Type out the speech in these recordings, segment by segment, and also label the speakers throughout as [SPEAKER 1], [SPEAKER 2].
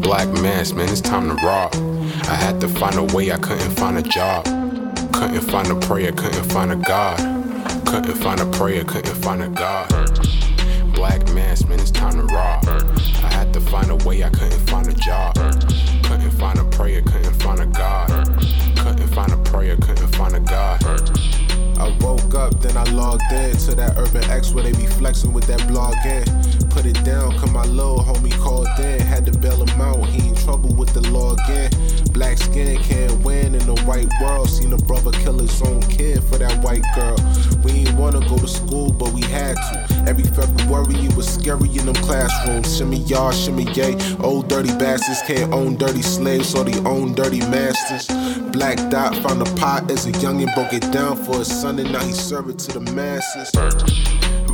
[SPEAKER 1] black mass, man, it's time to rob. I had to find a way, I couldn't find a job. Couldn't find a prayer, couldn't find a God. Couldn't find a prayer, couldn't find a God. Black mass, man, it's time to rob. I had to find a way, I couldn't find a job. Couldn't find a prayer, couldn't find a God. Couldn't find a prayer, couldn't find a God.
[SPEAKER 2] I woke up, then I logged in to that Urban X where they be flexing with that blog in. Put it down, cause my little homie called in. Had to bail him out, he in trouble with the law again. Black skin can't win in the white world. Seen a brother kill his own kid for that white girl. We ain't wanna go to school, but we had to. Every February it was scary in them classrooms. Shimmy y'all, shimmy yay. Old dirty bastards can't own dirty slaves or they own dirty masters. Black Dot found a pot as a youngin', broke it down for his son, and now he serve it to the masses.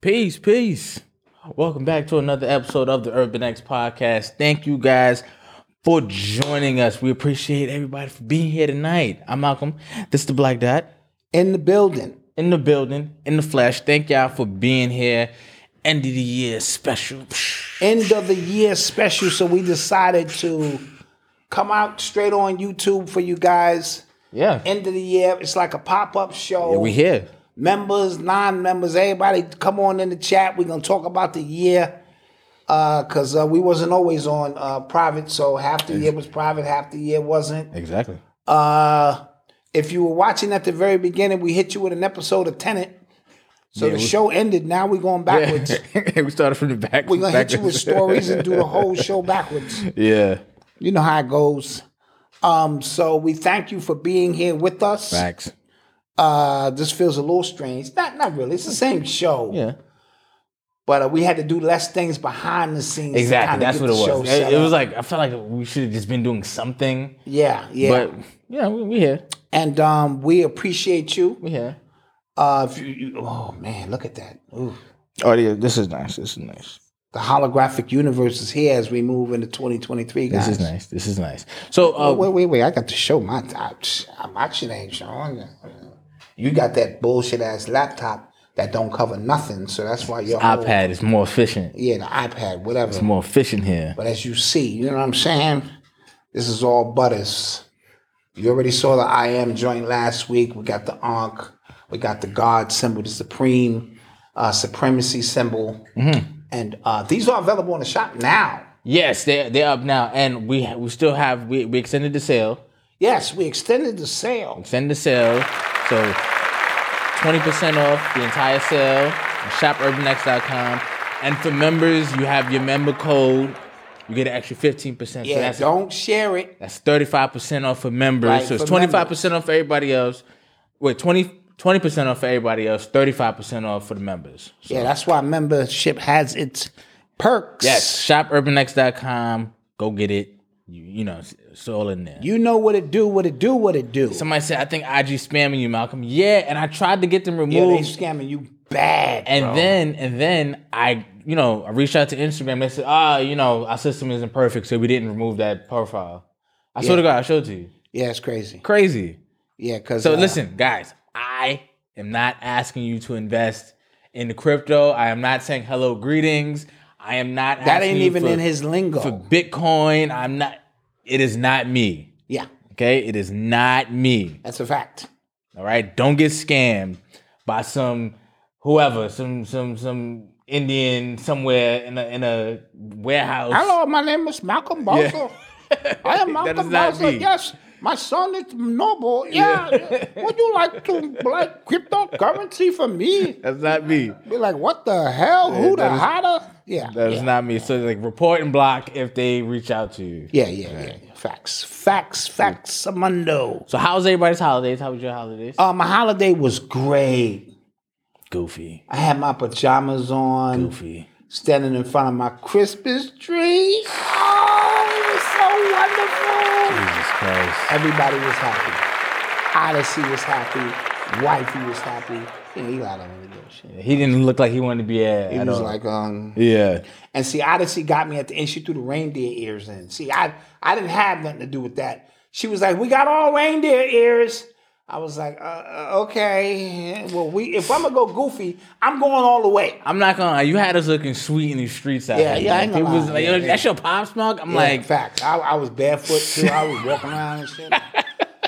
[SPEAKER 3] Peace, peace. Welcome back to another episode of the Urban X Podcast. Thank you guys for joining us. We appreciate everybody for being here tonight. I'm Malcolm. This is the Black Dot
[SPEAKER 4] in the building.
[SPEAKER 3] in the building, in the flesh. Thank y'all for being here. End of the year special.
[SPEAKER 4] End of the year special. So we decided to come out straight on YouTube for you guys.
[SPEAKER 3] Yeah.
[SPEAKER 4] End of the year. It's like a pop up show.
[SPEAKER 3] we here.
[SPEAKER 4] members, non members, everybody come on in the chat. We're gonna talk about the year. Uh, cause uh, we wasn't always on uh private, so half the year was private, half the year wasn't.
[SPEAKER 3] Exactly.
[SPEAKER 4] Uh, if you were watching at the very beginning, we hit you with an episode of Tenant. So the show ended. Now we're going backwards.
[SPEAKER 3] we started from the back.
[SPEAKER 4] We're gonna hit you with stories and do the whole show backwards.
[SPEAKER 3] Yeah.
[SPEAKER 4] You know how it goes. Um, so we thank you for being here with us.
[SPEAKER 3] Facts.
[SPEAKER 4] Uh, this feels a little strange. Not not really. It's the same show,
[SPEAKER 3] Yeah.
[SPEAKER 4] but uh, we had to do less things behind the scenes. to
[SPEAKER 3] Exactly.
[SPEAKER 4] kinda
[SPEAKER 3] That's
[SPEAKER 4] get
[SPEAKER 3] what it
[SPEAKER 4] the show
[SPEAKER 3] was.
[SPEAKER 4] set
[SPEAKER 3] It, it was
[SPEAKER 4] up.
[SPEAKER 3] like I felt like we should have just been doing something.
[SPEAKER 4] yeah, yeah.
[SPEAKER 3] But yeah, we, we here.
[SPEAKER 4] and um, we appreciate you.
[SPEAKER 3] We here.
[SPEAKER 4] Uh, if you, you- oh man, look at that. Ooh.
[SPEAKER 3] Oh yeah, this is nice. This is nice.
[SPEAKER 4] The holographic universe is here as we move into 2023, guys.
[SPEAKER 3] This is nice. This is nice. So uh,
[SPEAKER 4] Wait, wait, wait! I got to show my top. My shit ain't showing. You got that bullshit ass laptop that don't cover nothing, so that's why your whole-
[SPEAKER 3] iPad is more efficient.
[SPEAKER 4] yeah, the iPad, whatever.
[SPEAKER 3] It's more efficient here.
[SPEAKER 4] But as you see, you know what I'm saying? This is all butters. You already saw the I am joint last week. We got the Ankh. We got the God symbol, the Supreme uh, Supremacy symbol.
[SPEAKER 3] Mm-hmm.
[SPEAKER 4] And uh, these are available in the shop now.
[SPEAKER 3] Yes, they they're up now, and we we still have we, we extended the sale,
[SPEAKER 4] Yes, we extended the sale.
[SPEAKER 3] extended the sale, so twenty percent off the entire sale. ShopUrbanX.com, and for members, you have your member code. You get an extra fifteen percent.
[SPEAKER 4] Yeah,
[SPEAKER 3] so that's
[SPEAKER 4] don't share it.
[SPEAKER 3] that's thirty five percent off for members.
[SPEAKER 4] Right,
[SPEAKER 3] so it's
[SPEAKER 4] for
[SPEAKER 3] twenty five percent off for everybody else. Wait, 20 percent off for everybody else. Thirty five percent off for the members. So
[SPEAKER 4] Yeah, that's why membership has its perks.
[SPEAKER 3] yes, ShopUrbanX.com. Go get it. You, you know, it's, it's all in there.
[SPEAKER 4] You know what it do, what it do, what it do.
[SPEAKER 3] Somebody said, I think IG spamming you, Malcolm. Yeah, and I tried to get them
[SPEAKER 4] yeah, they
[SPEAKER 3] removed.
[SPEAKER 4] scamming you bad.
[SPEAKER 3] and
[SPEAKER 4] bro.
[SPEAKER 3] then and then I, you know, I reached out to Instagram. They said, ah, you know, our system isn't perfect, so we didn't remove that profile. I swear to God, I showed to you.
[SPEAKER 4] Yeah, it's crazy.
[SPEAKER 3] Crazy.
[SPEAKER 4] Yeah, cause
[SPEAKER 3] So
[SPEAKER 4] uh,
[SPEAKER 3] listen, guys, I am not asking you to invest in the crypto. I am not saying hello greetings. I am not
[SPEAKER 4] that
[SPEAKER 3] asking
[SPEAKER 4] ain't
[SPEAKER 3] you
[SPEAKER 4] even
[SPEAKER 3] for-
[SPEAKER 4] in his lingo.
[SPEAKER 3] for Bitcoin. I'm not it is not me.
[SPEAKER 4] yeah,
[SPEAKER 3] Okay? It is not me.
[SPEAKER 4] that's a fact.
[SPEAKER 3] All right, don't get scammed by some whoever, some some some Indian somewhere in a in a warehouse.
[SPEAKER 4] Hello, my name is Malcolm Bowser. I
[SPEAKER 3] That is
[SPEAKER 4] am Malcolm
[SPEAKER 3] not
[SPEAKER 4] Bowser.
[SPEAKER 3] me.
[SPEAKER 4] Yes, My son is noble. Yeah. Would you like to like cryptocurrency for me?
[SPEAKER 3] That's not me.
[SPEAKER 4] Be like, what the hell? Who the
[SPEAKER 3] that is-
[SPEAKER 4] hotter? Yeah.
[SPEAKER 3] That's
[SPEAKER 4] yeah.
[SPEAKER 3] not me. So like report and block if they reach out to you.
[SPEAKER 4] yeah, yeah, yeah, yeah. Facts. Facts. Facts. Amundo.
[SPEAKER 3] So how's everybody's holidays? How was your holidays?
[SPEAKER 4] Uh, my holiday was great.
[SPEAKER 3] goofy,
[SPEAKER 4] I had my pajamas on.
[SPEAKER 3] goofy.
[SPEAKER 4] standing in front of my Christmas tree. Oh, it was so wonderful.
[SPEAKER 3] Jesus Christ.
[SPEAKER 4] Everybody was happy. Odyssey was happy. Wifey was happy. You know, Eli don't really give a shit.
[SPEAKER 3] He didn't look like he wanted to be at.
[SPEAKER 4] He
[SPEAKER 3] at
[SPEAKER 4] was
[SPEAKER 3] all.
[SPEAKER 4] like, um,
[SPEAKER 3] yeah.
[SPEAKER 4] and see, Odyssey got me at the end. She threw the reindeer ears in. See, I, I didn't have nothing to do with that. She was like, we got all reindeer ears. I was like, uh, uh, okay. Well, we if I'm gonna go goofy, I'm going all the way.
[SPEAKER 3] I'm not gonna. lie, You had us looking sweet in the streets out
[SPEAKER 4] Yeah,
[SPEAKER 3] here.
[SPEAKER 4] yeah, I ain't
[SPEAKER 3] Like, it
[SPEAKER 4] gonna
[SPEAKER 3] was
[SPEAKER 4] lie.
[SPEAKER 3] like,
[SPEAKER 4] Yeah,
[SPEAKER 3] yo,
[SPEAKER 4] yeah.
[SPEAKER 3] that's your pop smoke. I'm
[SPEAKER 4] Like
[SPEAKER 3] like,
[SPEAKER 4] fact, I, I was barefoot too. I was walking around and shit.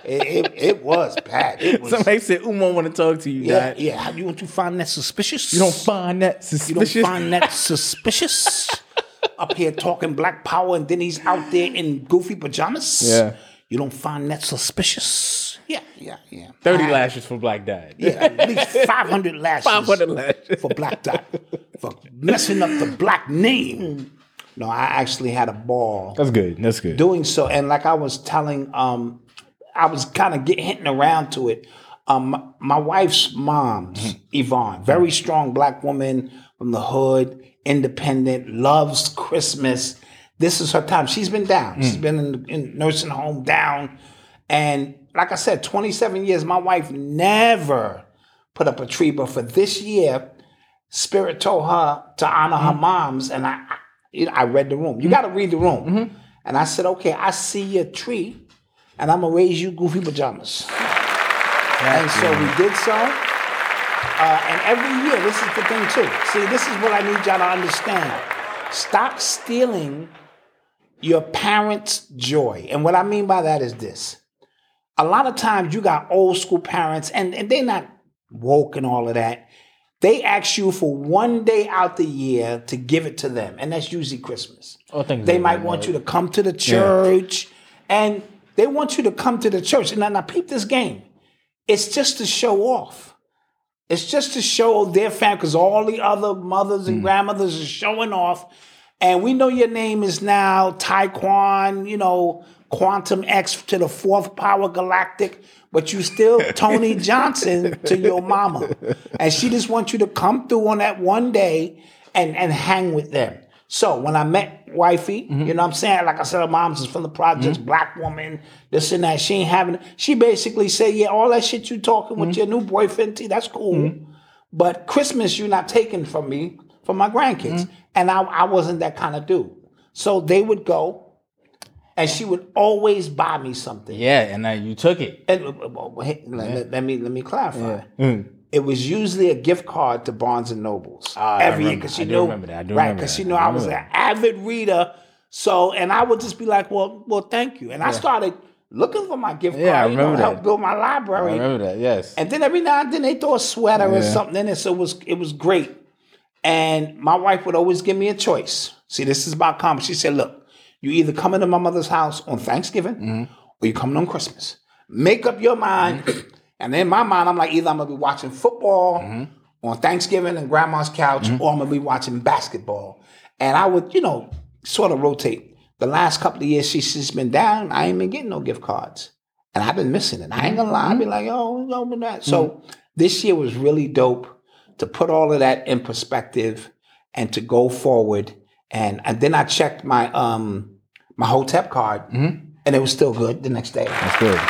[SPEAKER 4] It, it, it was packed. It was,
[SPEAKER 3] somebody said, Uma want to talk to you.
[SPEAKER 4] yeah,
[SPEAKER 3] Yeah,
[SPEAKER 4] yeah. How you want to find that suspicious?
[SPEAKER 3] You don't find that
[SPEAKER 4] You don't
[SPEAKER 3] suspicious.
[SPEAKER 4] find that suspicious? Up here talking black power, and then he's out there in goofy pajamas.
[SPEAKER 3] Yeah.
[SPEAKER 4] You don't find that suspicious? Yeah, yeah, yeah.
[SPEAKER 3] Thirty
[SPEAKER 4] I-
[SPEAKER 3] lashes for Black Dad.
[SPEAKER 4] Yeah, at least five hundred lashes.
[SPEAKER 3] 500 lashes.
[SPEAKER 4] for Black Dot for messing up the black name. No, I actually had a ball.
[SPEAKER 3] That's good. That's good.
[SPEAKER 4] doing so and like i was telling um i was kind of get hinting around to it um my wife's mom's yvonne very strong black woman from the hood independent loves christmas this is her time she's been down she's been in, in nursing home down and like i said 27 years my wife never put up a tree but for this year spirit told her to honor her mom's and i I- you know, i read the room you got to read the room and i said okay i see your tree and i'm gonna raise you goofy pajamas and so we did so uh, and every year this is the thing too see this is what i need y'all to understand stop stealing your parents joy and what i mean by that is this a lot of times you got old school parents and, and they're not woke and all of that they ask you for one day out the year to give it to them, and that's usually Christmas.
[SPEAKER 3] Oh, thank
[SPEAKER 4] they
[SPEAKER 3] God,
[SPEAKER 4] might
[SPEAKER 3] yeah.
[SPEAKER 4] want you to come to the church, and they want you to come to the church. Now, now peep this game. It's just to show off. It's just to show their family, because all the other mothers and grandmothers are showing off. And we know your name is now Taekwon, you know, Quantum X to the fourth power galactic, but you still Tony Johnson to your mama. And she just wants you to come through on that one day and, and hang with them. So when I met wifey, you know what I'm saying? Like I said, her mom's is from the projects, black woman, this and that. She ain't having it. She basically said, Yeah, all that shit you talking with your new boyfriend, T, that's cool. But Christmas you're not taking from me, from my grandkids. And I, I wasn't that kind of dude. So they would go and she would always buy me something.
[SPEAKER 3] Yeah, and uh, you took it.
[SPEAKER 4] And, uh, well, well, hey, let, let- let me let me clarify. It was usually a gift card to Barnes and Nobles
[SPEAKER 3] Ah, I
[SPEAKER 4] every year
[SPEAKER 3] remember.
[SPEAKER 4] because
[SPEAKER 3] I
[SPEAKER 4] you
[SPEAKER 3] do
[SPEAKER 4] know,
[SPEAKER 3] remember that. I do
[SPEAKER 4] right?
[SPEAKER 3] remember
[SPEAKER 4] Because
[SPEAKER 3] that.
[SPEAKER 4] you know,
[SPEAKER 3] I
[SPEAKER 4] I
[SPEAKER 3] do
[SPEAKER 4] was an
[SPEAKER 3] remember
[SPEAKER 4] avid reader, so and I would just be like, well, well, thank you, and I started looking for my gift
[SPEAKER 3] Yeah, I
[SPEAKER 4] card. you know,
[SPEAKER 3] remember
[SPEAKER 4] help
[SPEAKER 3] that.
[SPEAKER 4] build my
[SPEAKER 3] I
[SPEAKER 4] library,
[SPEAKER 3] remember that. Yes.
[SPEAKER 4] and then every now and then they throw a sweater or
[SPEAKER 3] Yeah.
[SPEAKER 4] something in it, so it was it was great. And my wife would always give me a choice. See, this is my comment. She said, "Look, you either come into my mother's house on Thanksgiving,
[SPEAKER 3] Mm-hmm.
[SPEAKER 4] or you coming on Christmas. Make up your mind."
[SPEAKER 3] Mm-hmm.
[SPEAKER 4] and in my mind, I'm like, either I'm gonna be watching football
[SPEAKER 3] Mm-hmm.
[SPEAKER 4] on Thanksgiving and grandma's couch, or I'm gonna be watching basketball. And I would, you know, sort of rotate. The last couple of years, she, she's been down. I ain't been getting no gift cards and I've been missing it. I ain't gonna lie. I'd be like, oh, no, but that. So this year was really dope to put all of that in perspective and to go forward. And and then I checked my um my Hotep card, and it was still good the next day.
[SPEAKER 3] That's good.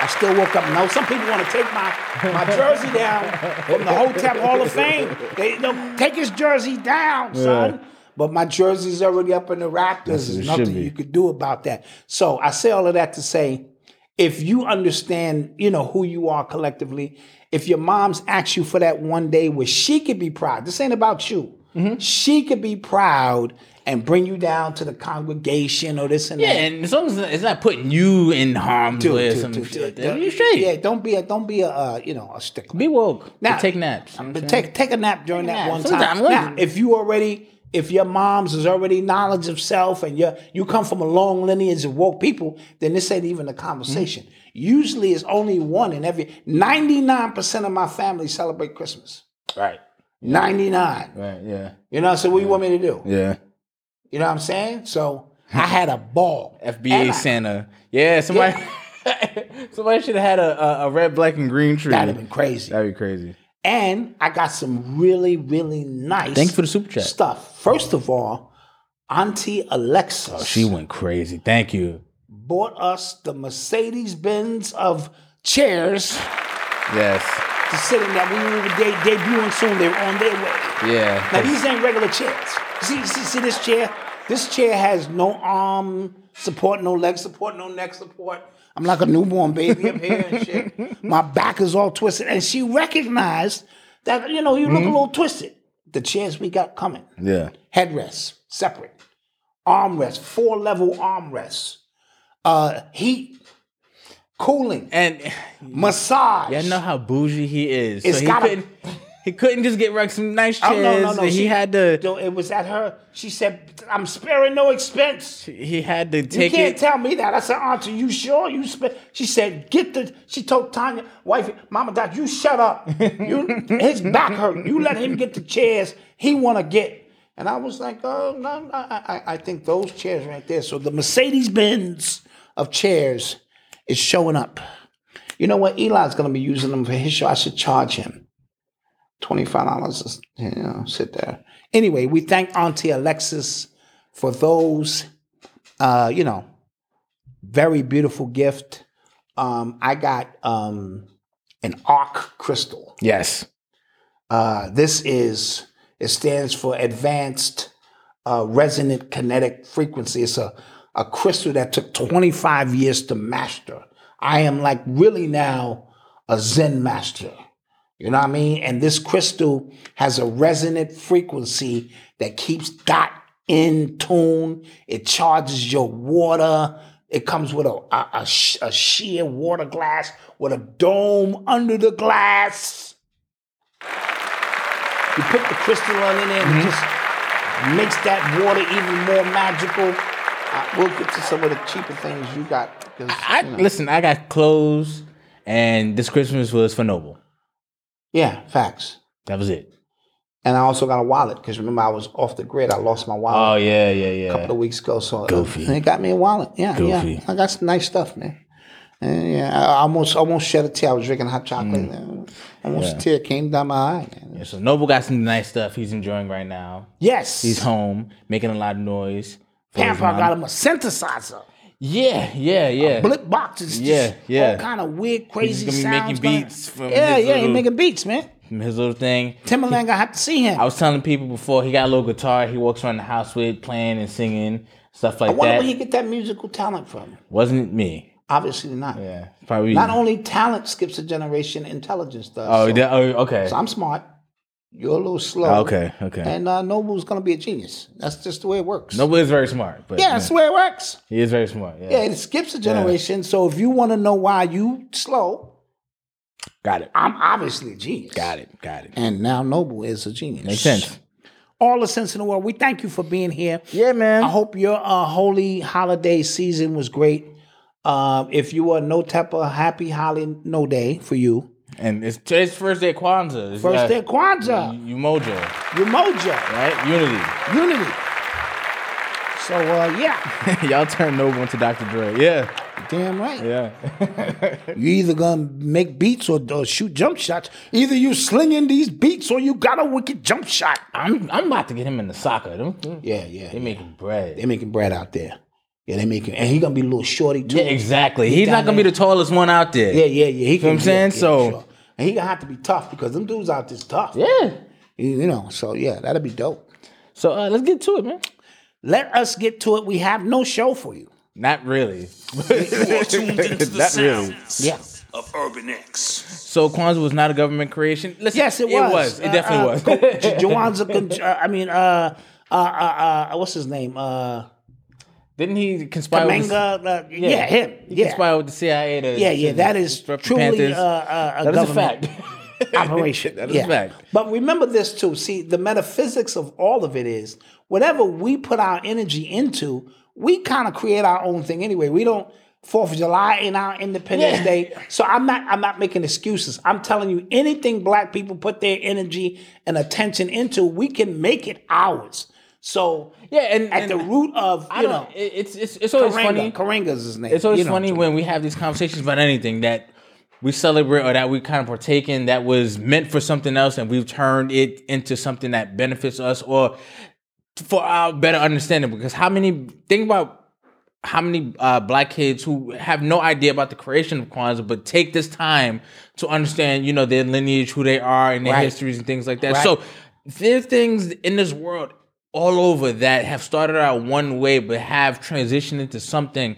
[SPEAKER 4] I still woke up. No, some people want to take my, my jersey down from the Hotep Hall of Fame. They they'll take his jersey down, son. But my jersey's already up in the Raptors. There's
[SPEAKER 3] it should
[SPEAKER 4] nothing
[SPEAKER 3] be.
[SPEAKER 4] you could do about that. So I say all of that to say, if you understand, you know who you are collectively. If your mom's asks you for that one day where she could be proud, this ain't about you.
[SPEAKER 3] Mm-hmm.
[SPEAKER 4] She could be proud and bring you down to the congregation or this and
[SPEAKER 3] Yeah,
[SPEAKER 4] that.
[SPEAKER 3] and as long as it's not putting you in harm's way or
[SPEAKER 4] Dude,
[SPEAKER 3] some
[SPEAKER 4] dude,
[SPEAKER 3] shit,
[SPEAKER 4] dude,
[SPEAKER 3] then
[SPEAKER 4] dude.
[SPEAKER 3] you straight.
[SPEAKER 4] Yeah, don't be a don't be a uh, you know a stickler.
[SPEAKER 3] Be woke.
[SPEAKER 4] Now-
[SPEAKER 3] take naps. you know what I'm
[SPEAKER 4] But
[SPEAKER 3] saying?
[SPEAKER 4] take take a nap during
[SPEAKER 3] a
[SPEAKER 4] that
[SPEAKER 3] nap.
[SPEAKER 4] one
[SPEAKER 3] Sometime,
[SPEAKER 4] time.
[SPEAKER 3] look.
[SPEAKER 4] Now, if you already If your mom's is already knowledge of self and you you come from a long lineage of woke people, then this ain't even a conversation.
[SPEAKER 3] Mm-hmm.
[SPEAKER 4] Usually it's only one in every 99% of my family celebrate Christmas.
[SPEAKER 3] Right.
[SPEAKER 4] 99.
[SPEAKER 3] Right. Yeah.
[SPEAKER 4] You know, so what you want me to do?
[SPEAKER 3] Yeah.
[SPEAKER 4] You know what I'm saying? So I had a ball.
[SPEAKER 3] FBA
[SPEAKER 4] And I-
[SPEAKER 3] Santa. Yeah. Somebody. somebody should have had a, a a red, black, and green tree.
[SPEAKER 4] That'd have been crazy.
[SPEAKER 3] That'd be crazy.
[SPEAKER 4] And I got some really, really nice
[SPEAKER 3] Thanks for the super chat.
[SPEAKER 4] stuff. First of all, Auntie Alexis
[SPEAKER 3] Oh, She went crazy. Thank you.
[SPEAKER 4] bought us the Mercedes Benz of chairs
[SPEAKER 3] Yes.
[SPEAKER 4] to sit in that we were de- debuting soon. They were on their way.
[SPEAKER 3] Yeah.
[SPEAKER 4] Now these ain't regular chairs. See, see, see this chair. This chair has no arm support, no leg support, no neck support. I'm like a newborn baby up here and shit. My back is all twisted, and she recognized that you know you
[SPEAKER 3] Mm-hmm.
[SPEAKER 4] look a little twisted. The chairs we got coming
[SPEAKER 3] yeah.
[SPEAKER 4] headrests separate, armrests, four level armrests, uh, heat, cooling,
[SPEAKER 3] And
[SPEAKER 4] massage.
[SPEAKER 3] I know how bougie he is.
[SPEAKER 4] It's
[SPEAKER 3] so he
[SPEAKER 4] gotta-
[SPEAKER 3] couldn't. He couldn't just get Rex some nice
[SPEAKER 4] Oh,
[SPEAKER 3] chairs. He
[SPEAKER 4] she-
[SPEAKER 3] had to.
[SPEAKER 4] Yo, It was at her. She said, "I'm sparing no expense."
[SPEAKER 3] He had to
[SPEAKER 4] You
[SPEAKER 3] take
[SPEAKER 4] can't
[SPEAKER 3] it.
[SPEAKER 4] tell me that. I said, Auntie, you sure you spent? She said, "Get the." She told Tanya, wife, Mama, Dad, you shut up. You, his back hurt. You let him get the chairs he want to get. And I was like, oh no, no I, I I think those chairs right there. So the Mercedes Benz of chairs is showing up. You know what? Eli's gonna be using them for his show. I should charge him. Twenty-five dollars. You know, sit there. Anyway, we thank Auntie Alexis for those, uh, you know, very beautiful gift. Um, I got um, an arc crystal.
[SPEAKER 3] yes.
[SPEAKER 4] Uh, this is it stands for Advanced uh, Resonant Kinetic Frequency. It's a a crystal that took 25 years to master. I am like really now a Zen master. You know what I mean? And this crystal has a resonant frequency that keeps that in tune. It charges your water. It comes with a, a, a, sh- a sheer water glass with a dome under the glass. You put the crystal on in there, and it just makes that water even more magical. Uh, we'll get to some of the cheaper things you got. 'cause,
[SPEAKER 3] I
[SPEAKER 4] you know.
[SPEAKER 3] listen. I got clothes, and this Christmas was for Noble.
[SPEAKER 4] yeah, facts.
[SPEAKER 3] That was it.
[SPEAKER 4] And I also got a wallet because remember I was off the grid. I lost my wallet
[SPEAKER 3] Oh yeah, yeah,
[SPEAKER 4] a
[SPEAKER 3] yeah.
[SPEAKER 4] couple of weeks ago. So uh,
[SPEAKER 3] Goofy.
[SPEAKER 4] they got me a wallet. Yeah, yeah.
[SPEAKER 3] Goofy.
[SPEAKER 4] I got some nice stuff, man. And yeah, I I almost almost shed a tear. I was drinking hot
[SPEAKER 3] Mm.
[SPEAKER 4] chocolate. and Almost a tear came down my eye. Man.
[SPEAKER 3] Yeah, So Noble got some nice stuff he's enjoying right now.
[SPEAKER 4] Yes,
[SPEAKER 3] He's home, making a lot of noise. for his
[SPEAKER 4] Pampa
[SPEAKER 3] mom.
[SPEAKER 4] got him a synthesizer.
[SPEAKER 3] Yeah, yeah, yeah.
[SPEAKER 4] Blip boxes,
[SPEAKER 3] Yeah,
[SPEAKER 4] just
[SPEAKER 3] yeah.
[SPEAKER 4] all kind of weird, crazy
[SPEAKER 3] gonna be
[SPEAKER 4] sounds.
[SPEAKER 3] making
[SPEAKER 4] gonna-
[SPEAKER 3] beats from
[SPEAKER 4] yeah,
[SPEAKER 3] his
[SPEAKER 4] yeah, he
[SPEAKER 3] little-
[SPEAKER 4] making beats, man.
[SPEAKER 3] His little thing.
[SPEAKER 4] Timberland gonna have to see him.
[SPEAKER 3] I
[SPEAKER 4] I,
[SPEAKER 3] was telling people before he got a little guitar. He walks around the house with, playing and singing stuff like
[SPEAKER 4] wonder
[SPEAKER 3] that.
[SPEAKER 4] where he get that musical talent from.
[SPEAKER 3] Wasn't me.
[SPEAKER 4] Obviously not.
[SPEAKER 3] Yeah, probably.
[SPEAKER 4] Not only talent skips a generation, intelligence does.
[SPEAKER 3] oh,
[SPEAKER 4] so,
[SPEAKER 3] that- oh, okay.
[SPEAKER 4] so I'm smart. You're a little slow.
[SPEAKER 3] Okay, okay.
[SPEAKER 4] And uh, Noble's gonna be a genius. That's just the way it works.
[SPEAKER 3] Noble is very smart, but
[SPEAKER 4] Yeah, that's the way it works.
[SPEAKER 3] he is very smart. Yeah,
[SPEAKER 4] Yeah, it skips a generation. So if you want to know why you slow,
[SPEAKER 3] got it,
[SPEAKER 4] I'm obviously a genius.
[SPEAKER 3] got it, got it.
[SPEAKER 4] And now Noble is a genius.
[SPEAKER 3] Makes sense.
[SPEAKER 4] All the sense in the world. We thank you for being here.
[SPEAKER 3] Yeah, man.
[SPEAKER 4] I hope your uh, holy holiday season was great. Uh, if you are no Tepa, happy Holly No Day for you.
[SPEAKER 3] And it's today's first day of Kwanzaa. It's
[SPEAKER 4] First
[SPEAKER 3] got-
[SPEAKER 4] day of Kwanzaa,
[SPEAKER 3] You mojo,
[SPEAKER 4] your mojo,
[SPEAKER 3] right? Unity.
[SPEAKER 4] unity. So uh, yeah,
[SPEAKER 3] Y'all turn Noble into Dr. Dre. Yeah,
[SPEAKER 4] damn right.
[SPEAKER 3] yeah.
[SPEAKER 4] You either gonna make beats or, or shoot jump shots. Either you slinging these beats or you got a wicked jump shot.
[SPEAKER 3] I'm I'm about to get him in the soccer. Them- them-
[SPEAKER 4] Yeah, yeah.
[SPEAKER 3] They making bread.
[SPEAKER 4] They making bread out there. Yeah, they making, and he gonna be a little shorty too.
[SPEAKER 3] Yeah, exactly. He's not
[SPEAKER 4] down
[SPEAKER 3] gonna be the tallest one out there.
[SPEAKER 4] Yeah, yeah, yeah. He can,
[SPEAKER 3] what I'm saying?
[SPEAKER 4] yeah, yeah,
[SPEAKER 3] So-
[SPEAKER 4] sure. and he gonna have to be tough because them dudes out there's tough.
[SPEAKER 3] Yeah.
[SPEAKER 4] you you know. So yeah, that'll be dope.
[SPEAKER 3] So uh, let's get to it, man.
[SPEAKER 4] Let us get to it. We have no show for you.
[SPEAKER 3] Not really.
[SPEAKER 5] You're tuned into the
[SPEAKER 3] Not really.
[SPEAKER 5] sounds
[SPEAKER 4] Yeah.
[SPEAKER 5] of Urban X.
[SPEAKER 3] So Kwanzaa was not a government creation. Listen,
[SPEAKER 4] Yes, it was. Uh,
[SPEAKER 3] It was. It definitely was.
[SPEAKER 4] was. Jawanza, Gon- uh, I mean, uh, uh, uh, uh, what's his name? Uh,
[SPEAKER 3] Didn't he conspire? With
[SPEAKER 4] Manga.
[SPEAKER 3] the,
[SPEAKER 4] Uh, yeah. him.
[SPEAKER 3] He
[SPEAKER 4] Yeah.
[SPEAKER 3] conspired with the CIA to.
[SPEAKER 4] Yeah, yeah,
[SPEAKER 3] to
[SPEAKER 4] that is
[SPEAKER 3] disrupt the
[SPEAKER 4] truly
[SPEAKER 3] Panthers.
[SPEAKER 4] uh, uh, a
[SPEAKER 3] that is a
[SPEAKER 4] government.
[SPEAKER 3] fact.
[SPEAKER 4] operation.
[SPEAKER 3] That is
[SPEAKER 4] yeah.
[SPEAKER 3] fact.
[SPEAKER 4] But remember this too. See, the metaphysics of all of it is whatever we put our energy into, we kind of create our own thing anyway. We don't Fourth of July in our Independence
[SPEAKER 3] Yeah.
[SPEAKER 4] Day. So I'm not I'm not making excuses. I'm telling you, anything black people put their energy and attention into, we can make it ours. So
[SPEAKER 3] Yeah, and-
[SPEAKER 4] at
[SPEAKER 3] and
[SPEAKER 4] the root of
[SPEAKER 3] I
[SPEAKER 4] you
[SPEAKER 3] don't.
[SPEAKER 4] know
[SPEAKER 3] it- it's it's it's always funny.
[SPEAKER 4] Karenga, Karenga's his name.
[SPEAKER 3] It's always
[SPEAKER 4] You know what I'm
[SPEAKER 3] funny
[SPEAKER 4] talking
[SPEAKER 3] when we have these conversations about anything that we celebrate or that we kind of partake in that was meant for something else, and we've turned it into something that benefits us or for our better understanding. Because how many think about how many uh, black kids who have no idea about the creation of Kwanzaa, but take this time to understand, you know, their lineage, who they are, and their
[SPEAKER 4] Right.
[SPEAKER 3] histories and things like that.
[SPEAKER 4] Right.
[SPEAKER 3] So there are things in this world all over that have started out one way, but have transitioned into something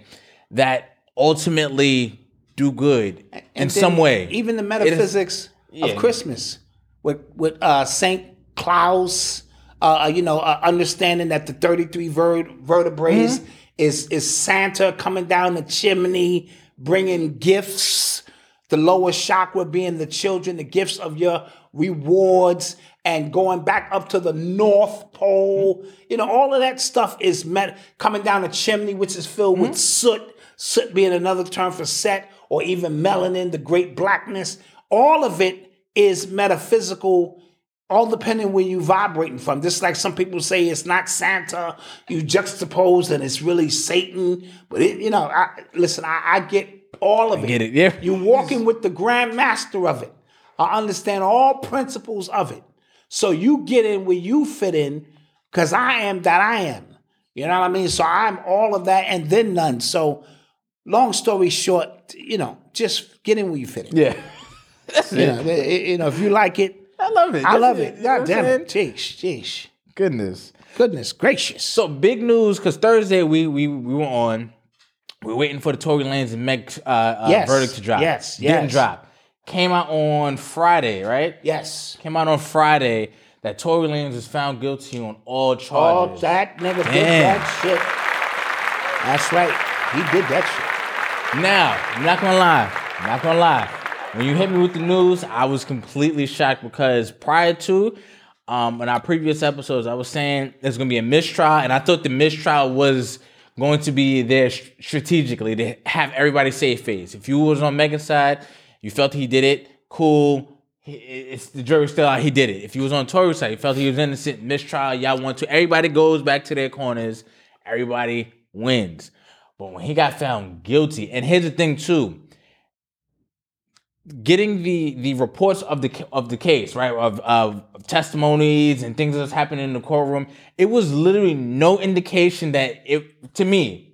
[SPEAKER 3] that ultimately do good in
[SPEAKER 4] And
[SPEAKER 3] some
[SPEAKER 4] then
[SPEAKER 3] way.
[SPEAKER 4] Even the metaphysics
[SPEAKER 3] yeah.
[SPEAKER 4] of Christmas with with uh, Saint Claus, uh, you know, uh, understanding that the thirty three ver- vertebrae is is Santa coming down the chimney bringing gifts. The lower chakra being the children, the gifts of your rewards, and going back up to the North Pole. You know, all of that stuff is met coming down the chimney, which is filled with soot soot being another term for set, or even melanin, the great blackness. All of it is metaphysical, all depending where you vibrating from. Just like some people say it's not Santa, you juxtapose and it's really Satan. But it, you know, I, listen, I, I get all of it.
[SPEAKER 3] get it, yeah.
[SPEAKER 4] You're walking with the grand master of it. I understand all principles of it. So you get in where you fit in, because I am that I am. You know what I mean? So I'm all of that and then none. So long story short, you know, just get in where you fit in.
[SPEAKER 3] yeah.
[SPEAKER 4] You know, i- i- you know, if you like it,
[SPEAKER 3] I love it.
[SPEAKER 4] I
[SPEAKER 3] That's
[SPEAKER 4] love
[SPEAKER 3] it.
[SPEAKER 4] it.
[SPEAKER 3] You know what
[SPEAKER 4] God
[SPEAKER 3] I'm
[SPEAKER 4] damn it. Jeez, jeez.
[SPEAKER 3] Goodness.
[SPEAKER 4] Goodness gracious.
[SPEAKER 3] So big news because Thursday we we we were on. We are waiting for the Tory Lanez and Meg uh, uh,
[SPEAKER 4] Yes.
[SPEAKER 3] verdict to drop.
[SPEAKER 4] Yes,
[SPEAKER 3] didn't
[SPEAKER 4] yes.
[SPEAKER 3] drop. Came out on Friday, right?
[SPEAKER 4] yes.
[SPEAKER 3] Came out on Friday that Tory Lanez was found guilty on all
[SPEAKER 4] Oh,
[SPEAKER 3] charges.
[SPEAKER 4] that nigga did
[SPEAKER 3] Damn.
[SPEAKER 4] that shit. That's right. He did that
[SPEAKER 3] Now, I'm not gonna lie, I'm not gonna lie. When you hit me with the news, I was completely shocked because prior to, um, in our previous episodes, I was saying there's gonna be a mistrial, and I thought the mistrial was going to be there sh- strategically to have everybody save face. If you was on Megan's side, you felt he did it, cool. He- It's the jury's still out. He did it. If he was on Tory's side, he felt he was innocent. Mistrial, y'all want to. Everybody goes back to their corners. Everybody wins. But when he got found guilty, and here's the thing too, getting the the reports of the of the case, right, of of testimonies and things that's happening in the courtroom, it was literally no indication that it to me.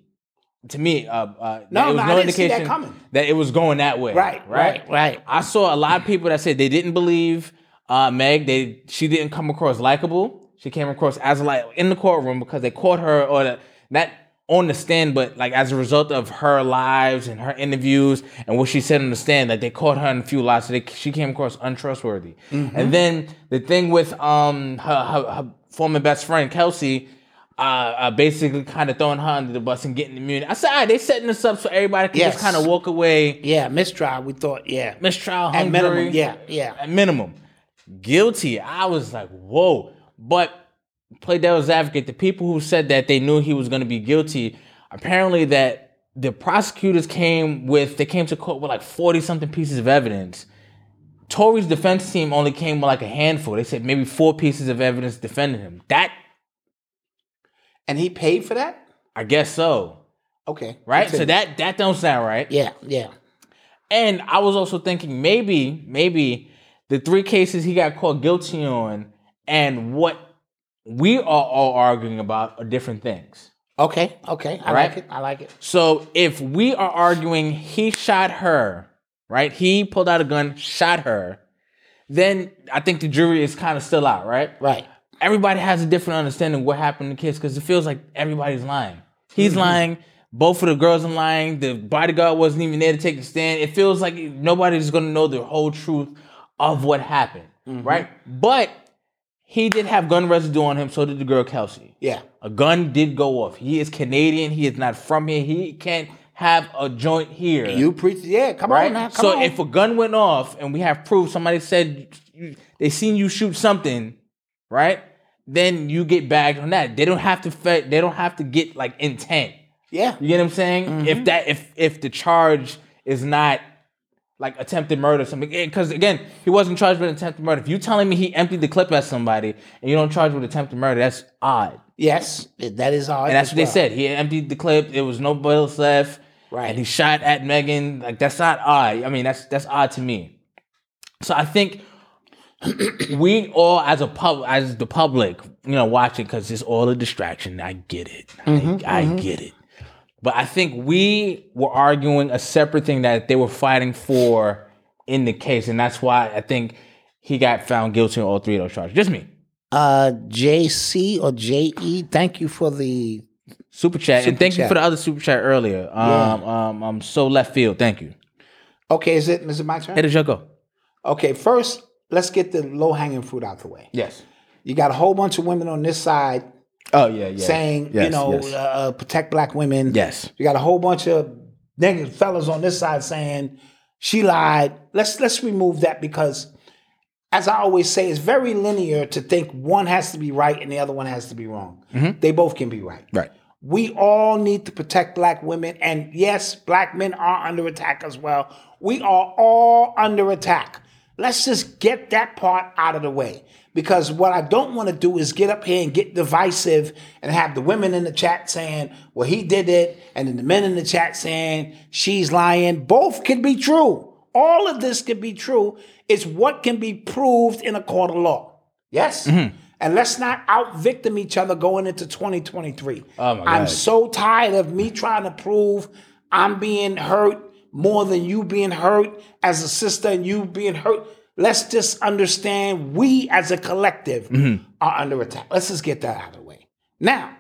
[SPEAKER 3] To me, uh, uh, that
[SPEAKER 4] No,
[SPEAKER 3] it was
[SPEAKER 4] no, I
[SPEAKER 3] no
[SPEAKER 4] didn't see that
[SPEAKER 3] indication
[SPEAKER 4] coming.
[SPEAKER 3] that it was going that way.
[SPEAKER 4] Right, right, right.
[SPEAKER 3] I saw a lot of people that said they didn't believe uh, Meg. They she didn't come across likable. She came across as like in the courtroom because they caught her or the, not on the stand, but like as a result of her lives and her interviews and what she said on the stand, that they caught her in a few lies. So they, she came across untrustworthy.
[SPEAKER 4] Mm-hmm.
[SPEAKER 3] And then the thing with um her her, her former best friend Kelsey. Uh, uh, basically, kind of throwing her under the bus and getting immunity. I said, all right, they setting this up so everybody can just
[SPEAKER 4] Yes.
[SPEAKER 3] kind of walk away
[SPEAKER 4] shit. Yeah, mistrial. We thought, yeah.
[SPEAKER 3] mistrial hung
[SPEAKER 4] At minimum,
[SPEAKER 3] jury,
[SPEAKER 4] yeah, yeah.
[SPEAKER 3] at minimum guilty i was like whoa but play devil's advocate the people who said that they knew he was going to be guilty apparently that the prosecutors came with they came to court with like 40 something pieces of evidence Tory's defense team only came with like a handful. They said maybe four pieces of evidence defending him. That
[SPEAKER 4] And he paid for that?
[SPEAKER 3] I guess so,
[SPEAKER 4] Okay.
[SPEAKER 3] right?
[SPEAKER 4] Continue.
[SPEAKER 3] So that that don't sound right.
[SPEAKER 4] Yeah, yeah.
[SPEAKER 3] And I was also thinking maybe, maybe the three cases he got caught guilty on and what we are all arguing about are different things.
[SPEAKER 4] Okay, okay. I
[SPEAKER 3] Right.
[SPEAKER 4] like it. I like it.
[SPEAKER 3] So if we are arguing he shot her, right? He pulled out a gun, shot her, then I think the jury is kind of still out, right?
[SPEAKER 4] Right.
[SPEAKER 3] Everybody has a different understanding of what happened to kids because it feels like everybody's lying. He's lying. Both of the girls are lying. The bodyguard wasn't even there to take the stand. It feels like nobody's going to know the whole truth of what happened, right? But he did have gun residue on him. So did the girl Kelsey.
[SPEAKER 4] Yeah.
[SPEAKER 3] A gun did go off. He is Canadian. He is not from here. He can't have a joint here.
[SPEAKER 4] You preach, yeah. Come
[SPEAKER 3] right?
[SPEAKER 4] on now, come
[SPEAKER 3] so
[SPEAKER 4] on.
[SPEAKER 3] if a gun went off and we have proof, somebody said you- they seen you shoot something, right? Then you get bagged on that. They don't have to. Fe- they don't have to get like intent.
[SPEAKER 4] yeah,
[SPEAKER 3] You get what I'm saying?
[SPEAKER 4] Mm-hmm.
[SPEAKER 3] If that, if if the charge is not like attempted murder, or something. Because again, he wasn't charged with attempted murder. If you telling me he emptied the clip at somebody and you don't charge with attempted murder, that's odd.
[SPEAKER 4] yes, that is all.
[SPEAKER 3] And that's what they said. He emptied the clip. There was no bullets left.
[SPEAKER 4] Right.
[SPEAKER 3] And he shot at Megan. Like that's not odd. I mean, that's that's odd to me. So I think we all, as a pub, as the public, you know, watching because it's all a distraction. I get it. I, I get it. But I think we were arguing a separate thing that they were fighting for in the case, and that's why I think he got found guilty on all three of those charges. Just me.
[SPEAKER 4] Uh, JC or JE, thank you for the
[SPEAKER 3] Super chat. and
[SPEAKER 4] Super
[SPEAKER 3] thank you
[SPEAKER 4] chat.
[SPEAKER 3] for the other super chat earlier. Um, um, um, so left field. Thank you.
[SPEAKER 4] Okay, is it is it my turn?
[SPEAKER 3] Hey, does your go?
[SPEAKER 4] Okay, first let's get the low hanging fruit out the way.
[SPEAKER 3] Yes.
[SPEAKER 4] You got a whole bunch of women on this side
[SPEAKER 3] Oh yeah, yeah.
[SPEAKER 4] saying, you
[SPEAKER 3] Yes,
[SPEAKER 4] know,
[SPEAKER 3] yes.
[SPEAKER 4] uh, protect black women.
[SPEAKER 3] Yes.
[SPEAKER 4] You got a whole bunch of niggas fellas on this side saying she lied. Let's let's remove that because as I always say, it's very linear to think one has to be right and the other one has to be wrong. They both can be right.
[SPEAKER 3] Mm-hmm. Right.
[SPEAKER 4] We all need to protect black women. And yes, black men are under attack as well. We are all under attack. Let's just get that part out of the way. Because what I don't want to do is get up here and get divisive and have the women in the chat saying, well, he did it. And then the men in the chat saying, she's lying. Both could be true. All of this could be true. It's what can be proved in a court of law. Yes?
[SPEAKER 3] Mm-hmm.
[SPEAKER 4] And let's not out victim each other going into 2023.
[SPEAKER 3] Oh, my
[SPEAKER 4] I'm
[SPEAKER 3] God.
[SPEAKER 4] so tired of me trying to prove I'm being hurt more than you being hurt as a sister and you being hurt. Let's just understand we as a collective
[SPEAKER 3] Mm-hmm.
[SPEAKER 4] are under attack. Let's just get that out of the way. Now,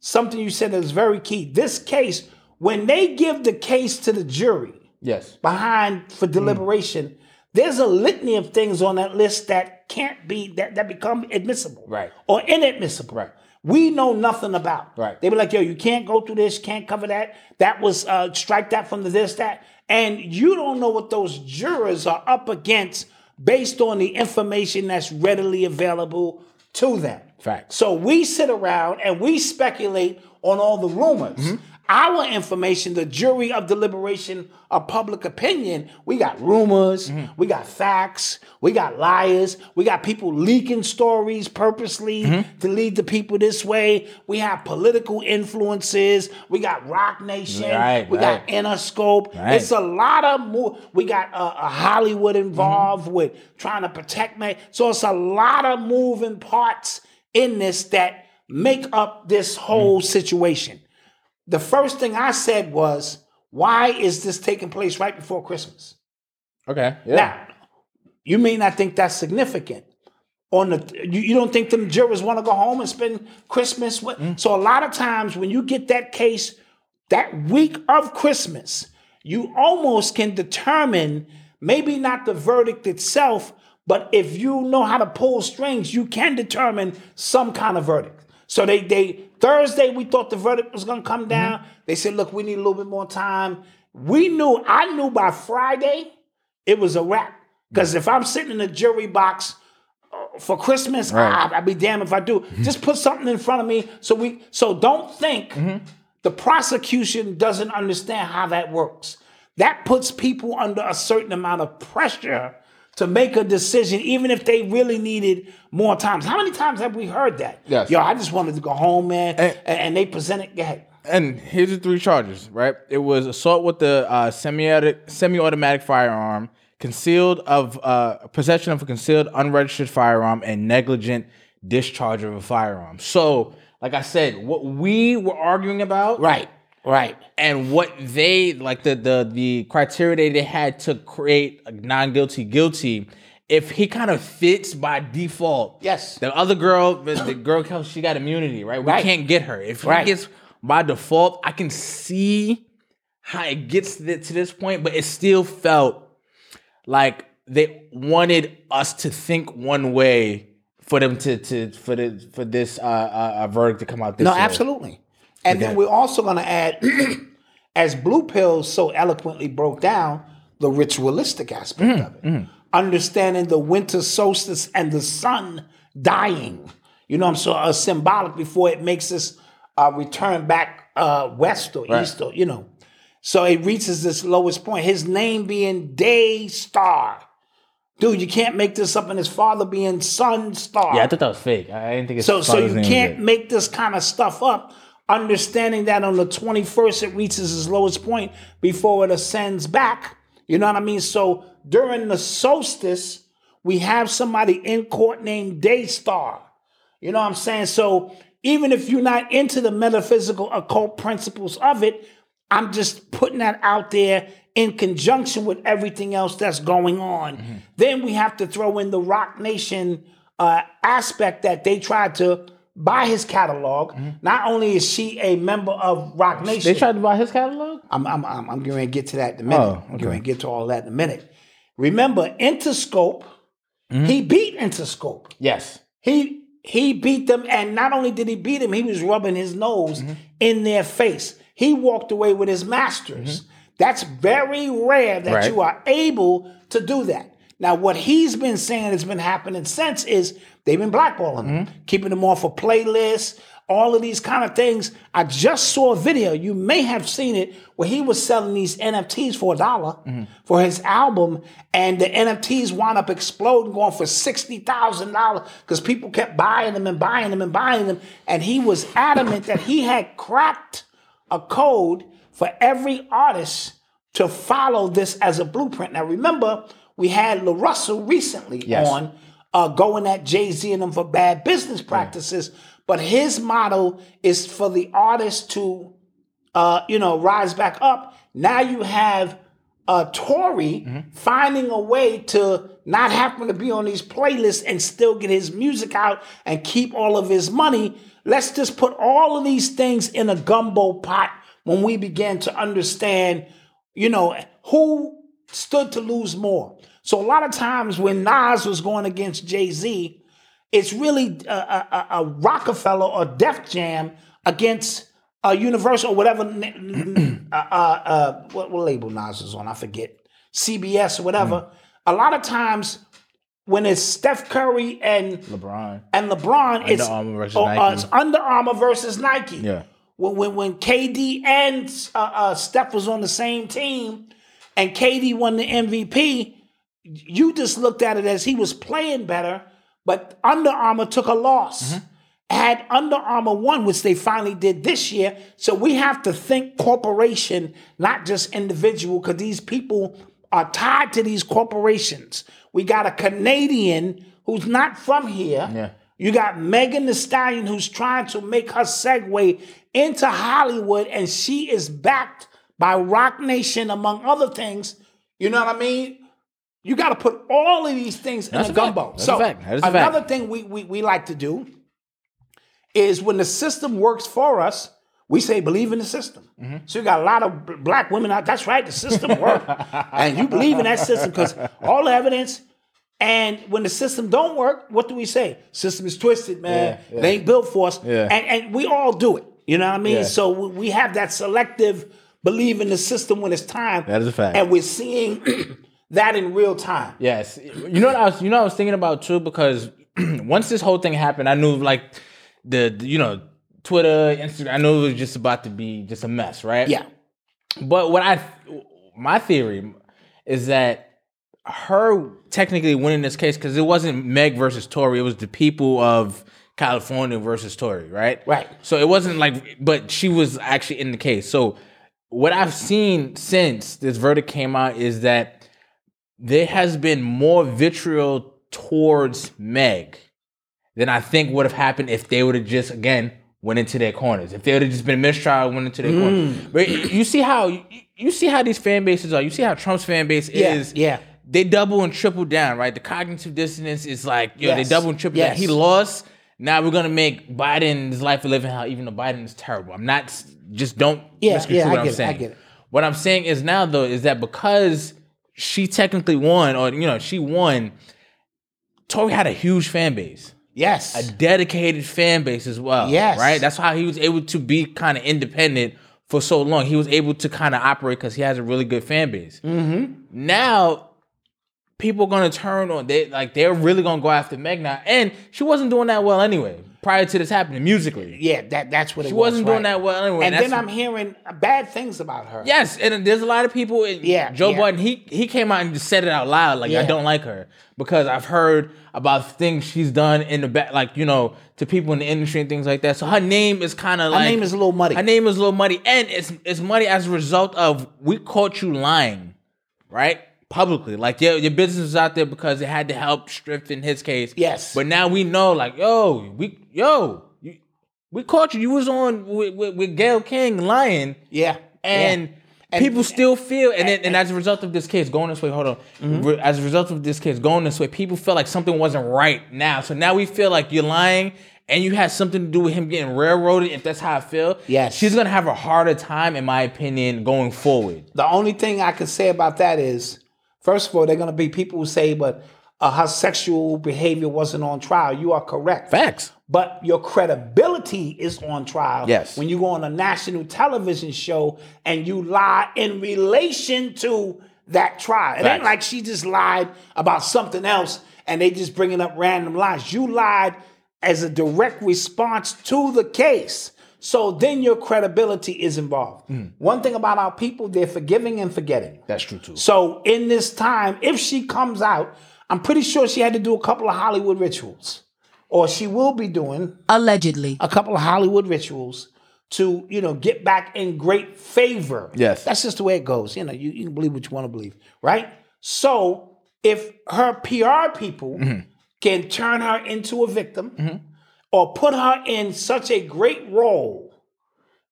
[SPEAKER 4] something you said is very key. This case, when they give the case to the jury,
[SPEAKER 3] Yes.
[SPEAKER 4] behind
[SPEAKER 3] Hmm.
[SPEAKER 4] for deliberation, there's a litany of things on that list that can't be that that become admissible,
[SPEAKER 3] Right.
[SPEAKER 4] or inadmissible,
[SPEAKER 3] Right.
[SPEAKER 4] We know nothing about,
[SPEAKER 3] Right.
[SPEAKER 4] They be like, "Yo, you can't go through this, can't cover that. That was uh, strike that from the this that," and you don't know what those jurors are up against based on the information that's readily available to them.
[SPEAKER 3] Fact.
[SPEAKER 4] So we sit around and we speculate on all the rumors.
[SPEAKER 3] Mm-hmm.
[SPEAKER 4] Our information, the jury of deliberation of public opinion, we got rumors,
[SPEAKER 3] Mm-hmm.
[SPEAKER 4] we got facts, we got liars, we got people leaking stories purposely
[SPEAKER 3] Mm-hmm.
[SPEAKER 4] to lead the people this way. We have political influences, we got Rock Nation,
[SPEAKER 3] Right,
[SPEAKER 4] we
[SPEAKER 3] right.
[SPEAKER 4] got Interscope.
[SPEAKER 3] Right.
[SPEAKER 4] It's a lot of more. We got uh, a Hollywood involved with trying to protect me. So it's a lot of moving parts in this that make up this whole situation. The first thing I said was, why is this taking place right before Christmas?
[SPEAKER 3] Okay. Yeah.
[SPEAKER 4] Now, you may not think that's significant. On the you, you don't think them jurors want to go home and spend Christmas with. So a lot of times when you get that case that week of Christmas, you almost can determine maybe not the verdict itself, but if you know how to pull strings, you can determine some kind of verdict. So they they Thursday we thought the verdict was gonna come down. They said, look, we need a little bit more time. We knew I knew by Friday it was a wrap.
[SPEAKER 3] Mm.
[SPEAKER 4] Because if I'm sitting in a jury box uh, for Christmas,
[SPEAKER 3] Right. Mm-hmm.
[SPEAKER 4] I, I'd be damned if I do. Just put something in front of me so we so don't think
[SPEAKER 3] Mm-hmm.
[SPEAKER 4] the prosecution doesn't understand how that works. That puts people under a certain amount of pressure to make a decision, even if they really needed more times. How many times have we heard that?
[SPEAKER 3] Yes.
[SPEAKER 4] Yo, I just wanted to go home, man.
[SPEAKER 3] And-
[SPEAKER 4] And, and they presented, yeah,
[SPEAKER 3] And here's the three charges. Right. It was assault with the uh, semi-auto- semi-automatic firearm, concealed of uh, possession of a concealed unregistered firearm, and negligent discharge of a firearm. So, like I said, what we were arguing about,
[SPEAKER 4] right, right.
[SPEAKER 3] and what they like the the the criteria they- they had to create a non guilty guilty. If he kind of fits by default,
[SPEAKER 4] Yes.
[SPEAKER 3] The other girl, the, the girl, Kelsey, she got immunity, right? We
[SPEAKER 4] Right.
[SPEAKER 3] can't get her. If
[SPEAKER 4] Right.
[SPEAKER 3] he gets by default, I can see how it gets th- to this point, but it still felt like they wanted us to think one way for them to to for the for this uh, uh, uh verdict to come out this
[SPEAKER 4] No,
[SPEAKER 3] way.
[SPEAKER 4] absolutely. And then we're also going to add as Blue Pill so eloquently broke down, the ritualistic aspect
[SPEAKER 3] Mm,
[SPEAKER 4] of it. Understanding the winter solstice and the sun dying. You know what I'm saying? Uh, symbolic before it makes us uh, return back uh, west or east or, you know. So it reaches this lowest point. His name being Day Star. Dude, you can't make this up. And his father being Sun Star.
[SPEAKER 3] Yeah, I thought that was fake. I I didn't think it's
[SPEAKER 4] So, so
[SPEAKER 3] father's
[SPEAKER 4] you
[SPEAKER 3] name was
[SPEAKER 4] can't
[SPEAKER 3] it.
[SPEAKER 4] make this kind of stuff up. Understanding that on the 21st it reaches its lowest point before it ascends back. You know what I mean? So during the solstice, we have somebody in court named Daystar. You know what I'm saying? So even if you're not into the metaphysical occult principles of it, I'm just putting that out there in conjunction with everything else that's going on.
[SPEAKER 3] Mm-hmm.
[SPEAKER 4] Then we have to throw in the Rock Nation uh, aspect that they tried to buy his catalog. Not only is she a member of Rock Nation,
[SPEAKER 3] Mm-hmm. They tried to buy his catalog.
[SPEAKER 4] I'm I'm I'm, I'm going to get to that in a minute.
[SPEAKER 3] Oh,
[SPEAKER 4] I'm
[SPEAKER 3] okay.
[SPEAKER 4] going to get to all that in a minute. Remember, Interscope,
[SPEAKER 3] Mm-hmm.
[SPEAKER 4] he beat Interscope.
[SPEAKER 3] Yes.
[SPEAKER 4] He he beat them, and not only did he beat him, he was rubbing his nose in their face. He walked away with his masters. That's very rare that
[SPEAKER 3] Right.
[SPEAKER 4] you are able to do that. Now, what he's been saying has been happening since is they've been blackballing him, keeping him off of playlists, all of these kind of things. I just saw a video, you may have seen it, where he was selling these NFTs for a dollar for his album, and the NFTs wound up exploding, going for $60,000 because people kept buying them and buying them and buying them. And he was adamant that he had cracked a code for every artist to follow this as a blueprint. Now, remember, we had LaRussell recently
[SPEAKER 3] Yes.
[SPEAKER 4] on uh, going at Jay Z and them for bad business practices, but his model is for the artist to, uh, you know, rise back up. Now you have uh, Tory finding a way to not happen to be on these playlists and still get his music out and keep all of his money. Let's just put all of these things in a gumbo pot when we begin to understand, you know, who stood to lose more. So a lot of times when Nas was going against Jay Z, it's really a, a, a- a Rockefeller or Def Jam against a Universal or whatever n- uh, uh, uh, what, what label Nas is on, I forget, CBS or whatever. A lot of times when it's Steph Curry and
[SPEAKER 3] LeBron.
[SPEAKER 4] and LeBron, it's,
[SPEAKER 3] Armour versus
[SPEAKER 4] or, uh,
[SPEAKER 3] Nike.
[SPEAKER 4] it's Under Armour versus Nike.
[SPEAKER 3] Yeah.
[SPEAKER 4] When when, when KD and uh, uh, Steph was on the same team, and KD won the MVP, you just looked at it as he was playing better, but Under Armour took a loss. Had Under Armour won, which they finally did this year, so we have to think corporation, not just individual, because these people are tied to these corporations. We got a Canadian who's not from here.
[SPEAKER 3] Yeah.
[SPEAKER 4] You got Megan Thee Stallion who's trying to make her segue into Hollywood, and she is backed by Rock Nation, among other things. You know what I mean? You got to put all of these things
[SPEAKER 3] That's a
[SPEAKER 4] in a
[SPEAKER 3] fact.
[SPEAKER 4] gumbo.
[SPEAKER 3] That's
[SPEAKER 4] so
[SPEAKER 3] a fact. That is a fact.
[SPEAKER 4] another thing we, we we like to do is when the system works for us, we say believe in the system. So you got a lot of b- black women out. That's right, the system works, and you believe in that system because all the evidence. And when the system don't work, what do we say? System is twisted, man.
[SPEAKER 3] Yeah, yeah.
[SPEAKER 4] It ain't built for us.
[SPEAKER 3] Yeah.
[SPEAKER 4] And and we all do it. You know what I mean?
[SPEAKER 3] Yeah.
[SPEAKER 4] So we we have that selective belief in the system when it's time.
[SPEAKER 3] That is a fact.
[SPEAKER 4] And we're seeing that in real time.
[SPEAKER 3] Yes. You know what I was you know what I was thinking about too because once this whole thing happened, I knew like the, the you know Twitter, Instagram, I knew it was just about to be just a mess, right?
[SPEAKER 4] Yeah.
[SPEAKER 3] But what I my theory is that her technically winning this case because it wasn't Meg versus Tory, it was the people of California versus Tory, right?
[SPEAKER 4] Right.
[SPEAKER 3] So it wasn't like, but she was actually in the case. So what I've seen since this verdict came out is that there has been more vitriol towards Meg than I think would have happened if they would have just again went into their corners. If they would have just been mistrial, went into their
[SPEAKER 4] Mm.
[SPEAKER 3] corners. But you see how you, you see how these fan bases are. You see how Trump's fan base
[SPEAKER 4] Yeah,
[SPEAKER 3] is.
[SPEAKER 4] yeah.
[SPEAKER 3] They double and triple down, right? The cognitive dissonance is like, yo,
[SPEAKER 4] Yes,
[SPEAKER 3] they double and triple down.
[SPEAKER 4] yes.
[SPEAKER 3] He lost. Now we're gonna make Biden's life a living hell, even though Biden is terrible. I'm not s- just don't
[SPEAKER 4] Yeah,
[SPEAKER 3] misconstrue
[SPEAKER 4] yeah, I
[SPEAKER 3] what I'm
[SPEAKER 4] get it, I
[SPEAKER 3] saying.
[SPEAKER 4] get it.
[SPEAKER 3] What I'm saying is now though is that because she technically won, or you know, she won, Tory had a huge fan base
[SPEAKER 4] Yes.
[SPEAKER 3] dedicated fan base as well.
[SPEAKER 4] Yes.
[SPEAKER 3] Right? That's how he was able to be kind of independent for so long. He was able to kind of operate because he has a really good fan base.
[SPEAKER 4] Mm-hmm.
[SPEAKER 3] Now people gonna turn on they like they're really gonna go after Meg now, and she wasn't doing that well anyway prior to this happening musically.
[SPEAKER 4] Yeah, that that's what it
[SPEAKER 3] She
[SPEAKER 4] was.
[SPEAKER 3] wasn't doing
[SPEAKER 4] right.
[SPEAKER 3] that well anyway.
[SPEAKER 4] And
[SPEAKER 3] That's-
[SPEAKER 4] then I'm hearing bad things about her.
[SPEAKER 3] Yes, and there's a lot of people. And
[SPEAKER 4] Yeah,
[SPEAKER 3] Joe
[SPEAKER 4] yeah.
[SPEAKER 3] Budden, he he came out and just said it out loud, like I
[SPEAKER 4] Yeah.
[SPEAKER 3] don't like her because I've heard about things she's done in the back, like you know, to people in the industry and things like that. So her name is kind of like
[SPEAKER 4] name is a little muddy.
[SPEAKER 3] Her name is a little muddy, and it's it's muddy as a result of we caught you lying, right? Publicly, like your your business was out there because it had to help strengthen his case.
[SPEAKER 4] Yes.
[SPEAKER 3] but now we know, like yo, we yo. you- We caught you. You was on with, with, with Gail King lying
[SPEAKER 4] Yeah.
[SPEAKER 3] and
[SPEAKER 4] yeah.
[SPEAKER 3] people still feel and, then, and as a result of this case going this way hold on
[SPEAKER 4] Mm-hmm.
[SPEAKER 3] Re- as a result of this case going this way people feel like something wasn't right now so now we feel like you're lying and you had something to do with him getting railroaded if that's how i feel
[SPEAKER 4] Yes.
[SPEAKER 3] she's gonna have a harder time in my opinion going forward
[SPEAKER 4] The only thing I can say about that is, first of all, they're gonna be people who say, but uh, her sexual behavior wasn't on trial. You are correct.
[SPEAKER 3] facts
[SPEAKER 4] But your credibility is on trial.
[SPEAKER 3] Yes.
[SPEAKER 4] When you go on a national television show and you lie in relation to that trial. It
[SPEAKER 3] Facts.
[SPEAKER 4] ain't like she just lied about something else and they just bringing up random lies. You lied as a direct response to the case. So then your credibility is involved. One thing about our people, they're forgiving and forgetting.
[SPEAKER 3] Hmm. that's true too
[SPEAKER 4] So in this time, if she comes out, I'm pretty sure she had to do a couple of Hollywood rituals, or she will be doing
[SPEAKER 6] Allegedly.
[SPEAKER 4] a couple of Hollywood rituals to you know get back in great favor.
[SPEAKER 3] Yes.
[SPEAKER 4] that's just the way it goes. You know, you, you can believe what you want to believe, right? So if her PR people
[SPEAKER 3] Mm-hmm.
[SPEAKER 4] can turn her into a victim or put her in such a great role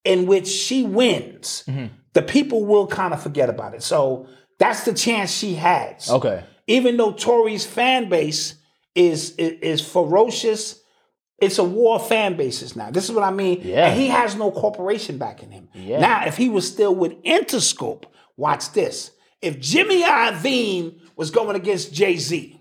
[SPEAKER 4] in which she wins,
[SPEAKER 3] Mm-hmm.
[SPEAKER 4] the people will kind of forget about it. So that's the chance she has.
[SPEAKER 3] okay
[SPEAKER 4] Even though Tory's fan base is is, is ferocious, it's a war fan basis now. This is what I mean.
[SPEAKER 3] Yeah.
[SPEAKER 4] And he has no corporation backing him. Now, if he was still with Interscope, watch this. If Jimmy Iovine was going against Jay Z,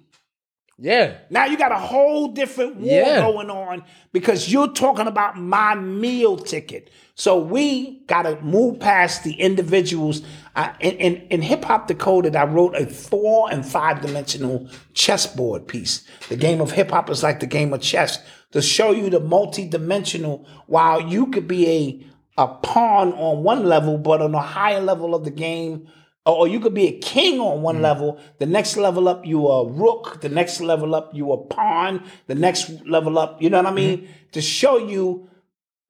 [SPEAKER 3] yeah
[SPEAKER 4] now you got a whole different war
[SPEAKER 3] Yeah.
[SPEAKER 4] going on because you're talking about my meal ticket. So we got to move past the individuals. I, in in, in hip hop decoded, I wrote a four and five dimensional chessboard piece. The game of hip hop is like the game of chess to show you the multi dimensional. While you could be a a pawn on one level, but on a higher level of the game, or or you could be a king on one level. The next level up, you a rook. The next level up, you a pawn. The next level up, you know what I mean? To show you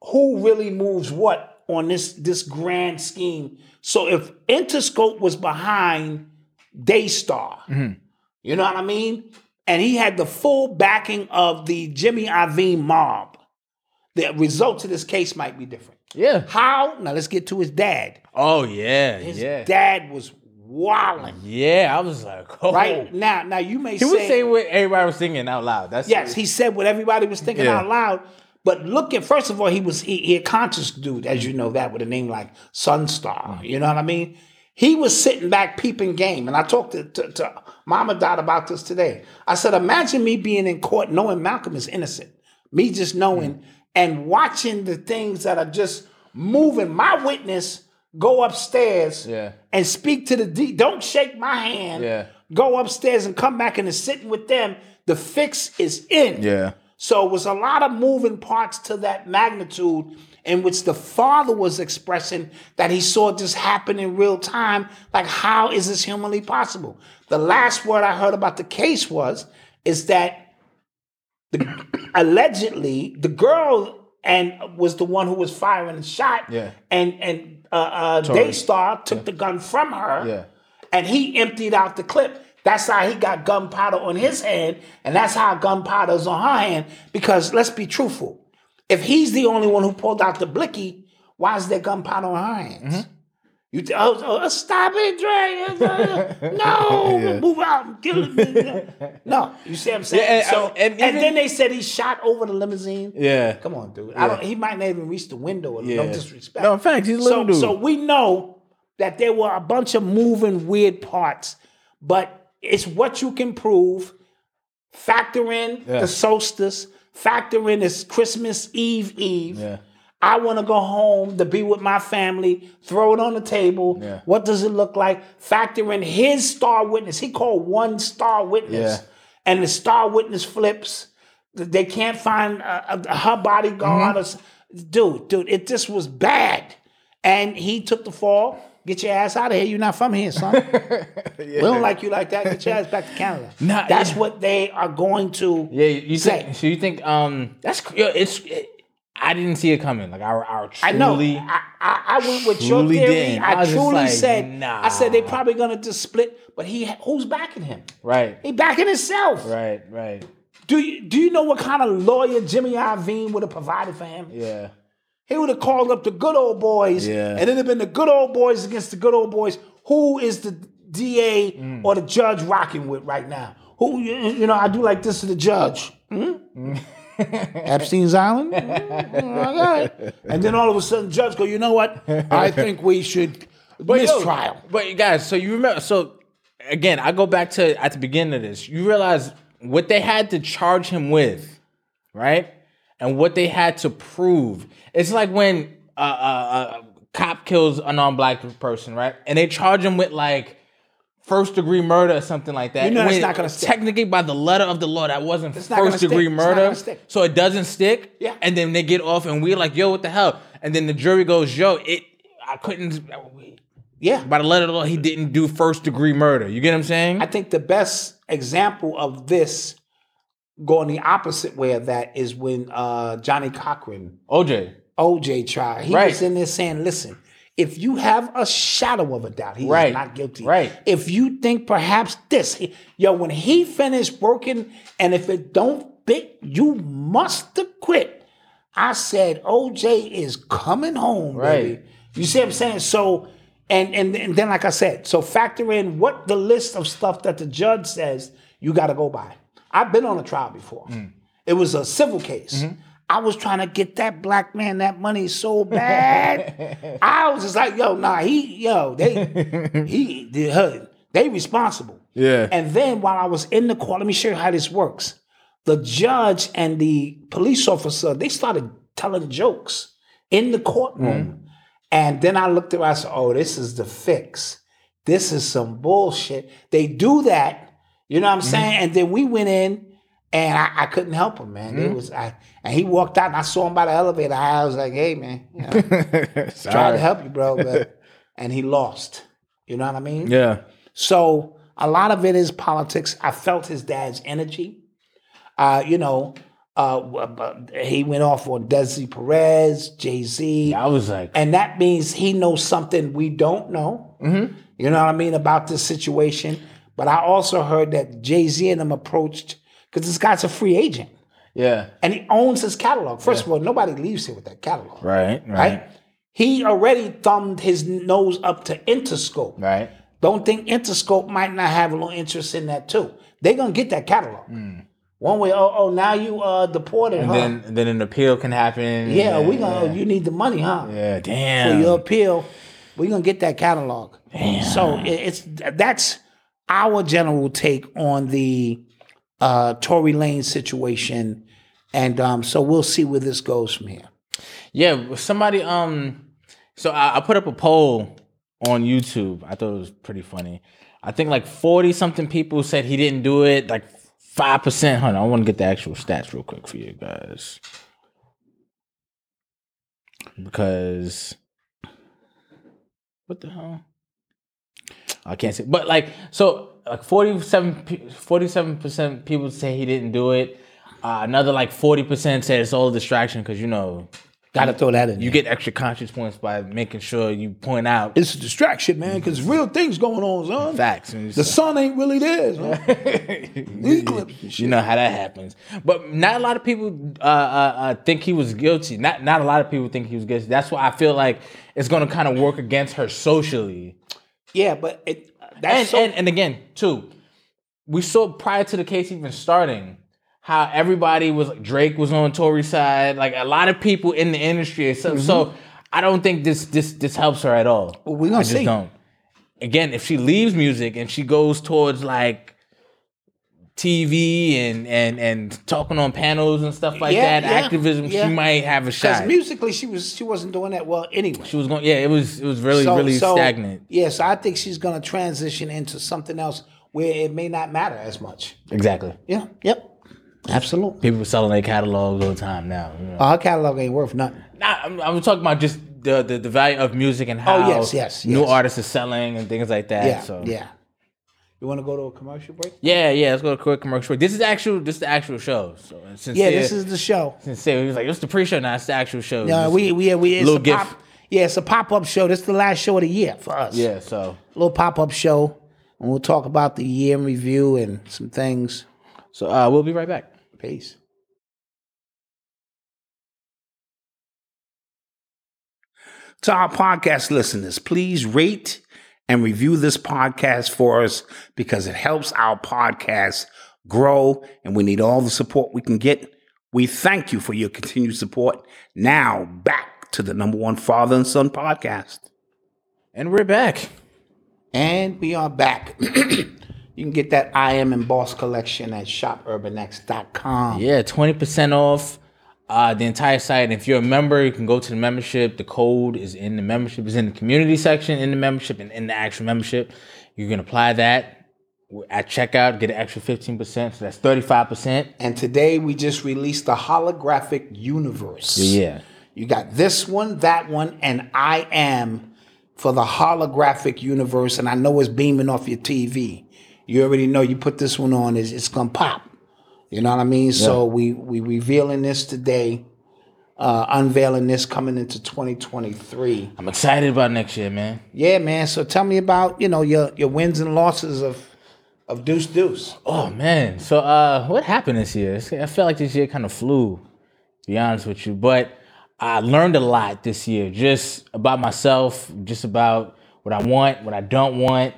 [SPEAKER 4] who really moves what on this this grand scheme. So if Interscope was behind Daystar, you know what I mean? And he had the full backing of the Jimmy Iovine mob. The results of this case might be different.
[SPEAKER 3] yeah
[SPEAKER 4] How? Now let's get to his dad.
[SPEAKER 3] oh yeah
[SPEAKER 4] His
[SPEAKER 3] yeah
[SPEAKER 4] dad was wilding.
[SPEAKER 3] yeah i was like oh
[SPEAKER 4] Right now, now you may
[SPEAKER 3] he
[SPEAKER 4] say,
[SPEAKER 3] was saying what everybody was singing out loud that's
[SPEAKER 4] yes, he said what everybody was thinking
[SPEAKER 3] Yeah.
[SPEAKER 4] out loud. But look at first of all, he was he, he a conscious dude, as you know that, with a name like Sunstar. You know what I mean? He was sitting back peeping game, and I talked to, to, to Mama Dot about this today. I said, imagine me being in court knowing Malcolm is innocent, me just knowing
[SPEAKER 3] Mm.
[SPEAKER 4] and watching the things that are just moving. My witness go upstairs
[SPEAKER 3] Yeah.
[SPEAKER 4] and speak to the D. Don't shake my hand.
[SPEAKER 3] Yeah.
[SPEAKER 4] Go upstairs and come back and is sitting with them. The fix is in.
[SPEAKER 3] yeah
[SPEAKER 4] So it was a lot of moving parts to that magnitude in which the father was expressing that he saw this happen in real time. Like, how is this humanly possible? The last word I heard about the case was is that the, allegedly the girl and was the one who was firing the shot.
[SPEAKER 3] Yeah.
[SPEAKER 4] And and uh, uh, Daystar took the gun from her
[SPEAKER 3] yeah
[SPEAKER 4] and he emptied out the clip. That's how he got gunpowder on his hand, and that's how gunpowder's on her hand. Because let's be truthful, if he's the only one who pulled out the blicky, why is there gunpowder on her hands?
[SPEAKER 3] Mm-hmm.
[SPEAKER 4] You th- oh, oh, stop it, Dre. Uh, No, move out. Kill it. No, you see what I'm saying?
[SPEAKER 3] Yeah, and-
[SPEAKER 4] so,
[SPEAKER 3] and
[SPEAKER 4] and,
[SPEAKER 3] even-
[SPEAKER 4] then they said he shot over the limousine.
[SPEAKER 3] yeah
[SPEAKER 4] Come on, dude. I don't, he might not even reach the window.
[SPEAKER 3] Yeah.
[SPEAKER 4] No disrespect.
[SPEAKER 3] No, facts. He's a little
[SPEAKER 4] so,
[SPEAKER 3] dude.
[SPEAKER 4] so we know that there were a bunch of moving weird parts, but it's what you can prove. Factor in
[SPEAKER 3] Yeah.
[SPEAKER 4] the solstice. Factor in it's Christmas Eve Eve.
[SPEAKER 3] yeah
[SPEAKER 4] I want to go home to be with my family. Throw it on the table.
[SPEAKER 3] Yeah.
[SPEAKER 4] What does it look like? Factor in his star witness. He called one star witness,
[SPEAKER 3] Yeah.
[SPEAKER 4] and the star witness flips. They can't find uh, uh, her
[SPEAKER 3] Mm-hmm.
[SPEAKER 4] bodyguard. Or, s- dude, dude, it just was bad, and he took the fall. Get your ass out of here. You're not from here, son. We don't like you like that. Get your ass back to Canada.
[SPEAKER 3] Nah,
[SPEAKER 4] That's
[SPEAKER 3] yeah.
[SPEAKER 4] what they are going to.
[SPEAKER 3] Yeah, you
[SPEAKER 4] Say.
[SPEAKER 3] think? So you think? Um,
[SPEAKER 4] That's cr-
[SPEAKER 3] yo, it's. It, I didn't see it coming. Like our, our
[SPEAKER 4] I know.
[SPEAKER 3] truly.
[SPEAKER 4] I, I, I went with your
[SPEAKER 3] truly
[SPEAKER 4] theory.
[SPEAKER 3] didn't. I
[SPEAKER 4] I,
[SPEAKER 3] was just
[SPEAKER 4] truly
[SPEAKER 3] like,
[SPEAKER 4] said. I said they're
[SPEAKER 3] nah.
[SPEAKER 4] probably gonna just split. But he, who's backing him?
[SPEAKER 3] Right.
[SPEAKER 4] He backing himself.
[SPEAKER 3] Right. Right.
[SPEAKER 4] Do you do you know what kind of lawyer Jimmy Iovine would have provided for him?
[SPEAKER 3] Yeah.
[SPEAKER 4] He would have called up the good old boys,
[SPEAKER 3] Yeah.
[SPEAKER 4] and it'd have been the good old boys against the good old boys. Who is the DA
[SPEAKER 3] Mm.
[SPEAKER 4] or the judge rocking with right now? Who you, you know? I do like this to the judge. Hmm? Epstein's Island. Hmm, all right. And then all of a sudden, judge go. You know what? I think we should
[SPEAKER 3] yo,
[SPEAKER 4] mistrial.
[SPEAKER 3] But guys, so you remember? So again, I go back to at the beginning of this. You realize what they had to charge him with, right? And what they had to prove. It's like when a, a, a cop kills a non-black person, right? And they charge him with like first degree murder or something like that.
[SPEAKER 4] You know
[SPEAKER 3] when
[SPEAKER 4] that's not gonna stick.
[SPEAKER 3] Technically, by the letter of the law, that wasn't
[SPEAKER 4] not gonna
[SPEAKER 3] first degree
[SPEAKER 4] stick. It's not
[SPEAKER 3] murder,
[SPEAKER 4] gonna stick.
[SPEAKER 3] so it doesn't stick.
[SPEAKER 4] Yeah.
[SPEAKER 3] And then they get off, and we're like, "Yo, what the hell?" And then the jury goes, "Yo, it." I couldn't.
[SPEAKER 4] yeah,
[SPEAKER 3] By the letter of the law, he didn't do first degree murder. You get what I'm saying?
[SPEAKER 4] I think the best example of this going the opposite way of that is when uh, Johnny Cochran.
[SPEAKER 3] OJ.
[SPEAKER 4] OJ trial. He
[SPEAKER 3] Right.
[SPEAKER 4] was in there saying, listen, if you have a shadow of a doubt, he
[SPEAKER 3] Right.
[SPEAKER 4] is not guilty.
[SPEAKER 3] Right.
[SPEAKER 4] If you think perhaps this, he- yo, when he finished working and if it don't fit, you must quit. I said, OJ is coming home,
[SPEAKER 3] Right.
[SPEAKER 4] baby. You see what I'm saying? So, and, and and then like I said, so factor in what the list of stuff that the judge says you got to go by. I've been on a trial before. It was a civil case. I was trying to get that black man that money so bad. I was just like, yo, nah, he, yo, they, he, they, her- they responsible.
[SPEAKER 3] Yeah.
[SPEAKER 4] And then while I was in the court, let me show you how this works. The judge and the police officer, they started telling jokes in the courtroom. And then I looked around, I said, oh, this is the fix. This is some bullshit. They do that, you know what I'm saying? And then we went in and I, I couldn't help him, man. It was I and he walked out and I saw him by the elevator. I was like, hey man, you know, trying to help you, bro. But and he lost. You know what I mean?
[SPEAKER 3] Yeah.
[SPEAKER 4] So a lot of it is politics. I felt his dad's energy. Uh, you know, uh, w- but he went off on Desi Perez, Jay Z,
[SPEAKER 3] I was like,
[SPEAKER 4] and that means he knows something we don't know. You know what I mean about this situation. But I also heard that Jay Z and him approached because this guy's a free agent
[SPEAKER 3] yeah.
[SPEAKER 4] and he owns his catalog. First of all, nobody leaves here with that catalog,
[SPEAKER 3] Right.
[SPEAKER 4] right? He already thumbed his nose up to Interscope.
[SPEAKER 3] Right.
[SPEAKER 4] Don't think Interscope might not have a little interest in that too. They're gonna get that catalog. One way, oh, oh, now you uh deported,
[SPEAKER 3] Hmm. And
[SPEAKER 4] huh?
[SPEAKER 3] then then an appeal can happen.
[SPEAKER 4] yeah, we gonna you need the money, huh?
[SPEAKER 3] Yeah.
[SPEAKER 4] For
[SPEAKER 3] Damn.
[SPEAKER 4] your appeal, we're gonna get that catalog. So it- it's that's our general take on the uh Tory Lane situation. And um, so we'll see where this goes from here.
[SPEAKER 3] Yeah. Somebody. Um. So I, I put up a poll on YouTube. I thought it was pretty funny. I think like forty something people said he didn't do it. Like five percent. Hold on. I want to get the actual stats real quick for you guys. Because what the hell? I can't say. But like, so like 47 percent people say he didn't do it. Uh, another like forty percent said it's all distraction because you know
[SPEAKER 4] Gotta throw that in.
[SPEAKER 3] you
[SPEAKER 4] there.
[SPEAKER 3] get extra conscious points by making sure you point out
[SPEAKER 4] it's a distraction, man, because real things going on, son.
[SPEAKER 3] facts. And
[SPEAKER 4] The
[SPEAKER 3] it's-
[SPEAKER 4] sun ain't really there. son. Eclipse and
[SPEAKER 3] you know how that happens. But not a lot of people uh, uh, uh, think he was guilty. Not not a lot of people think he was guilty. That's why I feel like it's going to kind of work against her socially.
[SPEAKER 4] Yeah, but it that's
[SPEAKER 3] and,
[SPEAKER 4] so,
[SPEAKER 3] and and again too, we saw prior to the case even starting how everybody was Drake was on Tory side, like a lot of people in the industry. So so I don't think this this this helps her at all.
[SPEAKER 4] Mm-hmm. we gonna
[SPEAKER 3] I just
[SPEAKER 4] see.
[SPEAKER 3] don't. Again, if she leaves music and she goes towards like TV and and and talking on panels and stuff like
[SPEAKER 4] Yeah,
[SPEAKER 3] that,
[SPEAKER 4] yeah,
[SPEAKER 3] activism,
[SPEAKER 4] yeah.
[SPEAKER 3] she might have a
[SPEAKER 4] Because
[SPEAKER 3] shot.
[SPEAKER 4] musically, she was she wasn't doing that well anyway.
[SPEAKER 3] she was going, yeah, it was it was really really stagnant.
[SPEAKER 4] Yeah, so I think she's going to transition into something else where it may not matter as much.
[SPEAKER 3] Exactly.
[SPEAKER 4] Yeah. Yep. Absolutely.
[SPEAKER 3] People selling their catalogs all the time now. You know.
[SPEAKER 4] Our catalog ain't worth nothing.
[SPEAKER 3] Nah, I'm, I'm talking about just the, the the value of music and how
[SPEAKER 4] Oh, yes, yes,
[SPEAKER 3] new
[SPEAKER 4] yes.
[SPEAKER 3] artists are selling and things like that.
[SPEAKER 4] Yeah.
[SPEAKER 3] so.
[SPEAKER 4] Yeah. You want to go to a commercial break?
[SPEAKER 3] Yeah, yeah, let's go to a quick commercial break. This is actual, this is the actual show. So and sincere,
[SPEAKER 4] Yeah, this is the show.
[SPEAKER 3] sincere. He was like, "It's the pre-show now. It's the actual show."
[SPEAKER 4] Yeah,
[SPEAKER 3] This-
[SPEAKER 4] we we we it's
[SPEAKER 3] Little
[SPEAKER 4] a
[SPEAKER 3] gift.
[SPEAKER 4] pop. Yeah, it's a pop up show. This is the last show of the year for us.
[SPEAKER 3] yeah. So,
[SPEAKER 4] little pop up show, and we'll talk about the year in review and some things.
[SPEAKER 3] so uh, we'll be right back.
[SPEAKER 4] Peace. To our podcast listeners, please rate and review this podcast for us because it helps our podcast grow and we need all the support we can get. We thank you for your continued support. Now, back to the number one father and son podcast.
[SPEAKER 3] And we're back.
[SPEAKER 4] And we are back. you can get that I Am in Boss collection at shopurbanx.com.
[SPEAKER 3] Yeah, twenty percent off uh, the entire site. And if you're a member, you can go to the membership. The code is in the membership. is in the community section in the membership and in the actual membership. You can apply that at checkout. Get an extra fifteen percent. So that's thirty five percent.
[SPEAKER 4] And today we just released the holographic universe.
[SPEAKER 3] Yeah.
[SPEAKER 4] You got this one, that one, and I am for the holographic universe. And I know it's beaming off your TV. You already know you put this one on, it's, it's gonna pop. You know what I mean? So we we revealing this today, uh, unveiling this coming into 2023.
[SPEAKER 3] I'm excited about next year, man.
[SPEAKER 4] Yeah, man. So tell me about you know your your wins and losses of of Deuce Deuce.
[SPEAKER 3] Oh man, so uh, what happened this year? It's- I felt like this year kind of flew, to be honest with you. But I learned a lot this year, just about myself, just about what I want, what I don't want,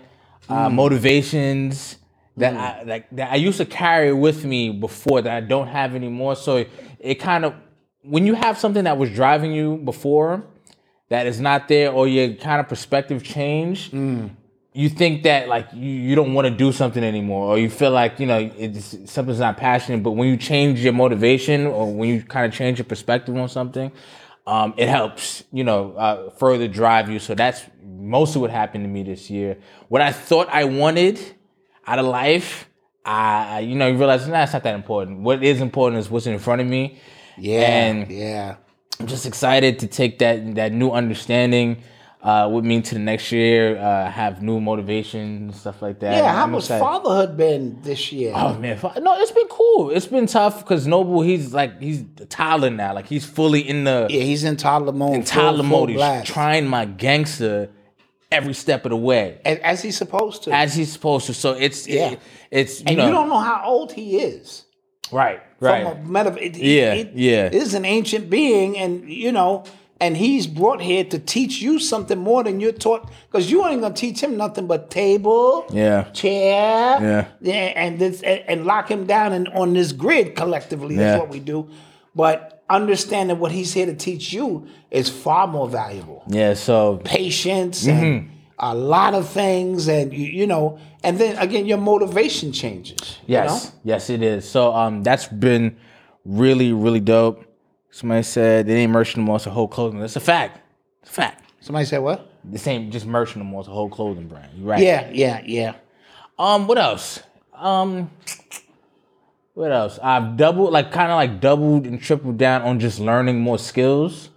[SPEAKER 3] uh, motivations that I like that I used to carry with me before that I don't have anymore. So it kind of when you have something that was driving you before that is not there, or your kind of perspective change you think that like you, you don't want to do something anymore or you feel like you know it's something's not passionate but when you change your motivation or when you kind of change your perspective on something um, it helps you know uh, further drive you so that's mostly what happened to me this year what i thought i wanted out of life i I, you know you realize nah, it's not that important what is important is what's in front of me
[SPEAKER 4] Yeah,
[SPEAKER 3] And-
[SPEAKER 4] yeah.
[SPEAKER 3] I'm just excited to take that that new understanding uh, with me to the next year. Uh, have new motivation stuff like that.
[SPEAKER 4] Yeah, how
[SPEAKER 3] I'm
[SPEAKER 4] was
[SPEAKER 3] excited.
[SPEAKER 4] fatherhood been this year?
[SPEAKER 3] Oh man, fa- no, it's been cool. It's been tough because Noble, he's like he's a toddler now. Like he's fully in the
[SPEAKER 4] yeah, he's in toddler mode. full-
[SPEAKER 3] toddler
[SPEAKER 4] full
[SPEAKER 3] mode. He's
[SPEAKER 4] blast.
[SPEAKER 3] trying my gangster every step of the way
[SPEAKER 4] as, as he's supposed to.
[SPEAKER 3] as he's supposed to. So it's
[SPEAKER 4] Yeah.
[SPEAKER 3] it- it's you
[SPEAKER 4] and
[SPEAKER 3] know
[SPEAKER 4] you don't know how old he is.
[SPEAKER 3] right right.
[SPEAKER 4] From a meta- it- it-
[SPEAKER 3] Yeah,
[SPEAKER 4] it
[SPEAKER 3] yeah.
[SPEAKER 4] is an ancient being, and you know, and he's brought here to teach you something more than you're taught. Because you ain't gonna teach him nothing but table,
[SPEAKER 3] Yeah.
[SPEAKER 4] chair,
[SPEAKER 3] Yeah.
[SPEAKER 4] and this and, and lock him down and on this grid collectively. That's
[SPEAKER 3] Yeah.
[SPEAKER 4] what we do. But understanding what he's here to teach you is far more valuable.
[SPEAKER 3] yeah, so
[SPEAKER 4] patience
[SPEAKER 3] Mm-hmm.
[SPEAKER 4] and a lot of things and you, you know and then again your motivation changes you
[SPEAKER 3] Yes,
[SPEAKER 4] know?
[SPEAKER 3] yes, it is. So um, that's been really, really dope. Somebody said it ain't merch no more. It's a whole clothing. That's a fact. It's a fact.
[SPEAKER 4] somebody said what
[SPEAKER 3] This ain't just merch no more. It's a whole clothing brand. You right?
[SPEAKER 4] yeah yeah yeah
[SPEAKER 3] Um, what else? Um, what else? I've doubled, like, kind of like doubled and tripled down on just learning more skills.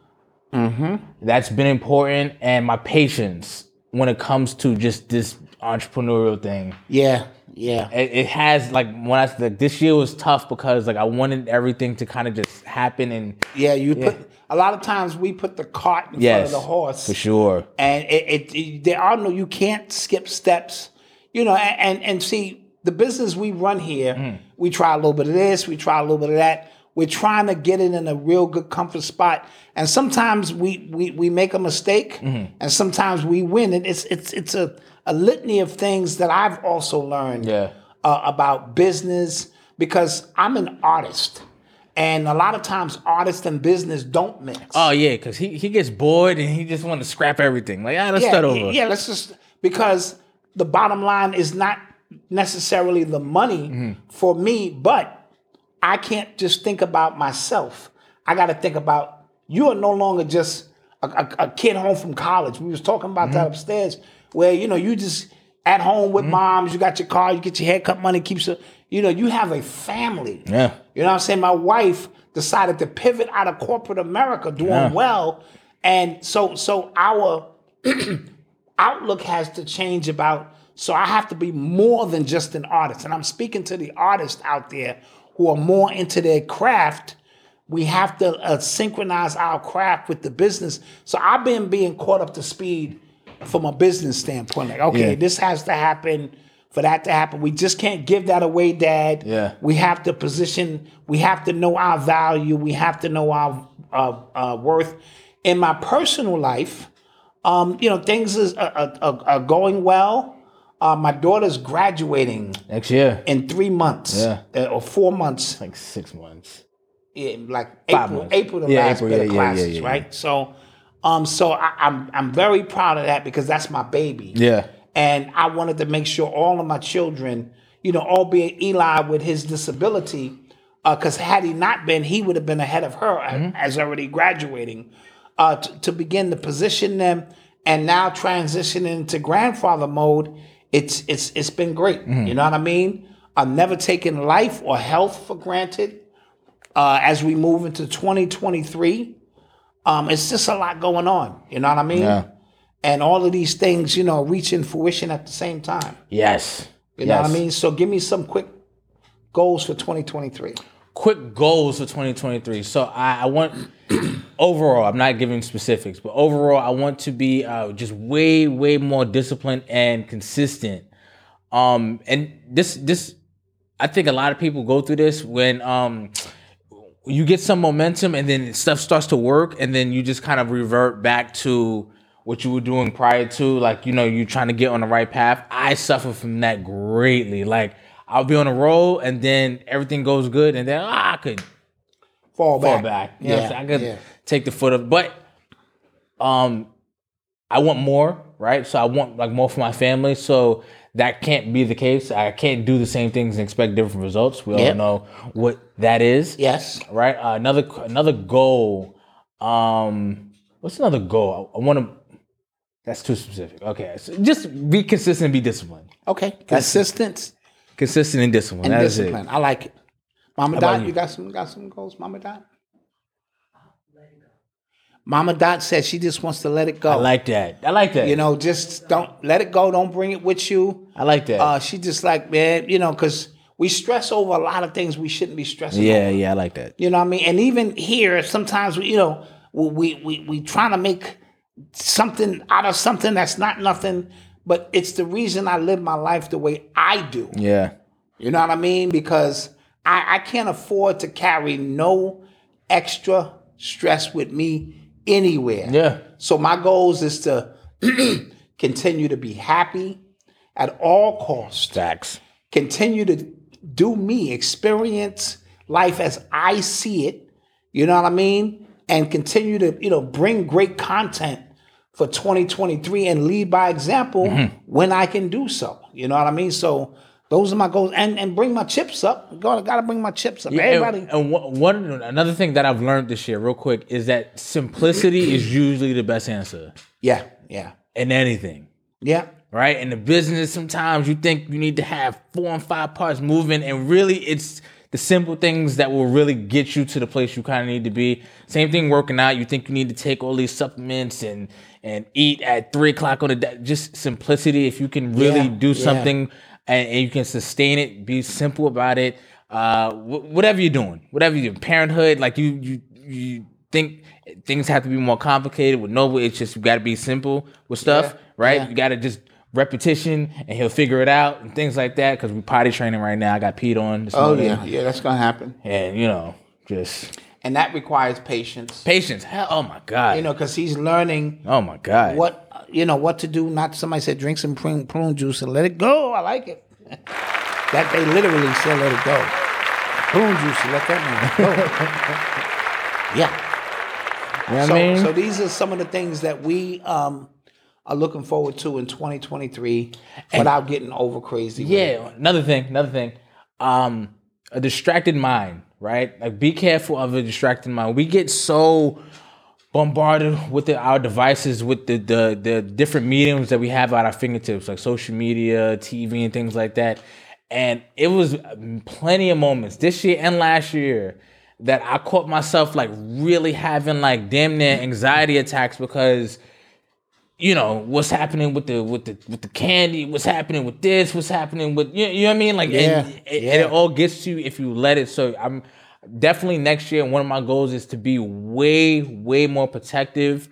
[SPEAKER 3] Mm-hmm. That's been important, and my patience when it comes to just this entrepreneurial thing.
[SPEAKER 4] yeah yeah
[SPEAKER 3] it, it has like when I like this year was tough because like I wanted everything to kind of just happen and
[SPEAKER 4] yeah you put a lot of times we put the cart in front
[SPEAKER 3] yes,
[SPEAKER 4] of the horse
[SPEAKER 3] for sure.
[SPEAKER 4] and it, it, it there are no you can't skip steps you know and and, and see the business we run here we try a little bit of this we try a little bit of that we're trying to get it in a real good comfort spot and sometimes we we, we make a mistake and sometimes we win and it's it's it's a, a litany of things that i've also learned
[SPEAKER 3] Yeah.
[SPEAKER 4] uh, about business because i'm an artist and a lot of times artist and business don't mix
[SPEAKER 3] Oh yeah, because he, he gets bored and he just want to scrap everything. Like ah, let's
[SPEAKER 4] yeah,
[SPEAKER 3] start over.
[SPEAKER 4] Yeah, let's just because the bottom line is not
[SPEAKER 7] necessarily the money for me, but I can't just think about myself. I got to think about you are no longer just a, a- a kid home from college. We was talking about that upstairs, where you know you just at home with moms. You got your car. You get your haircut money. Keeps a, you know you have a family.
[SPEAKER 3] Yeah.
[SPEAKER 7] You know what I'm saying? My wife decided to pivot out of corporate America, doing well, and so so our outlook has to change about so i have to be more than just an artist and i'm speaking to the artists out there who are more into their craft we have to uh, synchronize our craft with the business so i've been being caught up to speed from a business standpoint like okay
[SPEAKER 3] Yeah.
[SPEAKER 7] this has to happen for that to happen we just can't give that away dad
[SPEAKER 3] Yeah.
[SPEAKER 7] we have to position we have to know our value we have to know our uh, uh, worth in my personal life um, you know, things is are, are- are, are going well. Uh, my daughter's graduating
[SPEAKER 3] Next year,
[SPEAKER 7] in three months
[SPEAKER 3] Yeah.
[SPEAKER 7] uh, or four months,
[SPEAKER 3] like six months.
[SPEAKER 7] yeah, like
[SPEAKER 3] Five
[SPEAKER 7] April,
[SPEAKER 3] months.
[SPEAKER 7] April the
[SPEAKER 3] Yeah,
[SPEAKER 7] last
[SPEAKER 3] April,
[SPEAKER 7] bit
[SPEAKER 3] yeah,
[SPEAKER 7] of
[SPEAKER 3] yeah, yeah,
[SPEAKER 7] classes,
[SPEAKER 3] yeah, yeah.
[SPEAKER 7] right? So, um, so I, I'm I'm very proud of that because that's my baby.
[SPEAKER 3] Yeah.
[SPEAKER 7] and I wanted to make sure all of my children, you know, albeit Eli with his disability, because had he not been, he would have been ahead of her a- as already graduating, uh, t- to begin to position them and now transitioning to grandfather mode. It's it's it's been great. You know what I mean? I've never taken life or health for granted. Uh, as we move into 2023, um, it's just a lot going on. You know what I mean?
[SPEAKER 3] Yeah.
[SPEAKER 7] and all of these things, you know, reaching fruition at the same time.
[SPEAKER 3] Yes.
[SPEAKER 7] You know what I mean? So give me some quick goals for 2023.
[SPEAKER 3] quick goals for 2023. So I, I want overall, I'm not giving specifics, but overall, I want to be uh, just way, way more disciplined and consistent. Um, and this, this, I think a lot of people go through this when um, you get some momentum and then stuff starts to work, and then you just kind of revert back to what you were doing prior to, like you know, you trying to get on the right path. I suffer from that greatly. Like I'll be on a roll, and then everything goes good, and then ah, I could
[SPEAKER 7] Fall back.
[SPEAKER 3] fall back. You know what I'm saying? I could
[SPEAKER 7] yeah.
[SPEAKER 3] take the foot of, but um, I want more, right? So I want like more for my family. So that can't be the case. I can't do the same things and expect different results. We all
[SPEAKER 7] Yep.
[SPEAKER 3] know what that is,
[SPEAKER 7] Yes.
[SPEAKER 3] right? Uh, another another goal. Um, what's another goal? I, I want to. That's too specific. Okay, so just be consistent and be disciplined.
[SPEAKER 7] Okay. Consistent
[SPEAKER 3] Consistent and disciplined.
[SPEAKER 7] and
[SPEAKER 3] That is it.
[SPEAKER 7] discipline. I like it. Mama
[SPEAKER 3] about
[SPEAKER 7] Dot, you?
[SPEAKER 3] you?
[SPEAKER 7] got some got some goals, Mama Dot? Mama Dot said she just wants to let it go.
[SPEAKER 3] I like that. I like that.
[SPEAKER 7] you know, just don't let it go. Don't bring it with you.
[SPEAKER 3] I like that.
[SPEAKER 7] Uh, she just like, man, you know, because we stress over a lot of things we shouldn't be stressing over.
[SPEAKER 3] yeah, yeah, I like that.
[SPEAKER 7] You know what I mean? And even here, sometimes we, you know, we we we, we trying to make something out of something that's not nothing, but it's the reason I live my life the way I do.
[SPEAKER 3] Yeah,
[SPEAKER 7] You know what I mean? Because I, I can't afford to carry no extra stress with me anywhere.
[SPEAKER 3] yeah.
[SPEAKER 7] So my goals is to continue to be happy at all costs
[SPEAKER 3] Facts.
[SPEAKER 7] continue to do me, experience life as I see it, you know what I mean? And continue to, you know, bring great content for 2023 and lead by example when I can do so. You know what I mean? So those are my goals. And and bring my chips up. Gotta gotta bring my chips up.
[SPEAKER 3] And-
[SPEAKER 7] Everybody
[SPEAKER 3] And, one- one another thing that I've learned this year, real quick, is that simplicity is usually the best answer
[SPEAKER 7] Yeah, yeah.
[SPEAKER 3] in anything.
[SPEAKER 7] Yeah.
[SPEAKER 3] Right in the business, sometimes you think you need to have four and five parts moving, and really, it's the simple things that will really get you to the place you kind of need to be. Same thing working out. You think you need to take all these supplements and and eat at three o'clock on the day. Just simplicity. If you can really
[SPEAKER 7] Yeah,
[SPEAKER 3] do
[SPEAKER 7] yeah.
[SPEAKER 3] something and, and you can sustain it. Be simple about it. Uh, wh- whatever you're doing, whatever you do, parenthood, like you, you, you think things have to be more complicated with Nova. It's just you got to be simple with stuff,
[SPEAKER 7] Yeah,
[SPEAKER 3] right?
[SPEAKER 7] yeah.
[SPEAKER 3] You got to just repetition, and he'll figure it out and things like that. Because we potty training right now. I got peed on. This morning,
[SPEAKER 7] Oh, Yeah, that's gonna happen.
[SPEAKER 3] and you know, just
[SPEAKER 7] And that requires patience.
[SPEAKER 3] patience. Hell, oh my god,
[SPEAKER 7] You know, because he's learning
[SPEAKER 3] oh my god,
[SPEAKER 7] what you know what to do. Not somebody said drink some prune, prune juice and let it go. I like it. that they literally said let it go. Prune juice, let that man go. yeah.
[SPEAKER 3] You know what
[SPEAKER 7] so,
[SPEAKER 3] I mean?
[SPEAKER 7] so these are some of the things that we um, are looking forward to in 2023 without getting over crazy. with it.
[SPEAKER 3] Yeah, another thing, another thing. Um, a distracted mind, right? Like be careful of a distracted mind. We get so bombarded with the, our devices, with the, the the different mediums that we have at our fingertips, like social media, TV, and things like that. And it was plenty of moments this year and last year that I caught myself like really having like damn near anxiety attacks because you know what's happening with the with the with the candy what's happening with this what's happening with you, you know what i mean like and,
[SPEAKER 7] Yeah,
[SPEAKER 3] and- and
[SPEAKER 7] yeah.
[SPEAKER 3] it all gets to you if you let it so i'm definitely next year one of my goals is to be way way more protective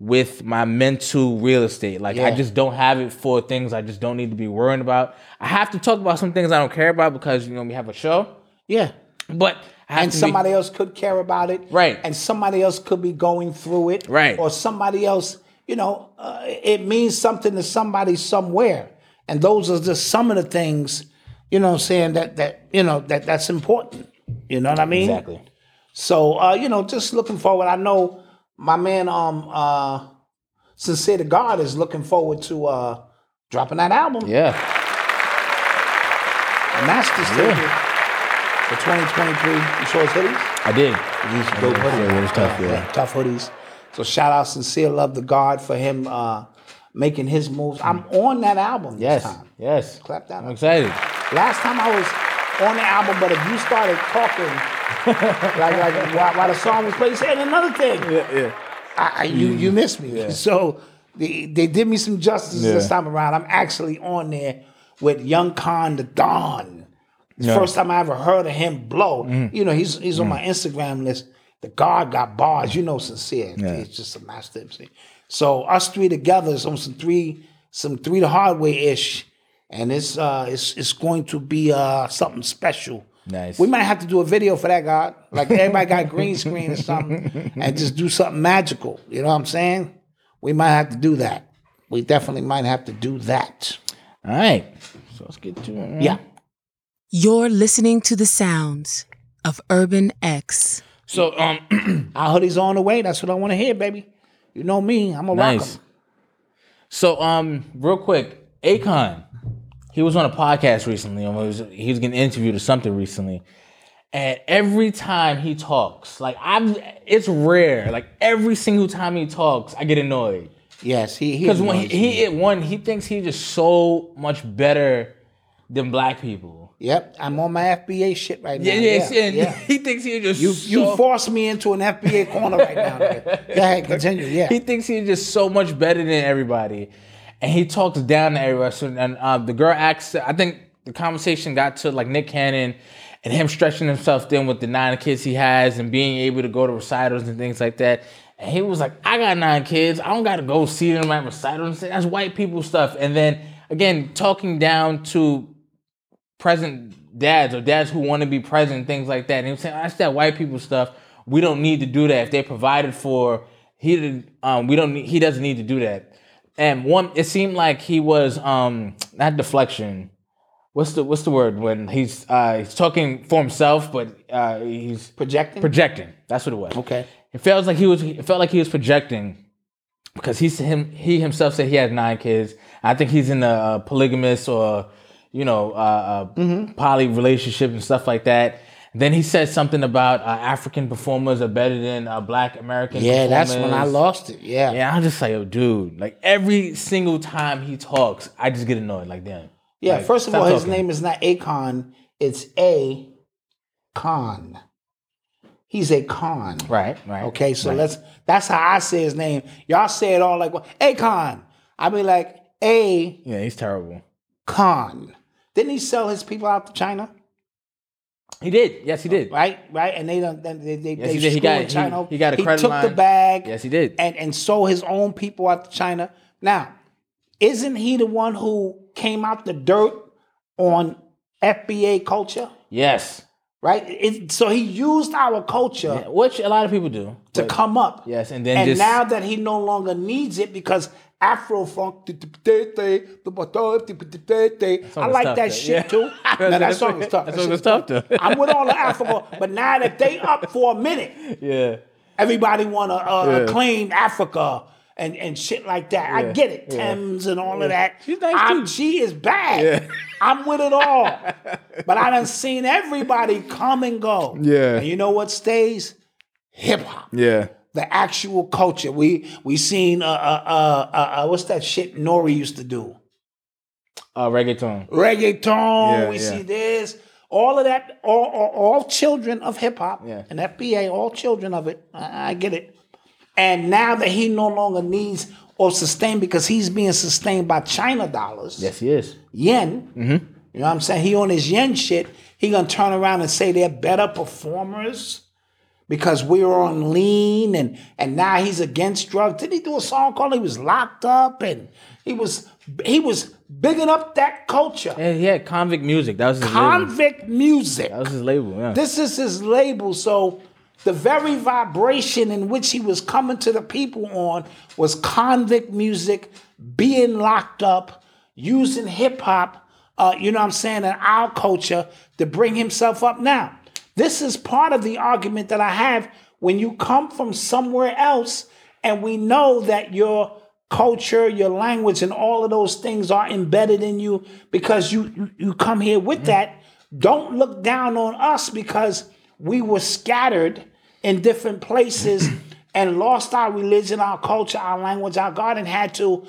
[SPEAKER 3] with my mental real estate like i
[SPEAKER 7] Yeah.
[SPEAKER 3] just don't have it for things i just don't need to be worrying about i have to talk about some things i don't care about because you know we have a show
[SPEAKER 7] Yeah.
[SPEAKER 3] but I have
[SPEAKER 7] And
[SPEAKER 3] to be-
[SPEAKER 7] somebody else could care about it.
[SPEAKER 3] Right.
[SPEAKER 7] And somebody else could be going through it.
[SPEAKER 3] Right.
[SPEAKER 7] Or somebody else, you know, uh, it means something to somebody somewhere. And those are just some of the things, you know what I'm saying, that, that you know, that that's important. You know what I mean?
[SPEAKER 3] exactly
[SPEAKER 7] So uh, you know, just looking forward. I know my man um uh Sincere to God is looking forward to uh dropping that album.
[SPEAKER 3] yeah
[SPEAKER 7] The Masters ticket for 2023. You saw his hoodies?
[SPEAKER 3] i did
[SPEAKER 7] These dope hoodies.
[SPEAKER 3] it was tough, yeah.
[SPEAKER 7] Tough hoodies. So shout out Sincere Love to God for him uh making his moves. I'm on that album
[SPEAKER 3] yes
[SPEAKER 7] this time.
[SPEAKER 3] yes
[SPEAKER 7] Clap that
[SPEAKER 3] i'm
[SPEAKER 7] up.
[SPEAKER 3] excited
[SPEAKER 7] Last time I was on the album, but if you started talking like like while, while the song was played, and another thing, yeah, yeah. I, I, you you missed me. So they, they did me some justice this
[SPEAKER 3] Yeah.
[SPEAKER 7] time around. I'm actually on there with Young Khan the Don. It's the First time I ever heard of him blow. You know, he's he's on my Instagram list. The God got bars, you know, sincere. It's just a master MC. So us three together is on some three, some three to hardway ish, and it's uh it's it's going to be uh something special.
[SPEAKER 3] Nice.
[SPEAKER 7] We might have to do a video for that, God. Like everybody got green screen or something, and just do something magical. You know what I'm saying? We might have to do that. We definitely might have to do that.
[SPEAKER 3] all right so let's get to it man.
[SPEAKER 7] Yeah.
[SPEAKER 6] You're listening to the sounds of Urban X.
[SPEAKER 3] so um
[SPEAKER 7] Our hoodies on the way. That's what I want to hear, baby. You know me. I'm a rock
[SPEAKER 3] um,
[SPEAKER 7] 'em.
[SPEAKER 3] Nice. So, um, real quick, Akon, he was on a podcast recently, and was, he was getting interviewed or something recently. And every time he talks, like I'm, it's rare. Like every single time he talks, I get annoyed
[SPEAKER 7] Yes, he he
[SPEAKER 3] because when he,
[SPEAKER 7] annoys me.
[SPEAKER 3] he one, he thinks he's just so much better than black people.
[SPEAKER 7] Yep, I'm on my FBA shit right now.
[SPEAKER 3] Yeah, yeah,
[SPEAKER 7] yeah,
[SPEAKER 3] and
[SPEAKER 7] yeah.
[SPEAKER 3] he thinks he's just
[SPEAKER 7] You
[SPEAKER 3] so,
[SPEAKER 7] you forced me into an FBA corner right now. man. Go ahead, continue. Yeah.
[SPEAKER 3] he thinks he's just so much better than everybody, and he talks down to everybody. So, and uh, the girl asked, I think the conversation got to like Nick Cannon and him stretching himself thin with the nine kids he has and being able to go to recitals and things like that. And he was like, I got nine kids. I don't got to go see them at recitals. That's white people stuff. And then again, talking down to present dads or dads who want to be present, things like that. And he was saying, that's that white people stuff. We don't need to do that. If they're provided for, he didn't, um, we don't need, he doesn't need to do that. And one, it seemed like he was um, not deflection. What's the what's the word when he's uh, he's talking for himself, but uh, he's
[SPEAKER 7] Projecting?
[SPEAKER 3] Projecting. That's what it was.
[SPEAKER 7] Okay.
[SPEAKER 3] It felt like he was. It felt like he was projecting because he's him. He himself said he has nine kids. I think he's in a uh, polygamous or you know uh, uh,
[SPEAKER 7] Mm-hmm.
[SPEAKER 3] poly relationship and stuff like that. Then he said something about uh, African performers are better than uh, Black American.
[SPEAKER 7] Yeah, that's when I
[SPEAKER 3] performers.
[SPEAKER 7] lost it. Yeah.
[SPEAKER 3] Yeah, I'm just like, yo, dude. Like every single time he talks, I just get annoyed. Like, damn.
[SPEAKER 7] Yeah,
[SPEAKER 3] Like,
[SPEAKER 7] first of
[SPEAKER 3] stop
[SPEAKER 7] all, his
[SPEAKER 3] talking.
[SPEAKER 7] name is not Akon, it's A Con. He's a con.
[SPEAKER 3] Right, right.
[SPEAKER 7] Okay, so let's that's how I say his name. Y'all say it all like well, Akon. I be like, A
[SPEAKER 3] Yeah, he's terrible.
[SPEAKER 7] Con. Didn't he sell his people out to China?
[SPEAKER 3] He did. Yes, he did.
[SPEAKER 7] Right, right, and they don't. They they, they,
[SPEAKER 3] Yes, he
[SPEAKER 7] they
[SPEAKER 3] did. He got-
[SPEAKER 7] screwing China.
[SPEAKER 3] he-
[SPEAKER 7] over.
[SPEAKER 3] he got a credit
[SPEAKER 7] took the
[SPEAKER 3] line.
[SPEAKER 7] bag.
[SPEAKER 3] Yes, he did.
[SPEAKER 7] And and sold his own people out to China. Now, isn't he the one who came out the dirt on FBA culture?
[SPEAKER 3] Yes.
[SPEAKER 7] Right. It, so he used our culture
[SPEAKER 3] Which a lot of people do.
[SPEAKER 7] to come up.
[SPEAKER 3] Yes, and then
[SPEAKER 7] and
[SPEAKER 3] just-
[SPEAKER 7] now that he no longer needs it because Afro funk, I
[SPEAKER 3] was
[SPEAKER 7] like
[SPEAKER 3] tough,
[SPEAKER 7] that
[SPEAKER 3] though.
[SPEAKER 7] shit
[SPEAKER 3] Yeah.
[SPEAKER 7] too. No, that
[SPEAKER 3] That's-
[SPEAKER 7] song was tough.
[SPEAKER 3] that
[SPEAKER 7] That
[SPEAKER 3] song
[SPEAKER 7] shit
[SPEAKER 3] was tough, though.
[SPEAKER 7] I'm with all the Afro, but now that they up for a minute,
[SPEAKER 3] Yeah.
[SPEAKER 7] everybody want to uh, acclaim Africa. and, and shit like that. I get it, Thames and all of that.
[SPEAKER 3] She's nice,
[SPEAKER 7] I'm-
[SPEAKER 3] too.
[SPEAKER 7] She is bad. I'm with it all. but I done seen everybody come and go.
[SPEAKER 8] Yeah.
[SPEAKER 7] And you know what stays? Hip hop.
[SPEAKER 8] Yeah.
[SPEAKER 7] The actual culture. We we seen uh uh uh, uh, uh what's that shit Nori used to do?
[SPEAKER 3] Uh, reggaeton.
[SPEAKER 7] reggaeton.
[SPEAKER 8] Yeah,
[SPEAKER 7] we
[SPEAKER 8] yeah.
[SPEAKER 7] see this, all of that, all, all, all children of hip hop
[SPEAKER 8] Yeah.
[SPEAKER 7] and FBA, all children of it. I, I get it. And now that he no longer needs or sustain because he's being sustained by China dollars,
[SPEAKER 3] Yes, he is.
[SPEAKER 7] yen.
[SPEAKER 8] Mm-hmm.
[SPEAKER 7] You know what I'm saying? He on his yen shit. He gonna turn around and say they're better performers because we were on lean and and now he's against drugs. Didn't he do a song called he was locked up and he was he was bigging up that culture
[SPEAKER 3] Yeah, he had convict music. That was his label.
[SPEAKER 7] convict music.
[SPEAKER 3] That was his label. Yeah.
[SPEAKER 7] This is his label. So the very vibration in which he was coming to the people on was convict music, being locked up, using hip hop, uh, you know what I'm saying, and our culture to bring himself up. Now, this is part of the argument that I have when you come from somewhere else and we know that your culture, your language, and all of those things are embedded in you because you you, you come here with that. Don't look down on us because we were scattered in different places and lost our religion, our culture, our language, our God, and had to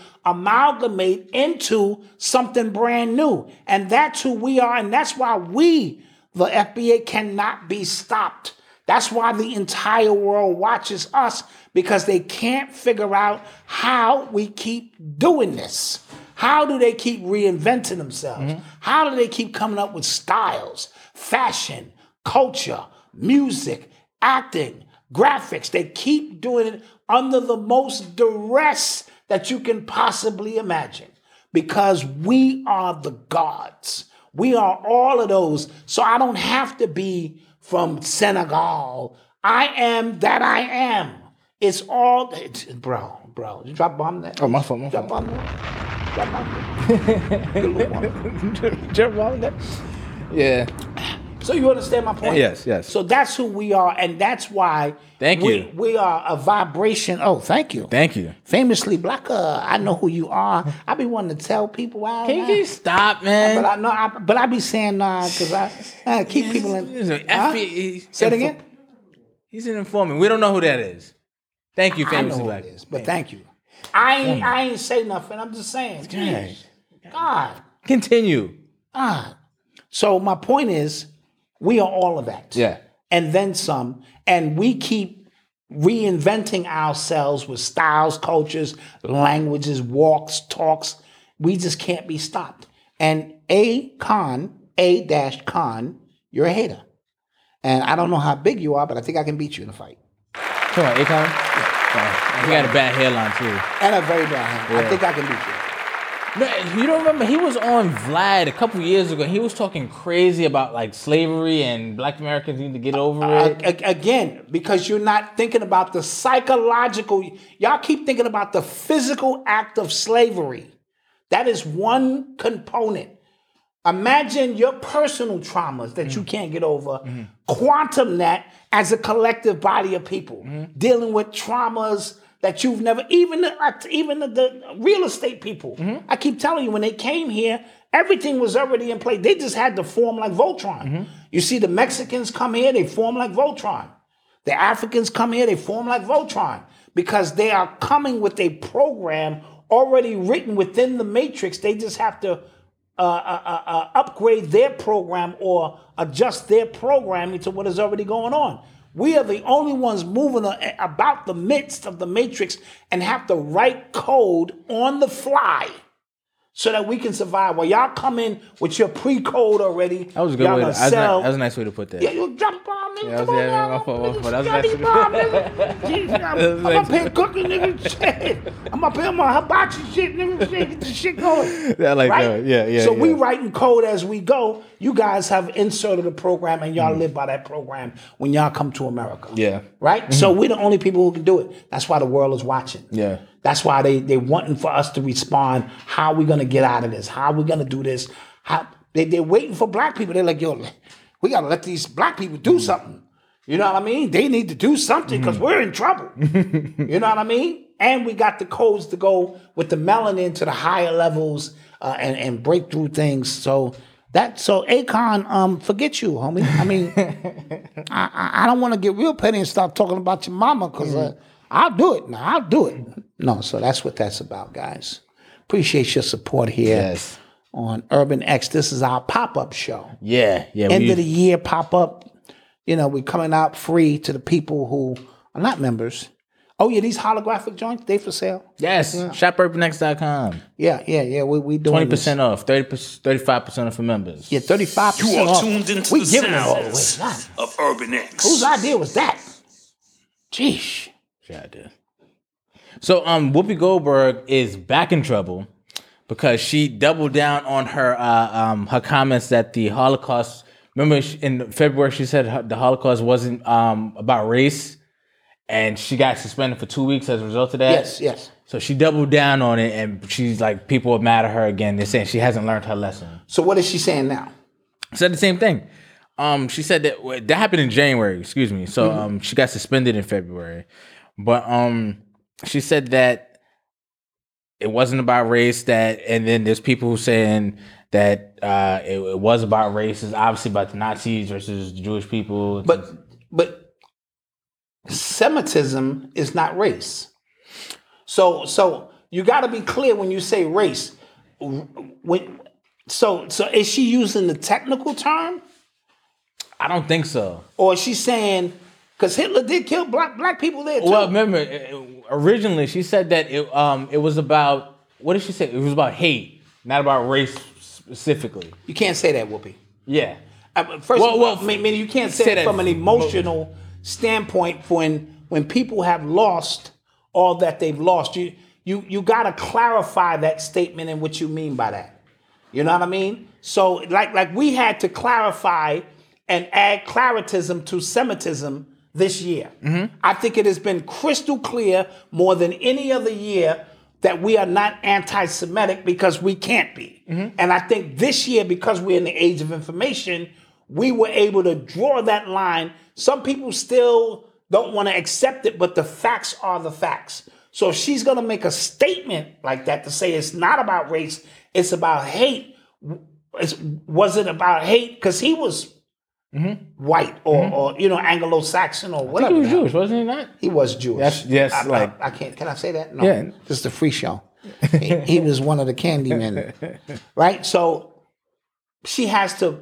[SPEAKER 7] amalgamate into something brand new. And that's who we are, and that's why we, the FBA, cannot be stopped. That's why the entire world watches us because they can't figure out how we keep doing this. How do they keep reinventing themselves?
[SPEAKER 8] Mm-hmm.
[SPEAKER 7] How do they keep coming up with styles, fashion, culture, music, acting, graphics? They keep doing it under the most duress that you can possibly imagine because we are the gods. We are all of those. So I don't have to be from Senegal. I am that I am. It's all, bro, bro. You drop bomb that.
[SPEAKER 8] Oh, my fault. My
[SPEAKER 7] Drop
[SPEAKER 8] fault.
[SPEAKER 7] bomb that. Drop bomb that. Good little woman.
[SPEAKER 8] Jeff Wallen there? Yeah.
[SPEAKER 7] So you understand my point?
[SPEAKER 8] Yes, yes.
[SPEAKER 7] So that's who we are, and that's why.
[SPEAKER 3] Thank
[SPEAKER 7] we,
[SPEAKER 3] you.
[SPEAKER 7] We are a vibration. Oh, thank you.
[SPEAKER 3] Thank you.
[SPEAKER 7] Famously black. Uh, I know who you are. I be wanting to tell people. Wow.
[SPEAKER 3] Can you just stop, man?
[SPEAKER 7] But I know, I, but I be saying nah because I, I keep people in.
[SPEAKER 3] He's an E
[SPEAKER 7] Huh?
[SPEAKER 3] FBA
[SPEAKER 7] Say it again.
[SPEAKER 3] He's an informant. We don't know who that is. Thank you,
[SPEAKER 7] I
[SPEAKER 3] famous
[SPEAKER 7] know who
[SPEAKER 3] black.
[SPEAKER 7] it is, but thank you. I ain't, I ain't say nothing. I'm just saying. Jeez. God,
[SPEAKER 3] Continue.
[SPEAKER 7] God. So my point is, we are all of that.
[SPEAKER 8] Yeah.
[SPEAKER 7] and then some. And we keep reinventing ourselves with styles, cultures, languages, walks, talks. We just can't be stopped. And A con, A dash con, you're a hater. And I don't know how big you are, but I think I can beat you in a fight.
[SPEAKER 3] Come on, Akon. He got a bad hairline too.
[SPEAKER 7] And a very bad hand. I think I can beat you.
[SPEAKER 3] No, you don't remember? He was on Vlad a couple years ago. He was talking crazy about like slavery and black Americans need to get over it.
[SPEAKER 7] A- a- again, because you're not thinking about the psychological, y'all keep thinking about the physical act of slavery. That is one component. Imagine your personal traumas that you can't get over, quantum that as a collective body of people dealing with traumas that you've never even the, uh, even the, the real estate people. I keep telling you when they came here, everything was already in place. They just had to form like Voltron. You see, the Mexicans come here, they form like Voltron. The Africans come here, they form like Voltron because they are coming with a program already written within the matrix. They just have to uh, uh, uh, uh, upgrade their program or adjust their programming to what is already going on. We are the only ones moving a- about the midst of the matrix and have to write code on the fly so that we can survive. While y'all come in with your pre-code already,
[SPEAKER 3] that was a good
[SPEAKER 7] y'all
[SPEAKER 3] way. To,
[SPEAKER 7] gonna
[SPEAKER 3] that, was a,
[SPEAKER 7] sell-
[SPEAKER 3] that was a nice way to put that.
[SPEAKER 7] yeah, you jump on me.
[SPEAKER 3] Yeah, I
[SPEAKER 7] Come on
[SPEAKER 3] was- yeah,
[SPEAKER 7] now.
[SPEAKER 3] my fault,
[SPEAKER 8] oh,
[SPEAKER 3] my
[SPEAKER 7] nigga,
[SPEAKER 3] fault. That was
[SPEAKER 7] Johnny
[SPEAKER 3] actually-
[SPEAKER 7] Bob, nigga. Jeez, I'm, I'm up here cooking, nigga. Shit. I'm up here on my hibachi shit, nigga. Shit, get the shit going.
[SPEAKER 8] I like
[SPEAKER 7] Right?
[SPEAKER 8] that. Yeah, yeah.
[SPEAKER 7] So
[SPEAKER 8] yeah.
[SPEAKER 7] we writing code as we go. You guys have inserted a program and y'all live by that program when y'all come to America.
[SPEAKER 8] Mm. Yeah.
[SPEAKER 7] Right? So we're the only people who can do it. That's why the world is watching.
[SPEAKER 8] Yeah.
[SPEAKER 7] That's why they they wanting for us to respond. How we gonna get out of this? How we gonna do this? How they they're waiting for black people. They're like, yo, we gotta let these black people do something. You know what I mean? They need to do something because we're in trouble. you know what I mean? and we got the codes to go with the melanin to the higher levels uh, and and break through things. So that so Akon, um, forget you, homie. I mean, I, I- I don't want to get real petty and start talking about your mama because I'll do it. No, I'll do it. No, so that's what that's about, guys. Appreciate your support here
[SPEAKER 3] Yes.
[SPEAKER 7] on Urban X. This is our pop up show
[SPEAKER 3] Yeah, yeah.
[SPEAKER 7] end
[SPEAKER 3] we-
[SPEAKER 7] of the year pop up. You know, we're coming out free to the people who are not members. Oh yeah, these holographic joints they for sale.
[SPEAKER 3] yes, shopurbanx.com.
[SPEAKER 7] Yeah, yeah, yeah. We we doing
[SPEAKER 3] Twenty percent off, 35 percent off for members.
[SPEAKER 7] Yeah, thirty five
[SPEAKER 5] You
[SPEAKER 7] percent
[SPEAKER 5] are
[SPEAKER 7] off.
[SPEAKER 5] tuned into
[SPEAKER 7] we
[SPEAKER 5] the
[SPEAKER 7] giving it all away.
[SPEAKER 5] sounds
[SPEAKER 7] God,
[SPEAKER 5] of Urban X.
[SPEAKER 7] Whose idea was that? Jeez.
[SPEAKER 3] Yeah, I did. So um Whoopi Goldberg is back in trouble because she doubled down on her uh, um her comments that the Holocaust remember she- in February she said her- the Holocaust wasn't um about race and she got suspended for 2 weeks as a result of that.
[SPEAKER 7] Yes, yes.
[SPEAKER 3] So she doubled down on it and she's like people are mad at her again. They're saying she hasn't learned her lesson.
[SPEAKER 7] So what is she saying now?
[SPEAKER 3] said the same thing. Um, she said that well, that happened in January. Excuse me. So um, she got suspended in February, but um, she said that it wasn't about race. That and then there's people who saying that uh, it, it was about race. It's obviously about the Nazis versus the Jewish people.
[SPEAKER 7] But but Semitism is not race. So so you got to be clear when you say race. When so so is she using the technical term
[SPEAKER 3] I don't think so.
[SPEAKER 7] or is she saying because Hitler did kill black black people there too?
[SPEAKER 3] Well, remember it- it- originally she said that it um it was about what did she say? It was about hate, not about race specifically.
[SPEAKER 7] you can't say that, Whoopi.
[SPEAKER 3] Yeah.
[SPEAKER 7] I- Uh, First
[SPEAKER 3] Well,
[SPEAKER 7] of all,
[SPEAKER 3] well,
[SPEAKER 7] I mean, mean, you can't say,
[SPEAKER 3] say
[SPEAKER 7] that
[SPEAKER 3] that-
[SPEAKER 7] from an emotional standpoint when when people have lost all that they've lost. You you you gotta clarify that statement and what you mean by that. You know what I mean? So like like we had to clarify and add claritism to Semitism this year. I think it has been crystal clear more than any other year that we are not anti-Semitic because we can't be. And I think this year, because we're in the age of information, we were able to draw that line. Some people still don't want to accept it, but the facts are the facts. So if she's going to make a statement like that to say it's not about race, it's about hate. w- It's, was it about hate? Because he was white or, or you know Anglo-Saxon or whatever.
[SPEAKER 3] He was
[SPEAKER 7] the hell.
[SPEAKER 3] Jewish, wasn't he not?
[SPEAKER 7] He was Jewish.
[SPEAKER 3] Yes- yes,
[SPEAKER 7] I, I-
[SPEAKER 3] like-
[SPEAKER 7] I, can't. Can I say that? No.
[SPEAKER 3] Yeah.
[SPEAKER 7] This is the free show. he, he was one of the candy men, right? So she has to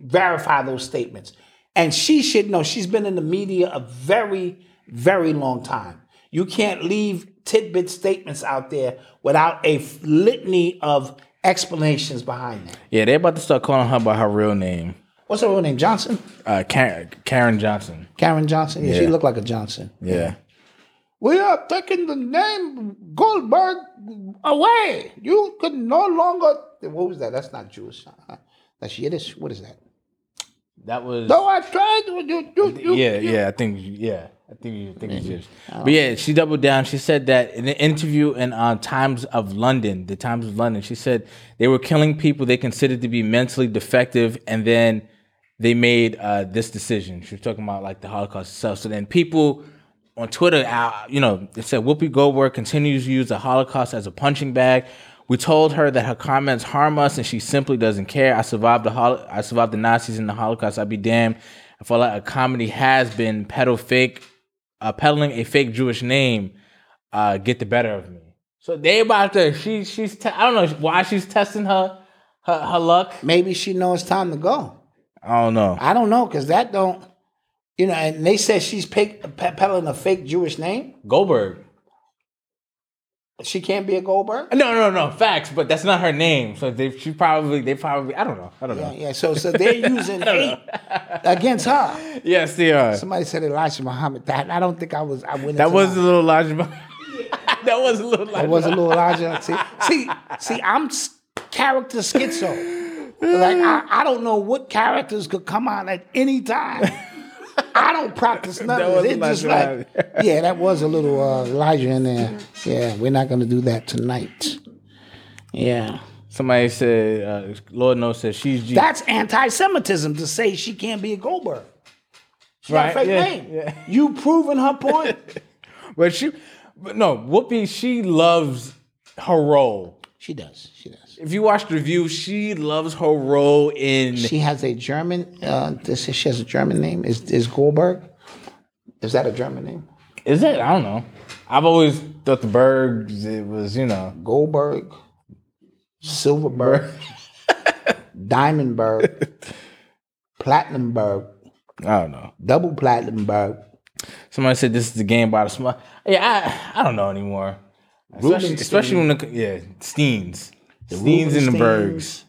[SPEAKER 7] verify those statements, and she should know. She's been in the media a very, very long time. You can't leave tidbit statements out there without a f- litany of explanations behind that.
[SPEAKER 3] Yeah, they're about to start calling her by her real name,
[SPEAKER 7] What's her real name? Johnson?
[SPEAKER 3] uh, Karen, Karen Johnson.
[SPEAKER 7] Karen Johnson? Yeah, she
[SPEAKER 3] Yeah.
[SPEAKER 7] looked like a Johnson.
[SPEAKER 3] Yeah.
[SPEAKER 7] We are taking the name Goldberg away. You can no longer. What was that? That's not Jewish. Uh, That's Yiddish. What is that?
[SPEAKER 3] That was.
[SPEAKER 7] No, I tried. You, you, you,
[SPEAKER 3] yeah, yeah, I think, yeah. I think you think it's Jewish. But yeah, she doubled down. She said that in an interview in uh, Times of London, the Times of London, she said they were killing people they considered to be mentally defective, and then they made uh, this decision. She was talking about like the Holocaust itself. So then people on Twitter, uh, you know, it said Whoopi Goldberg continues to use the Holocaust as a punching bag. We told her that her comments harm us, and she simply doesn't care. I survived the hol- I survived the Nazis and the Holocaust. I'd be damned. I feel like a comedy has been peddle fake, uh, peddling a fake Jewish name. Uh, get the better of me. So they about to. She she's. Te- I don't know why she's testing her her, her luck.
[SPEAKER 7] Maybe she knows it's time to go.
[SPEAKER 3] I don't know.
[SPEAKER 7] I don't know because that don't. You know, and they said she's pe- pe- peddling a fake Jewish name.
[SPEAKER 3] Goldberg.
[SPEAKER 7] She can't be a Goldberg.
[SPEAKER 3] No, no, no. Facts, but that's not her name. So they, she probably, they probably, I don't know. I don't
[SPEAKER 7] Yeah,
[SPEAKER 3] know.
[SPEAKER 7] yeah. So, so they're using hate against her.
[SPEAKER 3] Yes, they are.
[SPEAKER 7] Somebody said Elijah Muhammad. That I don't think I was. I went.
[SPEAKER 3] That
[SPEAKER 7] into
[SPEAKER 3] was
[SPEAKER 7] my-
[SPEAKER 3] a little large. that was a little
[SPEAKER 7] It
[SPEAKER 3] large.
[SPEAKER 7] was a little larger. See, see, see I'm s- character schizo. Like I, I don't know what characters could come out at any time. I don't practice
[SPEAKER 3] was
[SPEAKER 7] nothing. It's just
[SPEAKER 3] Elijah
[SPEAKER 7] like, yeah, that was a little uh, Elijah in there. Yeah, we're not gonna do that tonight. Yeah,
[SPEAKER 3] Somebody said, uh, Lord knows, says she's G.
[SPEAKER 7] that's anti-Semitism to say she can't be a Goldberg. She got
[SPEAKER 3] Right,
[SPEAKER 7] a fake
[SPEAKER 3] yeah,
[SPEAKER 7] name.
[SPEAKER 3] yeah.
[SPEAKER 7] You proving her point?
[SPEAKER 3] but she, But no, Whoopi, she loves her role.
[SPEAKER 7] She does. She does.
[SPEAKER 3] If you watch the review, she loves her role in.
[SPEAKER 4] She has a German. Uh, this is, she has a German name. Is is Goldberg? Is that a German name?
[SPEAKER 3] Is it? I don't know. I've always thought the birds. It was you know.
[SPEAKER 4] Goldberg, Silverberg, Diamondberg, Platinumberg,
[SPEAKER 3] I don't know.
[SPEAKER 4] Double Platinumberg,
[SPEAKER 3] Somebody said this is the game by the smile. Yeah, I I don't know anymore. Especially,
[SPEAKER 4] Rubenstein.
[SPEAKER 3] especially when the yeah Steens, Steens and the Bergs.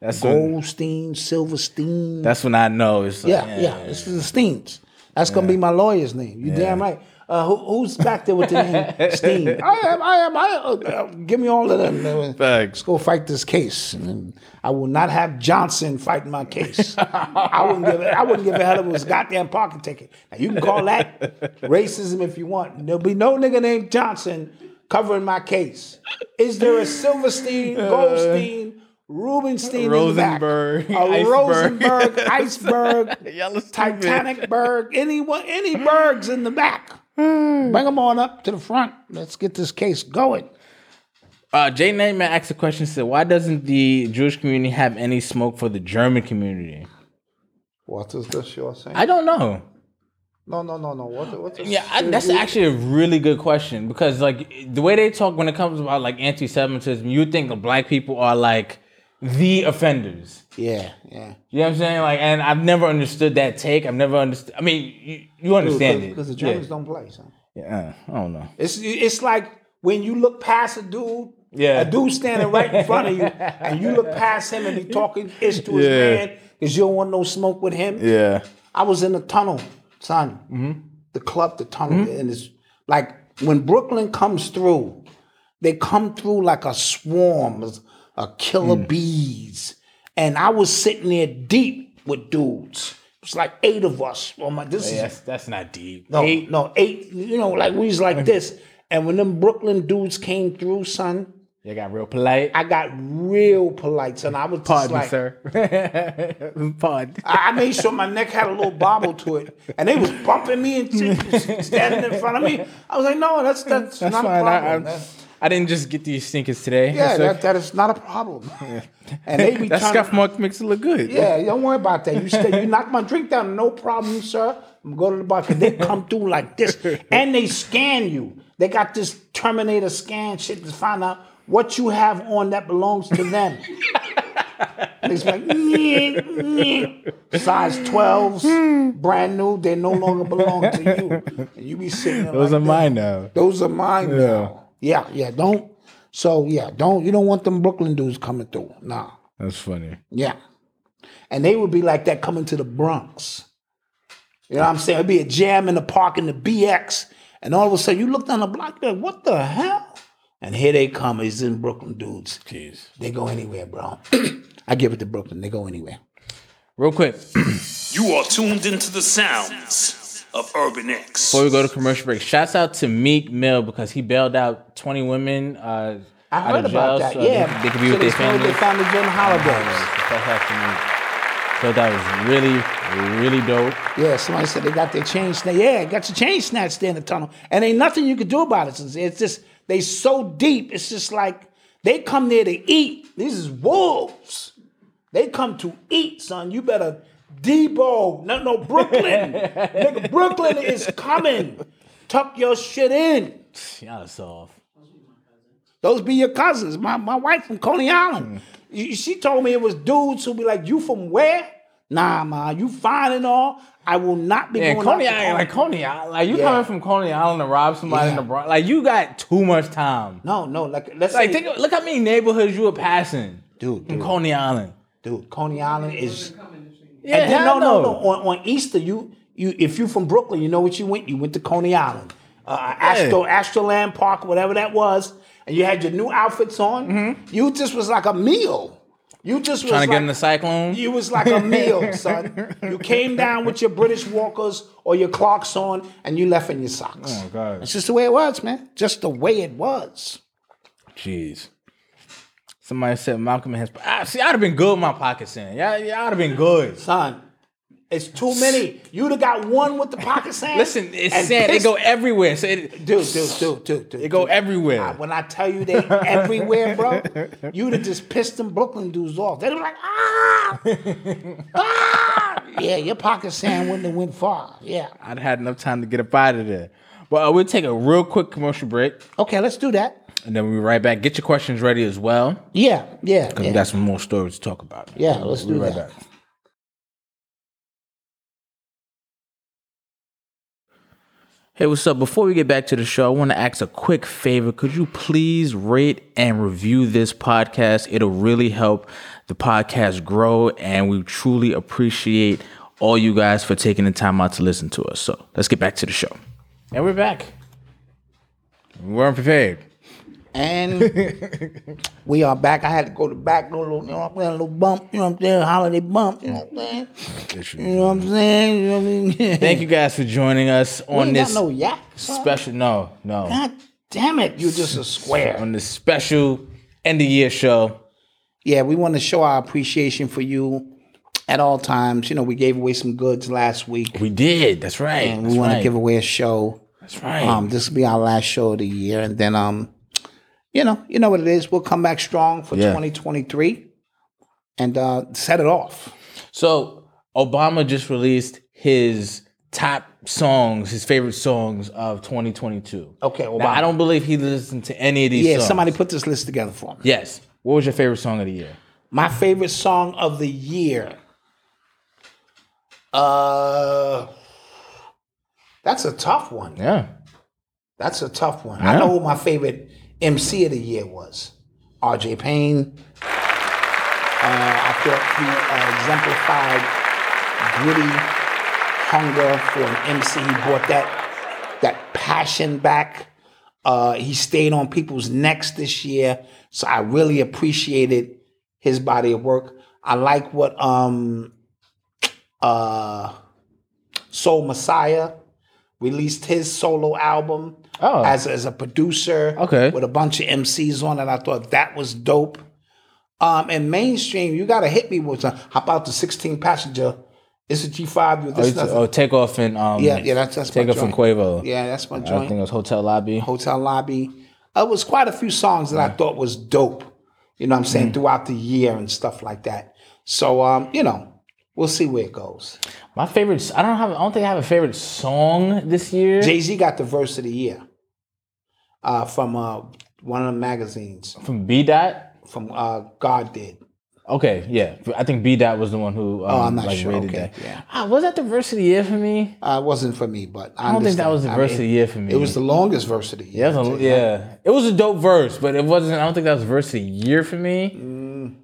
[SPEAKER 3] That's when,
[SPEAKER 7] Goldstein, Silverstein.
[SPEAKER 3] that's when I know. It's like,
[SPEAKER 7] yeah, yeah, This is the Steens. That's gonna be my lawyer's name. You damn right. Uh, who, who's back there with the name Steen? I am. I am. I am. Uh, uh, give me all of them. Uh, Let's
[SPEAKER 3] Facts.
[SPEAKER 7] go fight this case. And then I will not have Johnson fighting my case. I wouldn't give. A, I wouldn't give a hell if it was a goddamn parking ticket. Now you can call that racism if you want. There'll be no nigga named Johnson covering my case. Is there a Silverstein,
[SPEAKER 3] Uh,
[SPEAKER 7] Goldstein, Rubenstein, in the back?
[SPEAKER 3] Rosenberg,
[SPEAKER 7] a
[SPEAKER 3] Iceberg.
[SPEAKER 7] Rosenberg, iceberg,
[SPEAKER 3] Y'all is stupid.
[SPEAKER 7] Titanic berg, anyone, any bergs in the back? Bring them on up to the front. Let's get this case going.
[SPEAKER 3] Uh, Jay Nightmare asked a question. Said, "Why doesn't the Jewish community have any smoke for the German community?"
[SPEAKER 4] What is this you're saying?
[SPEAKER 3] I don't know.
[SPEAKER 4] no, no, no, no. What, what is
[SPEAKER 3] Yeah, I, that's actually a really good question because like the way they talk when it comes about like anti-Semitism, you would think of black people are like the offenders.
[SPEAKER 7] Yeah, yeah.
[SPEAKER 3] You know what I'm saying? Like, and I've never understood that take. I've never understood. I mean, you, you understand it
[SPEAKER 4] Because the Germans don't play, son.
[SPEAKER 3] Yeah, uh, I don't know.
[SPEAKER 7] It's it's like when you look past a dude,
[SPEAKER 3] Yeah.
[SPEAKER 7] a dude standing right in front of you, and you look past him and he talking ish to his
[SPEAKER 3] Yeah.
[SPEAKER 7] man because you don't want no smoke with him.
[SPEAKER 3] Yeah,
[SPEAKER 7] I was in the tunnel, son. The club, the tunnel, and it's like when Brooklyn comes through, they come through like a swarm, of a killer bees. And I was sitting there deep with dudes. It was like eight of us. Oh my, this is
[SPEAKER 3] that's that's not deep.
[SPEAKER 7] no, no, eight. You know, like we was like this. And when them Brooklyn dudes came through, son,
[SPEAKER 3] They got real polite.
[SPEAKER 7] I got real polite, son. I was just
[SPEAKER 3] Pardon,
[SPEAKER 7] like,
[SPEAKER 3] sir. Pardon.
[SPEAKER 7] I I made sure my neck had a little bobble to it, and they was bumping me and shit, standing in front of me. I was like, no, that's that's,
[SPEAKER 3] That's
[SPEAKER 7] not a
[SPEAKER 3] fine. I,
[SPEAKER 7] problem.
[SPEAKER 3] I, I didn't just get these stinkers today.
[SPEAKER 7] yeah,
[SPEAKER 3] That's
[SPEAKER 7] that, that is not a problem. And they be
[SPEAKER 3] that
[SPEAKER 7] trying
[SPEAKER 3] scuff
[SPEAKER 7] to,
[SPEAKER 3] mark makes it look good.
[SPEAKER 7] yeah, you don't worry about that. You stay, you knock my drink down, no problem, sir. I'm going to the bar 'cause they come through like this, and they scan you. They got this Terminator scan shit to find out what you have on that belongs to them. It's like "Nyeh, nyeh." size 12s, brand new. They no longer belong to you. And you be sitting there.
[SPEAKER 3] those
[SPEAKER 7] like
[SPEAKER 3] are
[SPEAKER 7] that.
[SPEAKER 3] mine now.
[SPEAKER 7] Those are mine.
[SPEAKER 3] Yeah.
[SPEAKER 7] Now. Yeah, yeah. Don't. So yeah, don't. You don't want them Brooklyn dudes coming through. Nah.
[SPEAKER 3] That's funny.
[SPEAKER 7] Yeah. And they would be like that coming to the Bronx. You know what I'm saying? It'd be a jam in the park in the BX. And all of a sudden you look down the block, you're like, what the hell? And here they come. He's in Brooklyn dudes.
[SPEAKER 3] Jeez.
[SPEAKER 7] They go anywhere, bro. I give it to Brooklyn. They go anywhere.
[SPEAKER 3] Real quick,
[SPEAKER 5] You are tuned into the sounds of Urban X.
[SPEAKER 3] before we go to commercial break, shouts out to Meek Mill because he bailed out 20 women. Uh,
[SPEAKER 7] I
[SPEAKER 3] out
[SPEAKER 7] heard
[SPEAKER 3] of jail
[SPEAKER 7] about that.
[SPEAKER 3] so
[SPEAKER 7] yeah.
[SPEAKER 3] They, they could be
[SPEAKER 7] So
[SPEAKER 3] with their
[SPEAKER 7] they stole
[SPEAKER 3] family.
[SPEAKER 7] They found the Jen Holiday.
[SPEAKER 3] Shouts out to Meek. So that was really, really dope.
[SPEAKER 7] Yeah, somebody said they got their chain snatched. Yeah, got your chain snatched there in the tunnel. And ain't nothing you can do about it. It's, it's just, they so deep. It's just like, they come there to eat. These is wolves. They come to eat, son. You better Debo. No, no, Brooklyn. Nigga, Brooklyn is coming. Tuck your shit in.
[SPEAKER 3] Y'all is soft.
[SPEAKER 7] Those be your cousins. My, my wife from Coney
[SPEAKER 3] Mm.
[SPEAKER 7] Island. You- She told me it was dudes who be like, you from where? Nah, ma, you fine and all. I will not be
[SPEAKER 3] Yeah,
[SPEAKER 7] going
[SPEAKER 3] Coney
[SPEAKER 7] out to
[SPEAKER 3] Island, like Coney Island, like you
[SPEAKER 7] Yeah.
[SPEAKER 3] coming from Coney Island to rob somebody in the Bronx, like you got too much time.
[SPEAKER 7] No, no, like let's
[SPEAKER 3] Like,
[SPEAKER 7] say,
[SPEAKER 3] think, look how many neighborhoods you were passing,
[SPEAKER 7] Dude,
[SPEAKER 3] from
[SPEAKER 7] dude.
[SPEAKER 3] Coney Island.
[SPEAKER 7] dude, Coney Island is.
[SPEAKER 3] Yeah,
[SPEAKER 7] and then, no,
[SPEAKER 3] hell
[SPEAKER 7] no, no. On, on Easter, you, you, if you from Brooklyn, you know what you went. You went to Coney Island, uh, Astro, Astroland Park, whatever that was, and you had your new outfits on. You just was like a meal. You just was
[SPEAKER 3] Trying to
[SPEAKER 7] like,
[SPEAKER 3] Mm-hmm. get in the cyclone.
[SPEAKER 7] You was like a meal, son. You came down with your British walkers or your clocks on, and you left in your socks.
[SPEAKER 3] Oh, God.
[SPEAKER 7] It's just the way it was, man. Just the way it was.
[SPEAKER 3] Jeez. Somebody said Malcolm has. Ah, see, I'd have been good with my pocket saying. Yeah, yeah, I'd have been good.
[SPEAKER 7] Son, It's too many. You'd have got one with the pocket sand.
[SPEAKER 3] Listen, it's
[SPEAKER 7] and
[SPEAKER 3] sand. They
[SPEAKER 7] pissed-
[SPEAKER 3] go everywhere. So it,
[SPEAKER 7] Dude, dude, dude, dude, dude.
[SPEAKER 3] they go
[SPEAKER 7] dude.
[SPEAKER 3] everywhere.
[SPEAKER 7] I- When I tell you they everywhere, bro, you'd have just pissed them Brooklyn dudes off. They'd be like, ah, ah. Yeah, your pocket sand wouldn't have went far. Yeah.
[SPEAKER 3] I'd had enough time to get up out of there. But uh, we'll take a real quick commercial break,
[SPEAKER 7] Okay, let's do that.
[SPEAKER 3] and then we'll be right back. Get your questions ready as well,
[SPEAKER 7] Yeah, yeah,
[SPEAKER 3] because
[SPEAKER 7] yeah.
[SPEAKER 3] we got some more stories to talk about.
[SPEAKER 7] Yeah, let's do that.
[SPEAKER 3] Hey, what's up? Before we get back to the show, I want to ask a quick favor. Could you please rate and review this podcast? It'll really help the podcast grow, and we truly appreciate all you guys for taking the time out to listen to us. So let's get back to the show.
[SPEAKER 7] and we're back.
[SPEAKER 3] We weren't prepared.
[SPEAKER 7] And we are back. I had to go to the back, do a little, you know, what I'm saying, a little bump, you know what I'm saying, holiday bump, you know what I'm saying? You know what I'm saying? You know what I mean?
[SPEAKER 3] Thank you guys for joining us
[SPEAKER 7] We
[SPEAKER 3] on
[SPEAKER 7] ain't got
[SPEAKER 3] this
[SPEAKER 7] no yak. son.
[SPEAKER 3] special. No, no.
[SPEAKER 7] God damn it, you just a square.
[SPEAKER 3] on this special end of year show.
[SPEAKER 7] Yeah, we want to show our appreciation for you at all times. You know, we gave away some goods last week,
[SPEAKER 3] We did. That's right.
[SPEAKER 7] and we want to give away a show.
[SPEAKER 3] That's right.
[SPEAKER 7] Um, this will be our last show of the year, and then um, you know, you know what it is. We'll come back strong for
[SPEAKER 3] Yeah.
[SPEAKER 7] 2023, and uh, set it off.
[SPEAKER 3] so Obama just released his top songs, his favorite songs of 2022.
[SPEAKER 7] Okay, Obama.
[SPEAKER 3] Now, I don't believe he listened to any of these.
[SPEAKER 7] Yeah,
[SPEAKER 3] songs.
[SPEAKER 7] somebody put this list together for me.
[SPEAKER 3] Yes. What was your favorite song of the year?
[SPEAKER 7] My favorite song of the year. Uh,
[SPEAKER 4] That's a tough one.
[SPEAKER 3] Yeah.
[SPEAKER 4] That's a tough one.
[SPEAKER 3] Yeah.
[SPEAKER 4] I know who my favorite MC of the year was. R.J. Payne. Uh, I thought he uh, exemplified gritty uh, hunger for an MC. He brought that that passion back. Uh, he stayed on people's necks this year, so I really appreciated his body of work. I like what um, uh, Soul Messiah released his solo album
[SPEAKER 3] Oh.
[SPEAKER 4] as as a producer.
[SPEAKER 3] Okay.
[SPEAKER 4] with a bunch of MCs on it. I thought that was dope. Um, and mainstream, you gotta hit me with a hop out the 16 passenger. It's a G5. You
[SPEAKER 3] Oh,
[SPEAKER 4] this
[SPEAKER 3] it's-
[SPEAKER 4] nothing.
[SPEAKER 3] oh, take off and um.
[SPEAKER 4] yeah, yeah, that's that's
[SPEAKER 3] Take
[SPEAKER 4] my
[SPEAKER 3] off from
[SPEAKER 4] joint.
[SPEAKER 3] Quavo.
[SPEAKER 4] Yeah, that's my
[SPEAKER 3] I think it
[SPEAKER 4] joint.
[SPEAKER 3] was Hotel Lobby.
[SPEAKER 4] Hotel lobby. It was quite a few songs that I thought was dope. You know what I'm saying
[SPEAKER 3] Mm.
[SPEAKER 4] throughout the year and stuff like that. So um, you know, we'll see where it goes.
[SPEAKER 3] My favorite. I don't have. I don't think I have a favorite song this year.
[SPEAKER 4] Jay Z got the verse of the year uh, from uh, one of the magazines
[SPEAKER 3] from B Dot.
[SPEAKER 4] from uh, God did.
[SPEAKER 3] Okay, yeah. I think B Dot was the one who um,
[SPEAKER 4] Oh, I'm not
[SPEAKER 3] like
[SPEAKER 4] sure.
[SPEAKER 3] rated
[SPEAKER 4] Okay,
[SPEAKER 3] that.
[SPEAKER 4] yeah.
[SPEAKER 3] Ah, was that the verse of the year for me?
[SPEAKER 4] Uh, it wasn't for me, but I,
[SPEAKER 3] I don't think that
[SPEAKER 4] understand.
[SPEAKER 3] was the
[SPEAKER 4] I
[SPEAKER 3] verse
[SPEAKER 4] mean,
[SPEAKER 3] of the year for me.
[SPEAKER 4] It was the longest verse of the
[SPEAKER 3] Yeah,
[SPEAKER 4] year.
[SPEAKER 3] it was a-
[SPEAKER 4] I'll tell you that.
[SPEAKER 3] yeah. It was a dope verse, but it wasn't. I don't think that was the verse of the year for me. Mm.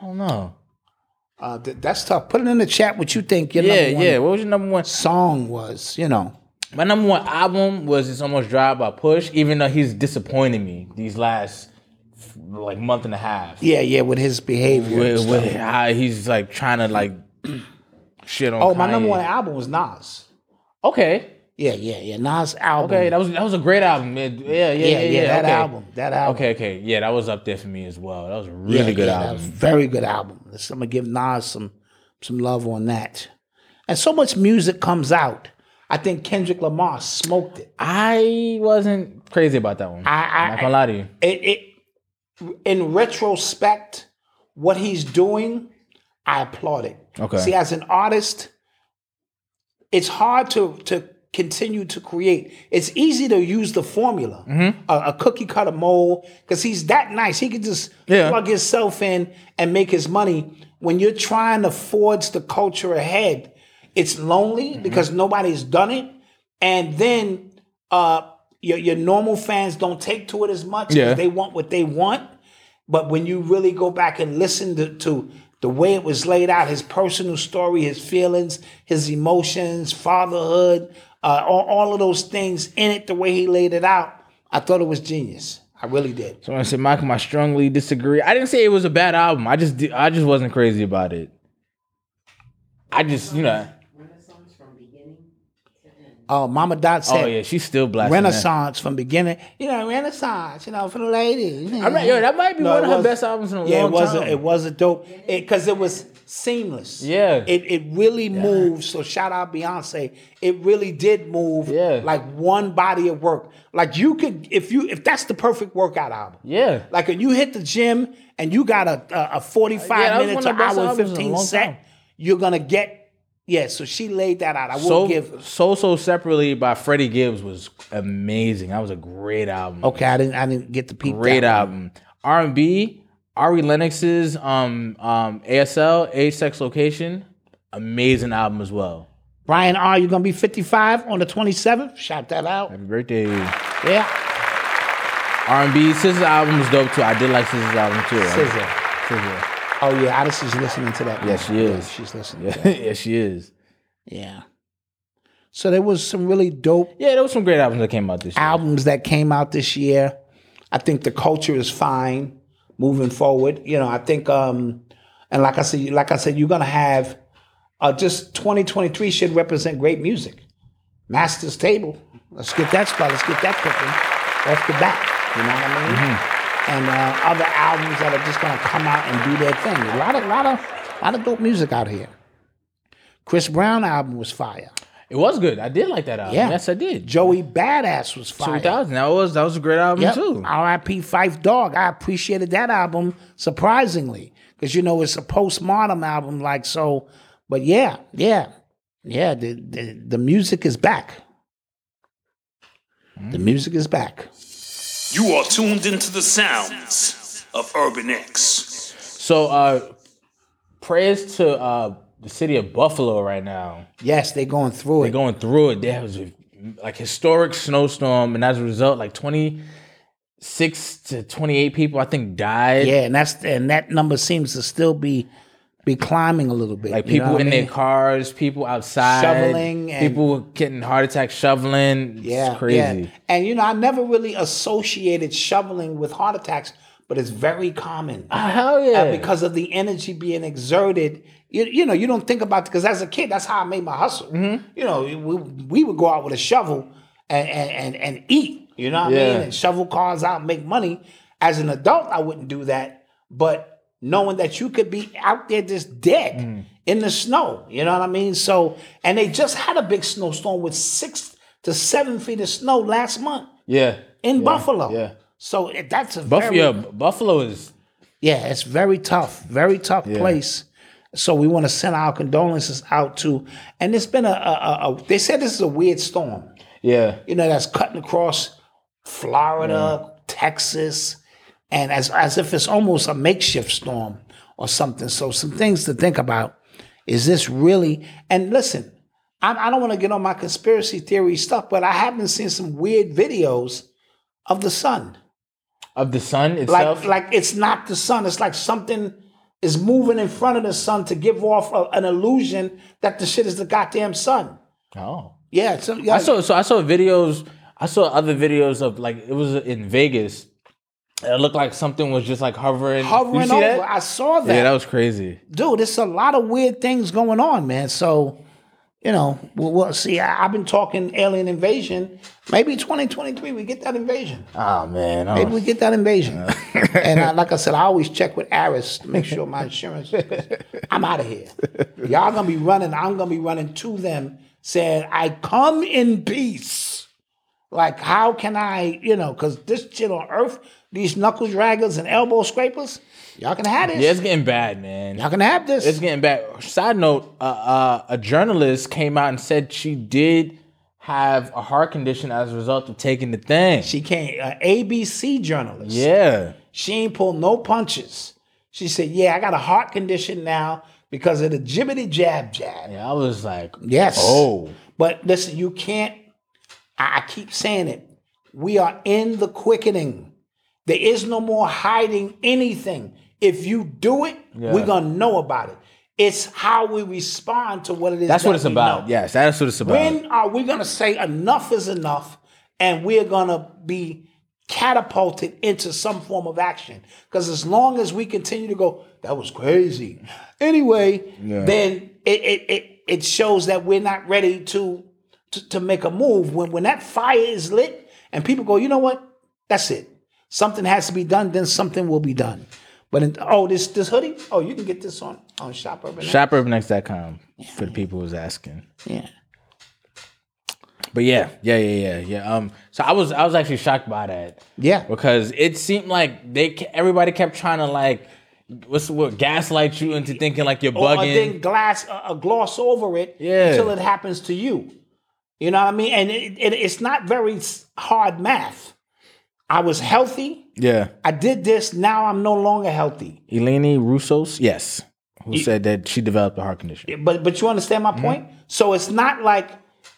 [SPEAKER 3] I don't know.
[SPEAKER 4] Uh, th-
[SPEAKER 7] that's tough. Put it in the chat what you think your
[SPEAKER 3] yeah,
[SPEAKER 7] number one
[SPEAKER 3] yeah. What was your number one?
[SPEAKER 7] song was. You know,
[SPEAKER 3] My number one album was "It's Almost Dry" by Push. Even though he's disappointed me these last f- like month and a half
[SPEAKER 7] yeah, yeah, with his behavior. and
[SPEAKER 3] with,
[SPEAKER 7] stuff.
[SPEAKER 3] with how he's like trying to like shit on.
[SPEAKER 7] oh, my number
[SPEAKER 3] Kanye.
[SPEAKER 7] one album was Nas.
[SPEAKER 3] Okay,
[SPEAKER 7] Yeah, yeah, yeah. Nas album.
[SPEAKER 3] okay. That was that was a great album. Yeah, Mm. yeah, yeah.
[SPEAKER 7] yeah, yeah, that
[SPEAKER 3] okay.
[SPEAKER 7] album. That album.
[SPEAKER 3] Okay, okay. Yeah, that was up there for me as well. That was a
[SPEAKER 7] Yeah,
[SPEAKER 3] really good
[SPEAKER 7] yeah, that
[SPEAKER 3] album.
[SPEAKER 7] was a very good album. Let's- I'm gonna give Nas some some love on that. And so much music comes out. I think Kendrick Lamar smoked it.
[SPEAKER 3] I wasn't crazy about that one.
[SPEAKER 7] I- I-
[SPEAKER 3] am not gonna lie to you.
[SPEAKER 7] It, it in retrospect, what he's doing, I applaud it.
[SPEAKER 3] Okay.
[SPEAKER 7] See, as an artist, it's hard to to continue to create. It's easy to use the formula,
[SPEAKER 3] Mm-hmm.
[SPEAKER 7] a, a cookie cutter mold, because he's that nice. He can just
[SPEAKER 3] Yeah.
[SPEAKER 7] plug himself in and make his money. When you're trying to forge the culture ahead, it's lonely
[SPEAKER 3] Mm-hmm.
[SPEAKER 7] because nobody's done it, and then uh, your your normal fans don't take to it as much. 'cause
[SPEAKER 3] Yeah.
[SPEAKER 7] they want what they want. But when you really go back and listen to, to the way it was laid out, his personal story, his feelings, his emotions, fatherhood, uh, all, all of those things in it, the way he laid it out, I thought it was genius. I really did.
[SPEAKER 3] So I said, Malcolm, I strongly disagree. I didn't say it was a bad album. I just di- I just wasn't crazy about it. I just you know
[SPEAKER 7] uh, Mama Dot said.
[SPEAKER 3] Oh yeah, she's still black.
[SPEAKER 7] Renaissance from beginning. You know, Renaissance. You know, for the ladies.
[SPEAKER 3] I mean, yo, that might be one
[SPEAKER 7] it
[SPEAKER 3] of her
[SPEAKER 7] was-
[SPEAKER 3] best albums in a
[SPEAKER 7] yeah,
[SPEAKER 3] long
[SPEAKER 7] it was
[SPEAKER 3] time.
[SPEAKER 7] A, it was a dope because it, was seamless.
[SPEAKER 3] Yeah.
[SPEAKER 7] it it really moved. So shout out Beyonce. It really did move.
[SPEAKER 3] Yeah.
[SPEAKER 7] like one body of work. Like you could if you if that's the perfect workout album.
[SPEAKER 3] Yeah.
[SPEAKER 7] like when you hit the gym and you got a a, a forty five
[SPEAKER 3] Yeah, that was
[SPEAKER 7] minute
[SPEAKER 3] one
[SPEAKER 7] to
[SPEAKER 3] of the best
[SPEAKER 7] hour and
[SPEAKER 3] albums in a
[SPEAKER 7] fifteen
[SPEAKER 3] long
[SPEAKER 7] set,
[SPEAKER 3] time.
[SPEAKER 7] you're gonna get. Yeah, so she laid that out. I will
[SPEAKER 3] So,
[SPEAKER 7] give.
[SPEAKER 3] so so separately by Freddie Gibbs was amazing. That was a great album.
[SPEAKER 7] Okay, I didn't. I didn't get the peep.
[SPEAKER 3] great
[SPEAKER 7] that one.
[SPEAKER 3] album. R and B, Ari Lennox's um um ASL, Age Sex Location, amazing album as well.
[SPEAKER 7] Brian R., you're going to be 55 on the 27th. Shout that out.
[SPEAKER 3] Happy birthday. R
[SPEAKER 7] Yeah.
[SPEAKER 3] and B, Scissor's album was dope too. I did like Scissor's album too.
[SPEAKER 7] SZA.
[SPEAKER 3] SZA.
[SPEAKER 7] Oh, yeah. Odyssey's listening to that.
[SPEAKER 3] Yeah,
[SPEAKER 7] now.
[SPEAKER 3] she is.
[SPEAKER 7] Yeah, she's listening.
[SPEAKER 3] Yeah, yeah, she is.
[SPEAKER 7] Yeah. So there was some really dope
[SPEAKER 3] Yeah, there was some great albums that came out this year.
[SPEAKER 7] albums that came out this year. I think the culture is fine moving forward. You know, I think um and like I said, like I said, you're gonna have uh just 2023 should represent great music. Masters table. Let's get that spot, let's get that cooking off the bat. You know what I mean? And uh, other albums that are just gonna come out and do their thing. A lot of lot of lot of dope music out here. Chris Brown album was fire.
[SPEAKER 3] It was good. I did like that album.
[SPEAKER 7] Yeah.
[SPEAKER 3] Yes, I did.
[SPEAKER 7] Joey Badass was fire.
[SPEAKER 3] 2000. That was that was a great album
[SPEAKER 7] Yep.
[SPEAKER 3] too.
[SPEAKER 7] R.I.P. Fife Dog. I appreciated that album surprisingly because you know it's a postmodern album, like so. But yeah, yeah, yeah. The the, the music is back.
[SPEAKER 3] Mm.
[SPEAKER 7] The music is back.
[SPEAKER 5] You are tuned into the sounds of Urban X.
[SPEAKER 3] So uh prayers to uh the city of Buffalo right now.
[SPEAKER 7] Yes, they're going through
[SPEAKER 3] They're
[SPEAKER 7] it.
[SPEAKER 3] going through it. There was a like historic snowstorm, and as a result, like twenty six to twenty eight people I think died.
[SPEAKER 7] yeah, and that's and that number seems to still be be climbing a little bit.
[SPEAKER 3] Like
[SPEAKER 7] you know
[SPEAKER 3] people
[SPEAKER 7] what I
[SPEAKER 3] in
[SPEAKER 7] mean?
[SPEAKER 3] their cars, people outside,
[SPEAKER 7] Shoveling and-
[SPEAKER 3] people were getting heart attacks shoveling.
[SPEAKER 7] Yeah, Uh,
[SPEAKER 3] it's crazy.
[SPEAKER 7] yeah. And you know, I never really associated shoveling with heart attacks, but it's very common.
[SPEAKER 3] Ah, hell yeah!
[SPEAKER 7] uh, because of the energy being exerted. You, you know, you don't think about because as a kid, that's how I made my hustle.
[SPEAKER 3] Mm-hmm.
[SPEAKER 7] You know, we, we would go out with a shovel and and and, and eat. You know what I
[SPEAKER 3] Yeah.
[SPEAKER 7] mean? And shovel cars out, and make money. As an adult, I wouldn't do that, but knowing that you could be out there just dead
[SPEAKER 3] Mm.
[SPEAKER 7] in the snow, you know what I mean? So, and they just had a big snowstorm with six to seven feet of snow last month
[SPEAKER 3] yeah,
[SPEAKER 7] in
[SPEAKER 3] yeah,
[SPEAKER 7] Buffalo.
[SPEAKER 3] Yeah,
[SPEAKER 7] So it- that's a
[SPEAKER 3] Buff-
[SPEAKER 7] very,
[SPEAKER 3] yeah, Buffalo is
[SPEAKER 7] yeah, it's very tough, very tough place. So we want to send our condolences out to, and it's been a, a, a, a- they said this is a weird storm,
[SPEAKER 3] yeah.
[SPEAKER 7] you know, that's cutting across Florida, Texas, and as as if it's almost a makeshift storm or something. So some things to think about: is this really? And listen, I, I don't want to get on my conspiracy theory stuff, but I have been seeing some weird videos of the sun
[SPEAKER 3] Of the sun
[SPEAKER 7] like
[SPEAKER 3] itself,
[SPEAKER 7] like it's not the sun. It's like something is moving in front of the sun to give off a, an illusion that the shit is the goddamn sun.
[SPEAKER 3] oh.
[SPEAKER 7] Yeah, so yeah,
[SPEAKER 3] I saw so I saw videos. I saw other videos of like it was in Vegas. It looked like something was just like hovering, You
[SPEAKER 7] hovering
[SPEAKER 3] see
[SPEAKER 7] over.
[SPEAKER 3] that?
[SPEAKER 7] I saw that.
[SPEAKER 3] Yeah, that was crazy.
[SPEAKER 7] dude. It's a lot of weird things going on, man. So. You know, we'll, we'll see. I, I've been talking alien invasion. Maybe 2023 we get that invasion.
[SPEAKER 3] Oh Uh. man, I
[SPEAKER 7] Maybe
[SPEAKER 3] don't-
[SPEAKER 7] we get that invasion. and I, like I said, I always check with Aris to make sure my insurance. I'm out of here. Y'all gonna be running. I'm gonna be running to them saying, "I come in peace." Like, how can I, you know? Because this shit on Earth, these knuckle draggers and elbow scrapers, y'all can have this.
[SPEAKER 3] yeah, it's getting bad, man.
[SPEAKER 7] Y'all can have this.
[SPEAKER 3] It's getting bad. Side note: uh, uh, a journalist came out and said she did have a heart condition as a result of taking the thing.
[SPEAKER 7] she can't. uh, An ABC journalist.
[SPEAKER 3] yeah,
[SPEAKER 7] She ain't pulled no punches. She said, "Yeah, I got a heart condition now because of the jibbity jab jab."
[SPEAKER 3] yeah. I was like,
[SPEAKER 7] Yes.
[SPEAKER 3] oh,
[SPEAKER 7] But listen, you can't. I, I keep saying it. We are in the quickening. There is no more hiding anything. If you do it, we're gonna know about it. It's how we respond to what it is.
[SPEAKER 3] that's what
[SPEAKER 7] that
[SPEAKER 3] it's
[SPEAKER 7] we
[SPEAKER 3] about.
[SPEAKER 7] know.
[SPEAKER 3] Yes, that's what it's about.
[SPEAKER 7] When are we gonna say enough is enough, and we're gonna be catapulted into some form of action? Because as long as we continue to go, that was crazy. Anyway, then it it, it it shows that we're not ready to to, to make a move. When when that fire is lit and people go, you know what? That's it. Something has to be done. Then something will be done. But in, oh, this this hoodie. Oh, you can get this on on Shop Urban. Next.
[SPEAKER 3] ShopUrbanX.com for the people who's asking.
[SPEAKER 7] Yeah.
[SPEAKER 3] But yeah, yeah, yeah, yeah, yeah. Um, so I was I was actually shocked by that.
[SPEAKER 7] Yeah.
[SPEAKER 3] because it seemed like they ke- everybody kept trying to like what's the word gaslight you into thinking like you're
[SPEAKER 7] Or, or then
[SPEAKER 3] bugging.
[SPEAKER 7] glass uh, uh, gloss over it
[SPEAKER 3] Yeah.
[SPEAKER 7] until it happens to you. You know what I mean? And it, it, it's not very s- hard math. I was healthy.
[SPEAKER 3] yeah,
[SPEAKER 7] I did this. Now I'm no longer healthy.
[SPEAKER 3] Eleni Russos, yes, who said that she developed a heart condition.
[SPEAKER 7] But but you understand
[SPEAKER 3] Mm-hmm.
[SPEAKER 7] my point? So it's not like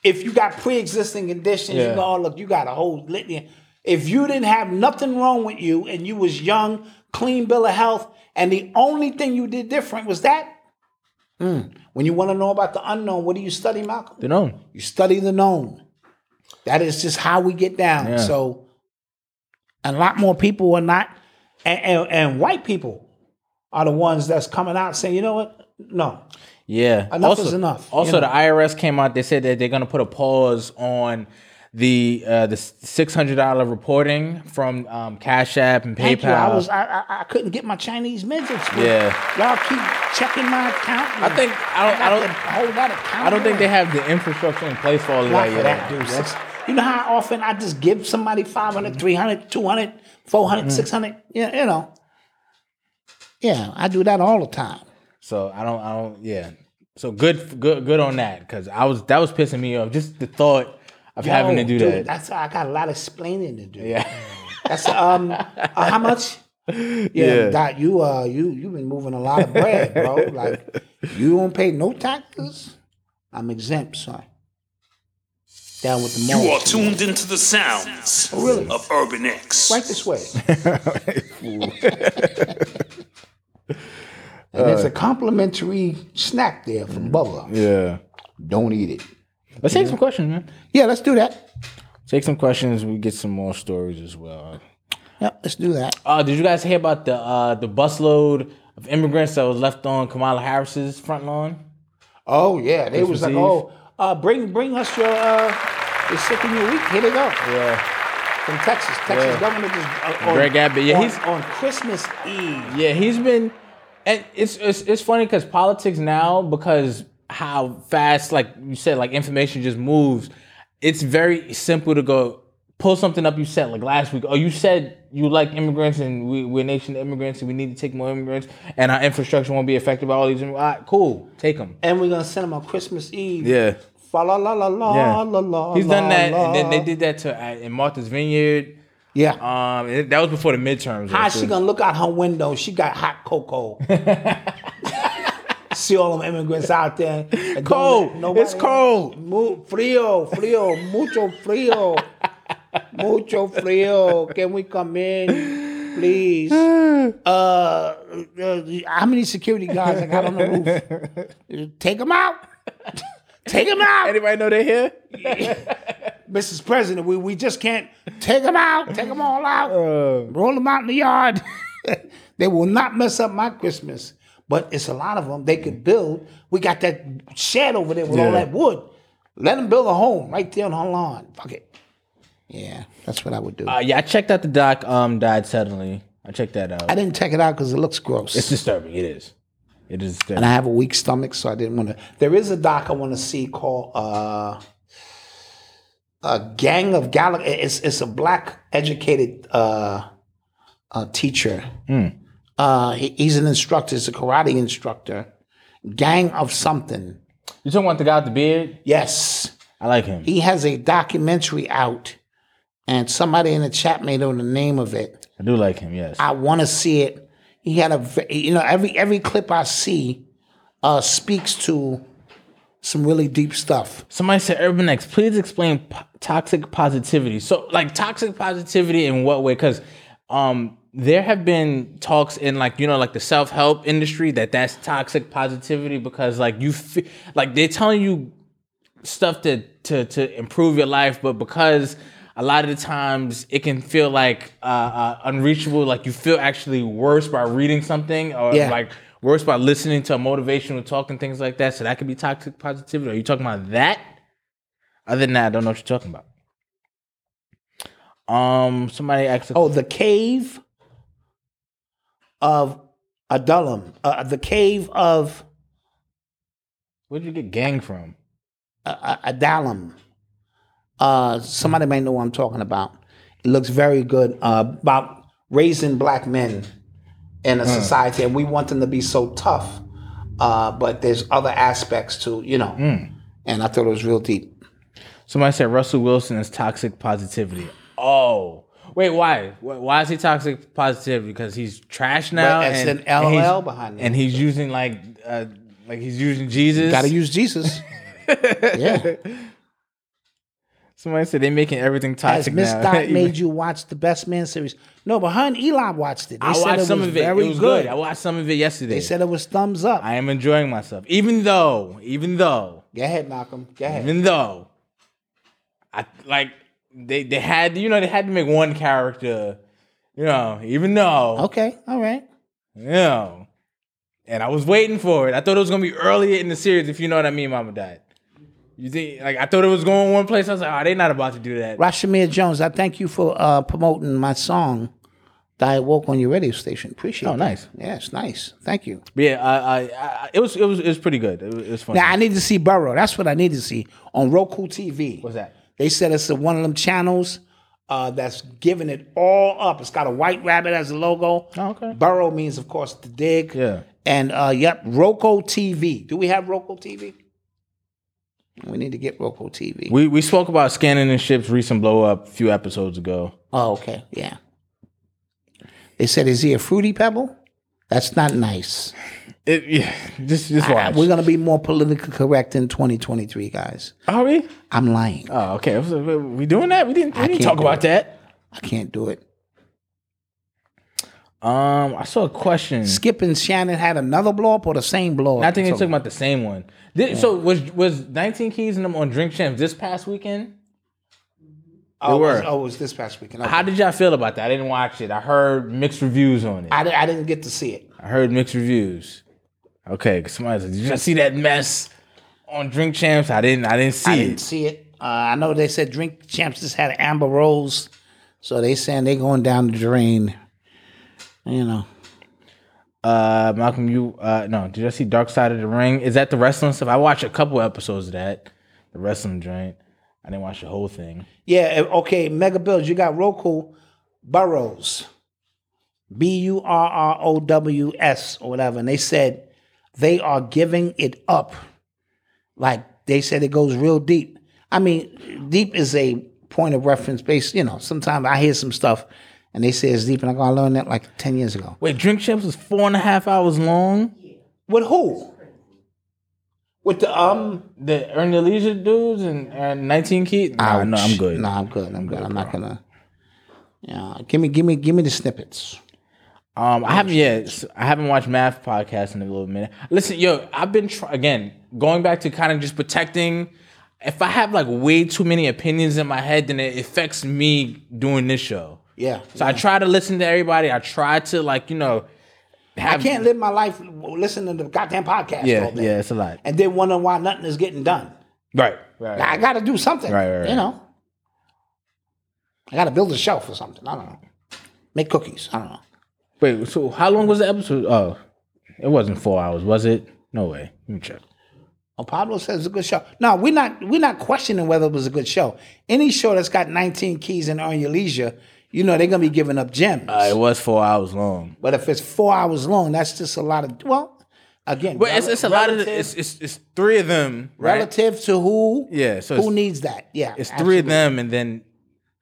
[SPEAKER 7] if you got pre-existing conditions,
[SPEAKER 3] Yeah.
[SPEAKER 7] you go, oh look, you got a whole litany. If you didn't have nothing wrong with you and you was young, clean bill of health, and the only thing you did different was that. Mm. When you want to know about the unknown, what do you study, Malcolm?
[SPEAKER 3] You know,
[SPEAKER 7] You study the known. That is just how we get down.
[SPEAKER 3] Yeah.
[SPEAKER 7] So a lot more people are not, and, and, and white people are the ones that's coming out saying, you know what? No,
[SPEAKER 3] yeah.
[SPEAKER 7] Enough
[SPEAKER 3] also,
[SPEAKER 7] is enough, you
[SPEAKER 3] Also,
[SPEAKER 7] know.
[SPEAKER 3] the IRS came out. They said that they're gonna put a pause on the uh, the six hundred dollar reporting from um, Cash App and PayPal.
[SPEAKER 7] Thank you. I was I, I I couldn't get my Chinese midgets. with.
[SPEAKER 3] Yeah.
[SPEAKER 7] y'all keep checking my account.
[SPEAKER 3] I think- I don't- I
[SPEAKER 7] got
[SPEAKER 3] don't-
[SPEAKER 7] the whole lot of account.
[SPEAKER 3] I don't think they have the infrastructure in place for all of
[SPEAKER 7] Not
[SPEAKER 3] that
[SPEAKER 7] for
[SPEAKER 3] yet.
[SPEAKER 7] that, dude. Six- you know how often I just give somebody 500, 300, 200, 400,
[SPEAKER 3] Mm.
[SPEAKER 7] 600? Yeah, you know. Yeah, I do that all the time.
[SPEAKER 3] So I don't, I don't, yeah. So good, good, good on that because I was that was pissing me off. Just the thought of having to
[SPEAKER 7] Yo,
[SPEAKER 3] do
[SPEAKER 7] dude,
[SPEAKER 3] that.
[SPEAKER 7] That's I got a lot of explaining to do.
[SPEAKER 3] Yeah,
[SPEAKER 7] That's um uh, how much? Yeah, Doc, you uh you you've been moving a lot of bread, bro. like you don't pay no taxes. I'm exempt, son. Down with the
[SPEAKER 5] You are
[SPEAKER 7] morals.
[SPEAKER 5] tuned into the sounds
[SPEAKER 7] Oh, really?
[SPEAKER 5] of Urban X.
[SPEAKER 7] Right this way. and there's a complimentary snack there from Bubba.
[SPEAKER 3] Uh, mm, yeah.
[SPEAKER 7] Don't eat it.
[SPEAKER 3] Let's take some questions, man.
[SPEAKER 7] Yeah, let's do that.
[SPEAKER 3] Take some questions. We get some more stories as well.
[SPEAKER 7] Yep, let's do that.
[SPEAKER 3] Uh, did you guys hear about the uh, the busload of immigrants that was left on Kamala Harris's front lawn?
[SPEAKER 7] Oh yeah, they was
[SPEAKER 3] Christmas
[SPEAKER 7] like,
[SPEAKER 3] Eve.
[SPEAKER 7] oh, uh, bring bring us your uh, your sick in your week. Here they go. Yeah, from Texas. Texas
[SPEAKER 3] Yeah.
[SPEAKER 7] governor just uh,
[SPEAKER 3] Greg Abbott, yeah,
[SPEAKER 7] on,
[SPEAKER 3] he's-
[SPEAKER 7] on Christmas Eve.
[SPEAKER 3] Yeah, he's been, and it's it's, it's funny because politics now because how fast, like you said, like information just moves. It's very simple to go pull something up you said like last week. Oh, you said you like immigrants and we, we're a nation of immigrants and we need to take more immigrants and our infrastructure won't be affected by all these. immigrants. All right, cool, take them.
[SPEAKER 7] And we're gonna send them on Christmas Eve.
[SPEAKER 3] Yeah.
[SPEAKER 7] Fa la la la la
[SPEAKER 3] Yeah.
[SPEAKER 7] la la.
[SPEAKER 3] He's done
[SPEAKER 7] la,
[SPEAKER 3] that,
[SPEAKER 7] la.
[SPEAKER 3] and then they did that to uh, in Martha's Vineyard.
[SPEAKER 7] Yeah.
[SPEAKER 3] Um, and that was before the midterms.
[SPEAKER 7] How's she
[SPEAKER 3] actually.
[SPEAKER 7] gonna look out her window? She got hot cocoa. See all them immigrants out there. and don't
[SPEAKER 3] Cold.
[SPEAKER 7] let nobody-
[SPEAKER 3] It's cold.
[SPEAKER 7] Mu- frio, frio, mucho frio, mucho frio. Can we come in, please? Uh, uh, how many security guards I got on the roof? Take them out. Take them out,
[SPEAKER 3] Anybody know they're here?
[SPEAKER 7] Mrs. President. We we just can't take them out. Take them all out.
[SPEAKER 3] Uh.
[SPEAKER 7] Roll them out in the yard. they will not mess up my Christmas. But it's a lot of them. They could build. We got that shed over there with all
[SPEAKER 3] Yeah.
[SPEAKER 7] that wood. Let them build a home right there on her lawn. Fuck it. Yeah, that's what I would do.
[SPEAKER 3] Uh, yeah, I checked out the doc. Um, died suddenly. I checked that out.
[SPEAKER 7] I didn't check it out because it looks gross.
[SPEAKER 3] It's disturbing. It is. It is disturbing.
[SPEAKER 7] and I have a weak stomach, so I didn't want to. There is a doc I want to see called uh, a Gang of Galaxy. It's it's a black educated uh, uh, teacher. Uh, he- he's an instructor. He's a karate instructor. Gang of something.
[SPEAKER 3] you talking about the guy with the beard?
[SPEAKER 7] Yes,
[SPEAKER 3] I like him.
[SPEAKER 7] he has a documentary out, and somebody in the chat made on the name of it.
[SPEAKER 3] I do like him. Yes.
[SPEAKER 7] I want to see it. He had a, ve- you know, every every clip I see uh, speaks to some really deep stuff.
[SPEAKER 3] Somebody said, "Urban X, please explain po- toxic positivity." So, like toxic positivity in what way? Because um, there have been talks in like you know like the self help industry that that's toxic positivity because like you fe like they're telling you stuff to to to improve your life, but because a lot of the times it can feel like uh, uh, unreachable, like you feel actually worse by reading something or
[SPEAKER 7] Yeah.
[SPEAKER 3] like worse by listening to a motivational talk and things like that. So that could be toxic positivity. Are you talking about that? Other than that, I don't know what you're talking about. Um, somebody asked. a-
[SPEAKER 7] Oh, the cave of Adullam. Uh, the cave of
[SPEAKER 3] where'd you get gang from?
[SPEAKER 7] uh, Adullam. Uh, somebody may know what I'm talking about.
[SPEAKER 4] It looks very good uh, about raising black men in a society, and we want them to be so tough. Uh, but there's other aspects to you know, and I thought it was real deep.
[SPEAKER 3] Somebody said Russell Wilson is toxic positivity. Oh, wait, why? Why why is he toxic positivity? Because he's trash now.
[SPEAKER 4] But it's
[SPEAKER 3] and,
[SPEAKER 4] an
[SPEAKER 3] and he's-
[SPEAKER 4] LOL behind it.
[SPEAKER 3] and he's using like, uh, like he's using Jesus.
[SPEAKER 4] Got to use Jesus. yeah,
[SPEAKER 3] Somebody said they making everything
[SPEAKER 7] Has
[SPEAKER 3] toxic
[SPEAKER 7] Miss
[SPEAKER 3] now.
[SPEAKER 7] Dot
[SPEAKER 3] Even-
[SPEAKER 7] made you watch the Best Man series? No, but her and Eli watched it. They
[SPEAKER 3] I
[SPEAKER 7] said
[SPEAKER 3] watched
[SPEAKER 7] it
[SPEAKER 3] some
[SPEAKER 7] was
[SPEAKER 3] of it. It
[SPEAKER 7] Very
[SPEAKER 3] was good. I watched some of it yesterday.
[SPEAKER 7] They said it was thumbs up.
[SPEAKER 3] I am enjoying myself, even though, even though,
[SPEAKER 4] go ahead, Malcolm. Go ahead.
[SPEAKER 3] even though, I like they they had you know they had to make one character, you know, even though
[SPEAKER 7] okay, all right.
[SPEAKER 3] you know, and I was waiting for it. I thought it was gonna be earlier in the series, if you know what I mean, Mama Dad. You think like I thought it was going one place. I was like, oh, they not about to do that.
[SPEAKER 7] Rashamir Jones, I thank you for uh, promoting my song that I woke on your radio station. Appreciate it.
[SPEAKER 3] Oh, nice.
[SPEAKER 7] Yeah, it's nice. Thank you.
[SPEAKER 3] But yeah, I, I, I, it was it was it was pretty good. It was, it was funny.
[SPEAKER 7] Now, I need to see Burrow. That's what I need to see on Roku TV.
[SPEAKER 3] What's that?
[SPEAKER 7] They said it's one of them channels uh, that's giving it all up. It's got a white rabbit as a logo.
[SPEAKER 3] Oh, okay.
[SPEAKER 7] Burrow means, of course, the dig.
[SPEAKER 3] Yeah.
[SPEAKER 7] And uh, yep, Roku TV. Do we have Roku TV? We need to get Roku TV.
[SPEAKER 3] we we spoke about scanning and ships recent blow up a few episodes ago.
[SPEAKER 7] oh, okay. Yeah. They said, is he a fruity pebble? That's not nice.
[SPEAKER 3] It, yeah, just just
[SPEAKER 7] I-
[SPEAKER 3] watch.
[SPEAKER 7] we're going to be more politically correct in 2023, guys.
[SPEAKER 3] Are we?
[SPEAKER 7] I'm lying.
[SPEAKER 3] Oh, okay. I was like, wait, We doing that? We didn't, we
[SPEAKER 7] I
[SPEAKER 3] didn't
[SPEAKER 7] can't
[SPEAKER 3] talk
[SPEAKER 7] do
[SPEAKER 3] about
[SPEAKER 7] it.
[SPEAKER 3] that.
[SPEAKER 7] I can't do it.
[SPEAKER 3] Um, I saw a question.
[SPEAKER 7] Skip and Shannon had another blow up or the same blow up?
[SPEAKER 3] I think they talking about the same one. Did, So was was 19 Keys and them on Drink Champs this past weekend?
[SPEAKER 7] oh,
[SPEAKER 3] They were.
[SPEAKER 7] It was, oh, it was this past weekend. Okay.
[SPEAKER 3] How did y'all feel about that? I didn't watch it. I heard mixed reviews on it.
[SPEAKER 7] I, di- I didn't get to see it.
[SPEAKER 3] I heard mixed reviews. Okay, 'cause somebody said, "Did you see that mess on Drink Champs?" I didn't. I didn't see
[SPEAKER 7] I
[SPEAKER 3] it.
[SPEAKER 7] didn't see it. Uh, I know they said Drink Champs just had Amber Rose, so they saying they going down the drain. You know,
[SPEAKER 3] Uh, Malcolm, you uh, no, did I see Dark Side of the Ring? Is that the wrestling stuff? I watched a couple episodes of that, the wrestling joint. I didn't watch the whole thing.
[SPEAKER 7] yeah. eh, Okay, Mega Bills. You got Roku Burrows, B U R R O W S or whatever, and they said they are giving it up. Like they said, it goes real deep. I mean, deep is a point of reference based. You know, sometimes I hear some stuff, and they say it's deep, and I go, I learned that like ten years ago.
[SPEAKER 3] Wait, Drink Champs was four and a half hours long.
[SPEAKER 7] With who? With the um.
[SPEAKER 3] The Earn Your Leisure dudes and, and 19 Keys. Nah, no, I'm good. Um,
[SPEAKER 7] No, I'm good. I'm good. I'm not gonna. Yeah, give me, give me, give me the snippets.
[SPEAKER 3] Um, I haven't yet. s- I haven't watched math podcast in a little minute. Listen, yo, I've been try- again going back to kind of just protecting. If I have like way too many opinions in my head, then it affects me doing this show.
[SPEAKER 7] Yeah.
[SPEAKER 3] So I try to listen to everybody. I try to like you know.
[SPEAKER 7] I
[SPEAKER 3] Have,
[SPEAKER 7] can't live my life listening to the goddamn podcast.
[SPEAKER 3] Yeah,
[SPEAKER 7] all day
[SPEAKER 3] yeah, it's a lot.
[SPEAKER 7] And then wondering why nothing is getting done.
[SPEAKER 3] Right, right.
[SPEAKER 7] I got to do something.
[SPEAKER 3] Right, right,
[SPEAKER 7] You
[SPEAKER 3] right.
[SPEAKER 7] know, I got to build a shelf or something. I don't know. Make cookies. I don't know.
[SPEAKER 3] Wait, so how long was the episode? Oh, it wasn't four hours, was it? No way. Let me check.
[SPEAKER 7] Oh, Pablo says it's a good show. No, we're not. We're not questioning whether it was a good show. Any show that's got 19 keys and earn your leisure, you know they're gonna be giving up gems.
[SPEAKER 3] Uh, it was four hours long.
[SPEAKER 7] But if it's four hours long, that's just a lot of well, again.
[SPEAKER 3] But it's,
[SPEAKER 7] rel-
[SPEAKER 3] it's a lot of the,
[SPEAKER 7] relative-
[SPEAKER 3] it's, it's it's three of them, right?
[SPEAKER 7] relative to who?
[SPEAKER 3] Yeah, so
[SPEAKER 7] who
[SPEAKER 3] it's-
[SPEAKER 7] needs that? Yeah,
[SPEAKER 3] It's three of
[SPEAKER 7] absolutely.
[SPEAKER 3] them, and then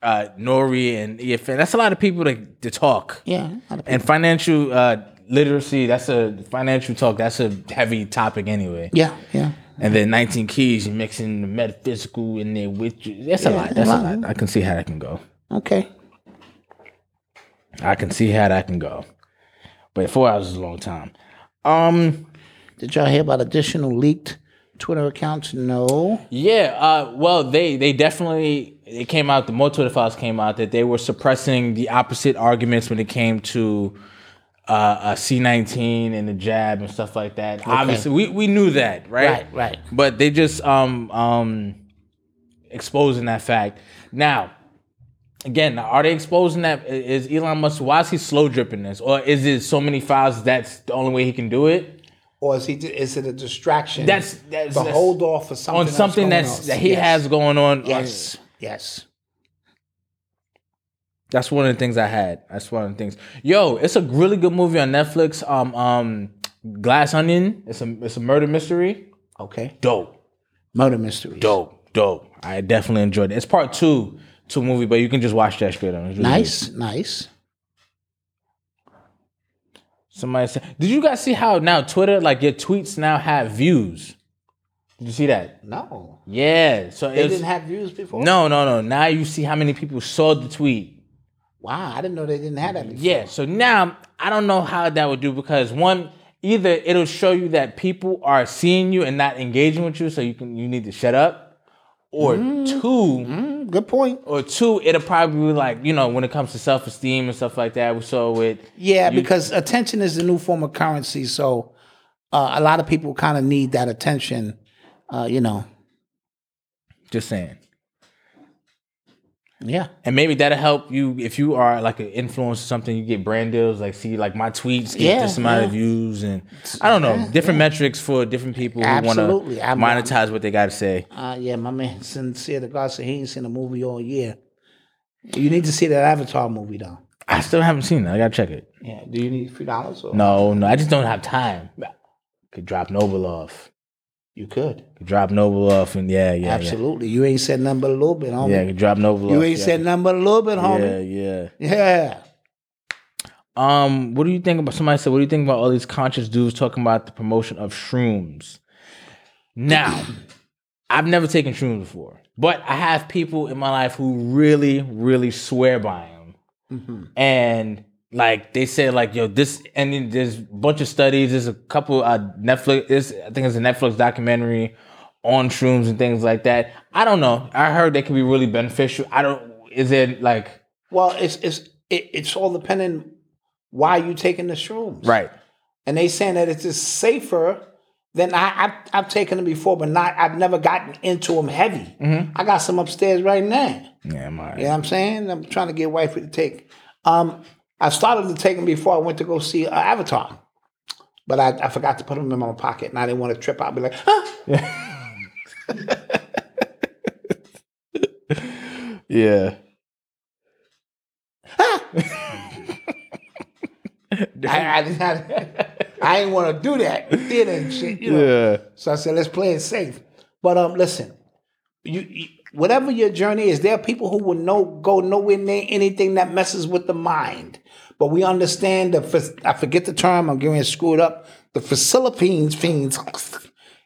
[SPEAKER 3] uh, Nori and EFN. That's a lot of people to to talk.
[SPEAKER 7] Yeah, a lot of
[SPEAKER 3] And financial uh, literacy. That's a financial talk. That's a heavy topic anyway.
[SPEAKER 7] Yeah, yeah.
[SPEAKER 3] And then 19 keys, you're mixing the metaphysical in there with you. That's a lot. That's a lot. I can see how that can go.
[SPEAKER 7] Okay.
[SPEAKER 3] I can see how that can go. But four hours is a long time. Um,
[SPEAKER 7] Did y'all hear about additional leaked Twitter accounts? No.
[SPEAKER 3] yeah, uh, well, they they definitely it came out. The more Twitter files came out that they were suppressing the opposite arguments when it came to uh, uh, C nineteen and the jab and stuff like that. Obviously, we, we knew that, right?
[SPEAKER 7] Right, right.
[SPEAKER 3] But they just um um exposing that fact. Now, again, are they exposing that? I- Is Elon Musk why is he slow dripping this, or is it so many files that's the only way he can do it?
[SPEAKER 7] Or is he? Is it a distraction?
[SPEAKER 3] That's- that's-
[SPEAKER 7] to
[SPEAKER 3] that's-
[SPEAKER 7] hold off for something
[SPEAKER 3] on
[SPEAKER 7] else
[SPEAKER 3] something
[SPEAKER 7] going
[SPEAKER 3] that's
[SPEAKER 7] else.
[SPEAKER 3] that he
[SPEAKER 7] Yes.
[SPEAKER 3] has going on.
[SPEAKER 7] Yes, yes.
[SPEAKER 3] That's one of the things I had. That's one of the things. Yo, it's a really good movie on Netflix. Um, um, Glass Onion. It's a it's a murder mystery.
[SPEAKER 7] Okay.
[SPEAKER 3] Dope,
[SPEAKER 7] Murder mysteries.
[SPEAKER 3] dope, dope. I definitely enjoyed it. It's part two to a movie, but you can just watch that straight on. It's really
[SPEAKER 7] Nice, nice.
[SPEAKER 3] good. Somebody said, "Did you guys see how now Twitter like your tweets now have views? Did you see that?
[SPEAKER 7] No,
[SPEAKER 3] Yeah. So
[SPEAKER 7] they
[SPEAKER 3] it's-
[SPEAKER 7] didn't have views before.
[SPEAKER 3] no, no, no. Now you see how many people saw the tweet.
[SPEAKER 7] Wow, I didn't know they didn't have that before.
[SPEAKER 3] Yeah, so now I don't know how that would do because one, either it'll show you that people are seeing you and not engaging with you, so you can you need to shut up. Or two,
[SPEAKER 7] Mm. Good point.
[SPEAKER 3] or two, it'll probably be like, you know, when it comes to self esteem and stuff like that, we saw with
[SPEAKER 9] Yeah,
[SPEAKER 7] Because attention is the new form of currency, so uh, a lot of people kind of need that attention. Uh, you know,
[SPEAKER 3] just saying.
[SPEAKER 7] yeah.
[SPEAKER 3] And maybe that'll help you if you are like an influencer or something, you get brand deals, like see like my tweets get
[SPEAKER 7] Yeah,
[SPEAKER 3] this amount of
[SPEAKER 7] yeah.
[SPEAKER 3] views and I don't know, different metrics for different people who wanna
[SPEAKER 7] Absolutely, I'm-
[SPEAKER 3] monetize what they gotta say.
[SPEAKER 7] Uh, yeah, my man Sincere the God said he ain't seen a movie all year. You need to see that Avatar movie though.
[SPEAKER 3] I still haven't seen that. I gotta check it.
[SPEAKER 7] Yeah. Do you need three dollars or
[SPEAKER 3] No, no, I just don't have time. Could drop Noble off.
[SPEAKER 7] You could.
[SPEAKER 3] Could drop Noble off, and yeah, yeah,
[SPEAKER 7] Absolutely. You ain't said nothing but a little bit,
[SPEAKER 3] yeah.
[SPEAKER 7] homie.
[SPEAKER 3] Yeah, could drop Noble off.
[SPEAKER 7] you ain't
[SPEAKER 3] yeah.
[SPEAKER 7] said nothing but a little bit, homie.
[SPEAKER 3] Yeah, yeah.
[SPEAKER 7] Yeah.
[SPEAKER 3] Um, what do you think about? Somebody said, what do you think about all these conscious dudes talking about the promotion of shrooms? Now, I've never taken shrooms before, but I have people in my life who really, really swear by them, Mm-hmm. and like they say, like yo, this and then there's a bunch of studies. There's a couple uh, Netflix. There's, I think it's a Netflix documentary on shrooms and things like that. I don't know. I heard they can be really beneficial. I don't. Is it like
[SPEAKER 7] Well, it's it's it, it's all depending why you taking the shrooms.
[SPEAKER 3] right?
[SPEAKER 7] and they saying that it's just safer than I, I've, I've taken them before, but not I've never gotten into them heavy.
[SPEAKER 3] Mm-hmm.
[SPEAKER 7] I got some upstairs right now.
[SPEAKER 3] Yeah, am I?
[SPEAKER 7] You know what I'm saying? I'm trying to get wifey to take. Um, I started to take them before I went to go see uh, Avatar, but I, I forgot to put them in my pocket, and I didn't want to trip. I'd be like, huh?
[SPEAKER 3] Yeah.
[SPEAKER 7] I, I, didn't- I, I didn't want to do that theater and shit. You know? So I said, let's play it safe. But um, listen, you, you whatever your journey is, there are people who will no go nowhere near anything that messes with the mind. But we understand the fac- I forget the term. I'm getting screwed up. The facilipines fiends,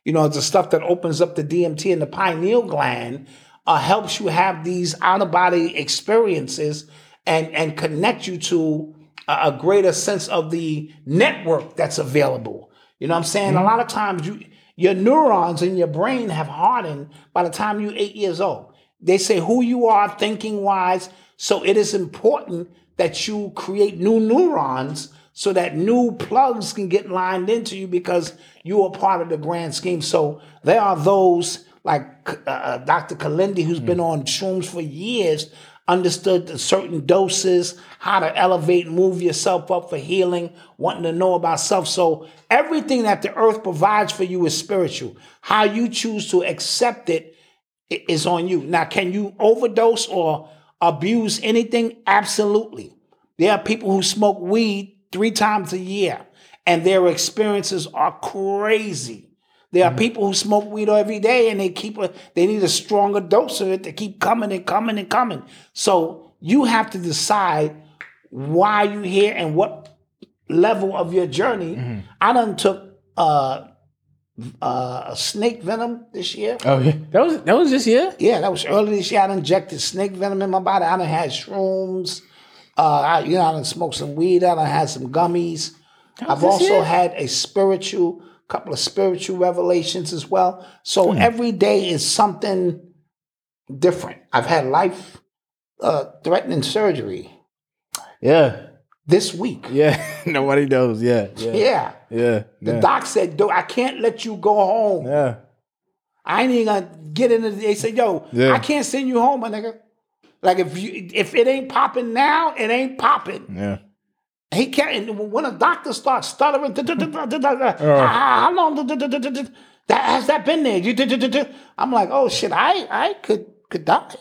[SPEAKER 7] you know, it's the stuff that opens up the DMT and the pineal gland, uh, helps you have these out of body experiences and and connect you to a, a greater sense of the network that's available. You know what I'm saying? A lot of times you your neurons in your brain have hardened by the time you're eight years old. They say who you are thinking wise. So it is important that you create new neurons so that new plugs can get lined into you because you are part of the grand scheme. So there are those like uh, uh, Dr. Kalindi, who's been on shrooms for years, understood the certain doses, how to elevate, move yourself up for healing, wanting to know about self. So everything that the earth provides for you is spiritual. How you choose to accept it i- is on you. Now, can you overdose or abuse anything? Absolutely. There are people who smoke weed three times a year, and their experiences are crazy. There are people who smoke weed every day and they keep a, they need a stronger dose of it to keep coming and coming and coming. So you have to decide why you here and what level of your journey. I done took uh uh snake venom this year.
[SPEAKER 3] Oh yeah. That was that was this year.
[SPEAKER 7] Yeah, that was early this year. I done injected snake venom in my body. I done had shrooms. Uh, I, you know, I done smoked some weed. I done had some gummies. I've also had a spiritual, couple of spiritual revelations as well. So
[SPEAKER 3] Hmm.
[SPEAKER 7] every day is something different. I've had life uh, threatening surgery
[SPEAKER 3] Yeah.
[SPEAKER 7] this week.
[SPEAKER 3] Yeah. Nobody knows. Yeah. Yeah.
[SPEAKER 7] Yeah.
[SPEAKER 3] Yeah.
[SPEAKER 7] The doc said, "Do- I can't let you go home.
[SPEAKER 3] yeah.
[SPEAKER 7] I ain't even gonna get into. They say, "Yo,
[SPEAKER 10] Yeah.
[SPEAKER 7] I can't send you home, my nigga." Like if you if it ain't popping now, it ain't popping.
[SPEAKER 10] Yeah.
[SPEAKER 7] He can't. And when a doctor starts stuttering, duh, duh, duh, duh, duh, duh, duh,
[SPEAKER 3] Uh.
[SPEAKER 7] ah, how how long duh, duh, duh, duh, duh, that has that been there? You, duh, duh, duh, duh. I'm like, oh shit, I I could could die.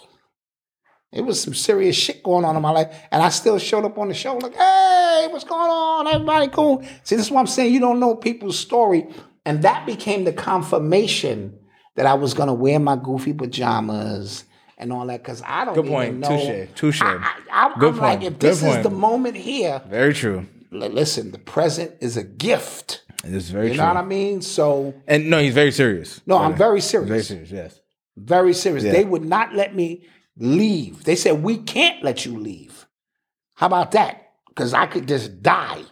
[SPEAKER 7] It was some serious shit going on in my life, and I still showed up on the show like, hey, what's going on? Everybody cool? See, this is what I'm saying. You don't know people's story, and that became the confirmation that I was gonna wear my goofy pajamas and all that because I don't.
[SPEAKER 3] Good
[SPEAKER 7] even
[SPEAKER 3] point.
[SPEAKER 7] know-
[SPEAKER 3] Touche. Touche.
[SPEAKER 7] I, I, I'm
[SPEAKER 3] Good
[SPEAKER 7] like,
[SPEAKER 3] point. Good
[SPEAKER 7] if this is
[SPEAKER 3] point.
[SPEAKER 7] the moment here,
[SPEAKER 3] Very true.
[SPEAKER 7] li- listen, the present is a gift.
[SPEAKER 3] It is very
[SPEAKER 7] You
[SPEAKER 3] true.
[SPEAKER 7] know what I mean? So,
[SPEAKER 3] And no, he's very serious.
[SPEAKER 7] no, I'm
[SPEAKER 3] Very
[SPEAKER 7] very serious.
[SPEAKER 3] serious. Yes.
[SPEAKER 7] Very serious. They would not let me leave. They said, We can't let you leave. How about that? Because I could just die.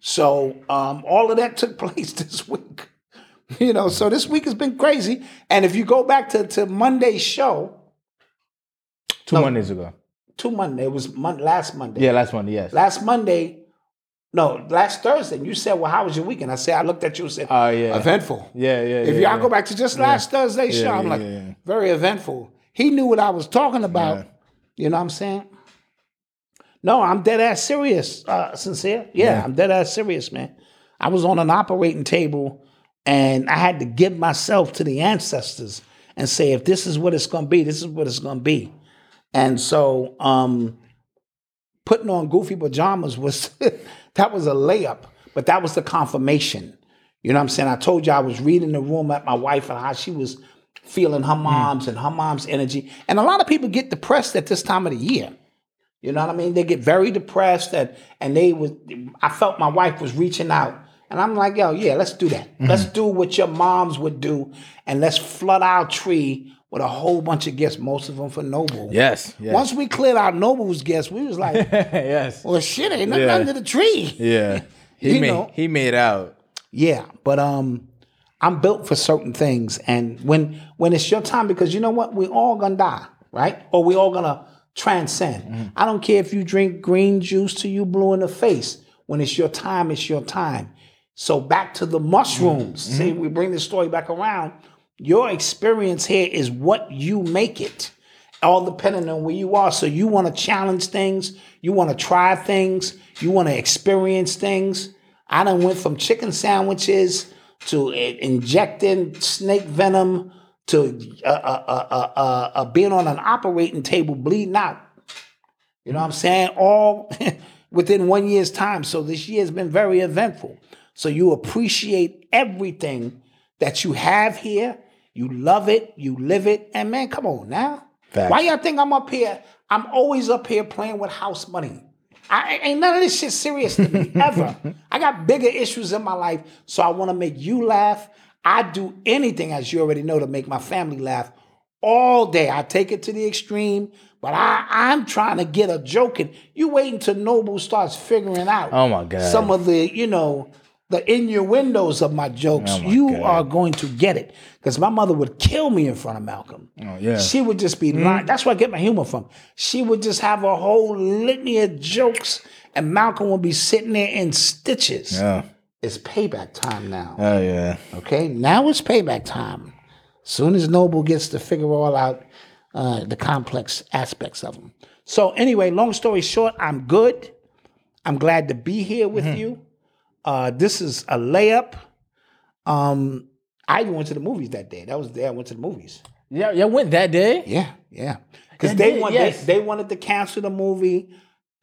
[SPEAKER 7] So, um, all of that took place this week. You know, so this week has been crazy. And if you go back to, to Monday's show,
[SPEAKER 3] Two Mondays ago.
[SPEAKER 7] to Monday, it was mon- last Monday.
[SPEAKER 3] Yeah, last Monday. Yes.
[SPEAKER 7] last Monday, no, last Thursday, you said, Well, how was your weekend? I said, I looked at you and said,
[SPEAKER 3] Oh, yeah.
[SPEAKER 7] Eventful.
[SPEAKER 3] yeah, yeah.
[SPEAKER 7] If
[SPEAKER 3] yeah,
[SPEAKER 7] y'all
[SPEAKER 3] yeah.
[SPEAKER 7] go back to just last Thursday's show, I'm
[SPEAKER 10] yeah,
[SPEAKER 7] like,
[SPEAKER 10] yeah, yeah.
[SPEAKER 7] very eventful. He knew what I was talking about. You know what I'm saying? No, I'm dead ass serious, uh, sincere. Yeah, I'm dead ass serious, man. I was on an operating table and I had to give myself to the ancestors and say, if this is what it's gonna be, this is what it's gonna be. And so um putting on goofy pajamas was that was a layup, but that was the confirmation. You know what I'm saying? I told you I was reading the room at my wife and how she was feeling
[SPEAKER 3] Mm.
[SPEAKER 7] her mom's and her mom's energy. And a lot of people get depressed at this time of the year. You know what I mean? They get very depressed and and they was I felt my wife was reaching out. And I'm like, yo, yeah, let's do
[SPEAKER 3] Mm-hmm.
[SPEAKER 7] that. Let's do what your moms would do and let's flood our tree with a whole bunch of gifts, most of them for Noble.
[SPEAKER 3] Yes. Yes.
[SPEAKER 7] Once we cleared out Noble's gifts, we was like,
[SPEAKER 3] yes.
[SPEAKER 7] well, shit, ain't nothing
[SPEAKER 3] Yeah.
[SPEAKER 7] under the tree.
[SPEAKER 3] Yeah. He
[SPEAKER 7] You
[SPEAKER 3] made
[SPEAKER 7] know.
[SPEAKER 3] he made out.
[SPEAKER 7] Yeah, but um, I'm built for certain things, and when when it's your time, because you know what, we all gonna die, right? Or we all gonna transcend. I don't care if you drink green juice to you blue in the face. When it's your time, it's your time. So back to the mushrooms. See, we bring this story back around. Your experience here is what you make it all depending on where you are. So you want to challenge things, you want to try things, you want to experience things. I done went from chicken sandwiches to i- injecting snake venom to uh, uh, uh, uh, uh, uh, being on an operating table bleeding out. You know what I'm saying? All within one year's time. So this year has been very eventful. So you appreciate everything that you have here. You love it. You live it. And man, come on now. Why y'all think I'm up here? I'm always up here playing with house money. I ain't- ain't none of this shit serious to me ever. I got bigger issues in my life, so I want to make you laugh. I do anything, as you already know, to make my family laugh all day. I take it to the extreme, but I, I'm trying to get a joke in. You wait until Noble starts figuring out
[SPEAKER 3] Oh, my God.
[SPEAKER 7] some of the, you know, the innuendos of my jokes.
[SPEAKER 3] Oh
[SPEAKER 7] you are going to get it. Because my mother would kill me in front of Malcolm.
[SPEAKER 3] Oh,
[SPEAKER 10] yeah.
[SPEAKER 7] She would just be
[SPEAKER 10] Mm-hmm.
[SPEAKER 7] lying. That's where I get my humor from. She would just have a whole litany of jokes, and Malcolm would be sitting there in stitches.
[SPEAKER 3] Oh,
[SPEAKER 10] Yeah.
[SPEAKER 7] It's payback time now.
[SPEAKER 10] Oh yeah.
[SPEAKER 7] Okay, now it's payback time. Soon as Noble gets to figure all out uh, the complex aspects of them. So anyway, long story short, I'm good. I'm glad to be here with
[SPEAKER 10] Mm-hmm.
[SPEAKER 7] you. Uh, this is a layup. Um, I even went to the movies that day. That was the day I went to the movies.
[SPEAKER 3] Yeah, yeah, went that day.
[SPEAKER 7] Yeah, yeah. Because
[SPEAKER 3] Yeah,
[SPEAKER 7] they,
[SPEAKER 3] they-
[SPEAKER 7] want
[SPEAKER 3] yes.
[SPEAKER 7] they, they wanted to cancel the movie.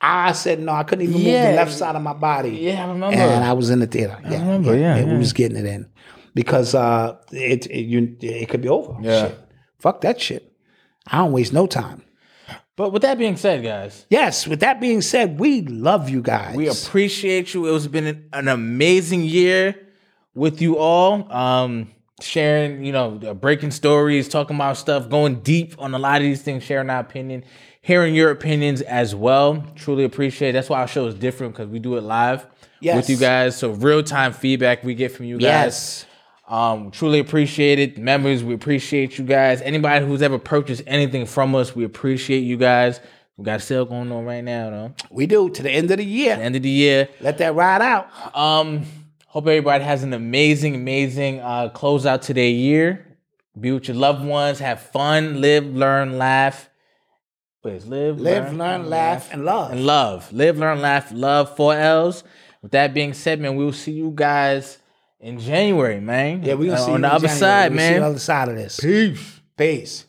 [SPEAKER 7] I said no. I couldn't even move
[SPEAKER 3] Yeah.
[SPEAKER 7] the left side of my body.
[SPEAKER 3] Yeah, I remember.
[SPEAKER 7] And I was in the theater. Yeah,
[SPEAKER 10] remember, yeah,
[SPEAKER 7] we
[SPEAKER 10] yeah.
[SPEAKER 7] was getting it in because uh, it it, you, it could be over.
[SPEAKER 10] Yeah.
[SPEAKER 7] Shit. fuck that shit. I don't waste no time.
[SPEAKER 3] But with that being said, guys,
[SPEAKER 7] Yes. With that being said, we love you guys.
[SPEAKER 3] we appreciate you. It's been an, an amazing year with you all. Um, sharing, you know, uh, breaking stories, talking about stuff, going deep on a lot of these things, sharing our opinion, hearing your opinions as well. Truly appreciate. it. That's why our show is different because we do it live
[SPEAKER 7] Yes.
[SPEAKER 3] with you guys. So real time feedback we get from you guys.
[SPEAKER 7] yes.
[SPEAKER 3] Um, truly appreciate it. Members, we appreciate you guys. Anybody who's ever purchased anything from us, we appreciate you guys. We got a sale going on right now, though.
[SPEAKER 7] We do to the end of the year.
[SPEAKER 3] End of the year.
[SPEAKER 7] Let that ride out.
[SPEAKER 3] Um, hope everybody has an amazing, amazing uh closeout to their year. Be with your loved ones. Have fun. Live, learn, laugh. Wait, it's live,
[SPEAKER 7] Live, learn, laugh, and love.
[SPEAKER 3] and love. Live, learn, laugh, love. Four L's. With that being said, man, we will see you guys in January, man.
[SPEAKER 7] Yeah, we gonna
[SPEAKER 3] Uh, on
[SPEAKER 7] see you
[SPEAKER 3] the
[SPEAKER 7] in
[SPEAKER 3] other
[SPEAKER 7] January.
[SPEAKER 3] side,
[SPEAKER 7] We See you on the
[SPEAKER 3] man.
[SPEAKER 7] other side of this.
[SPEAKER 3] Peace.
[SPEAKER 7] Peace.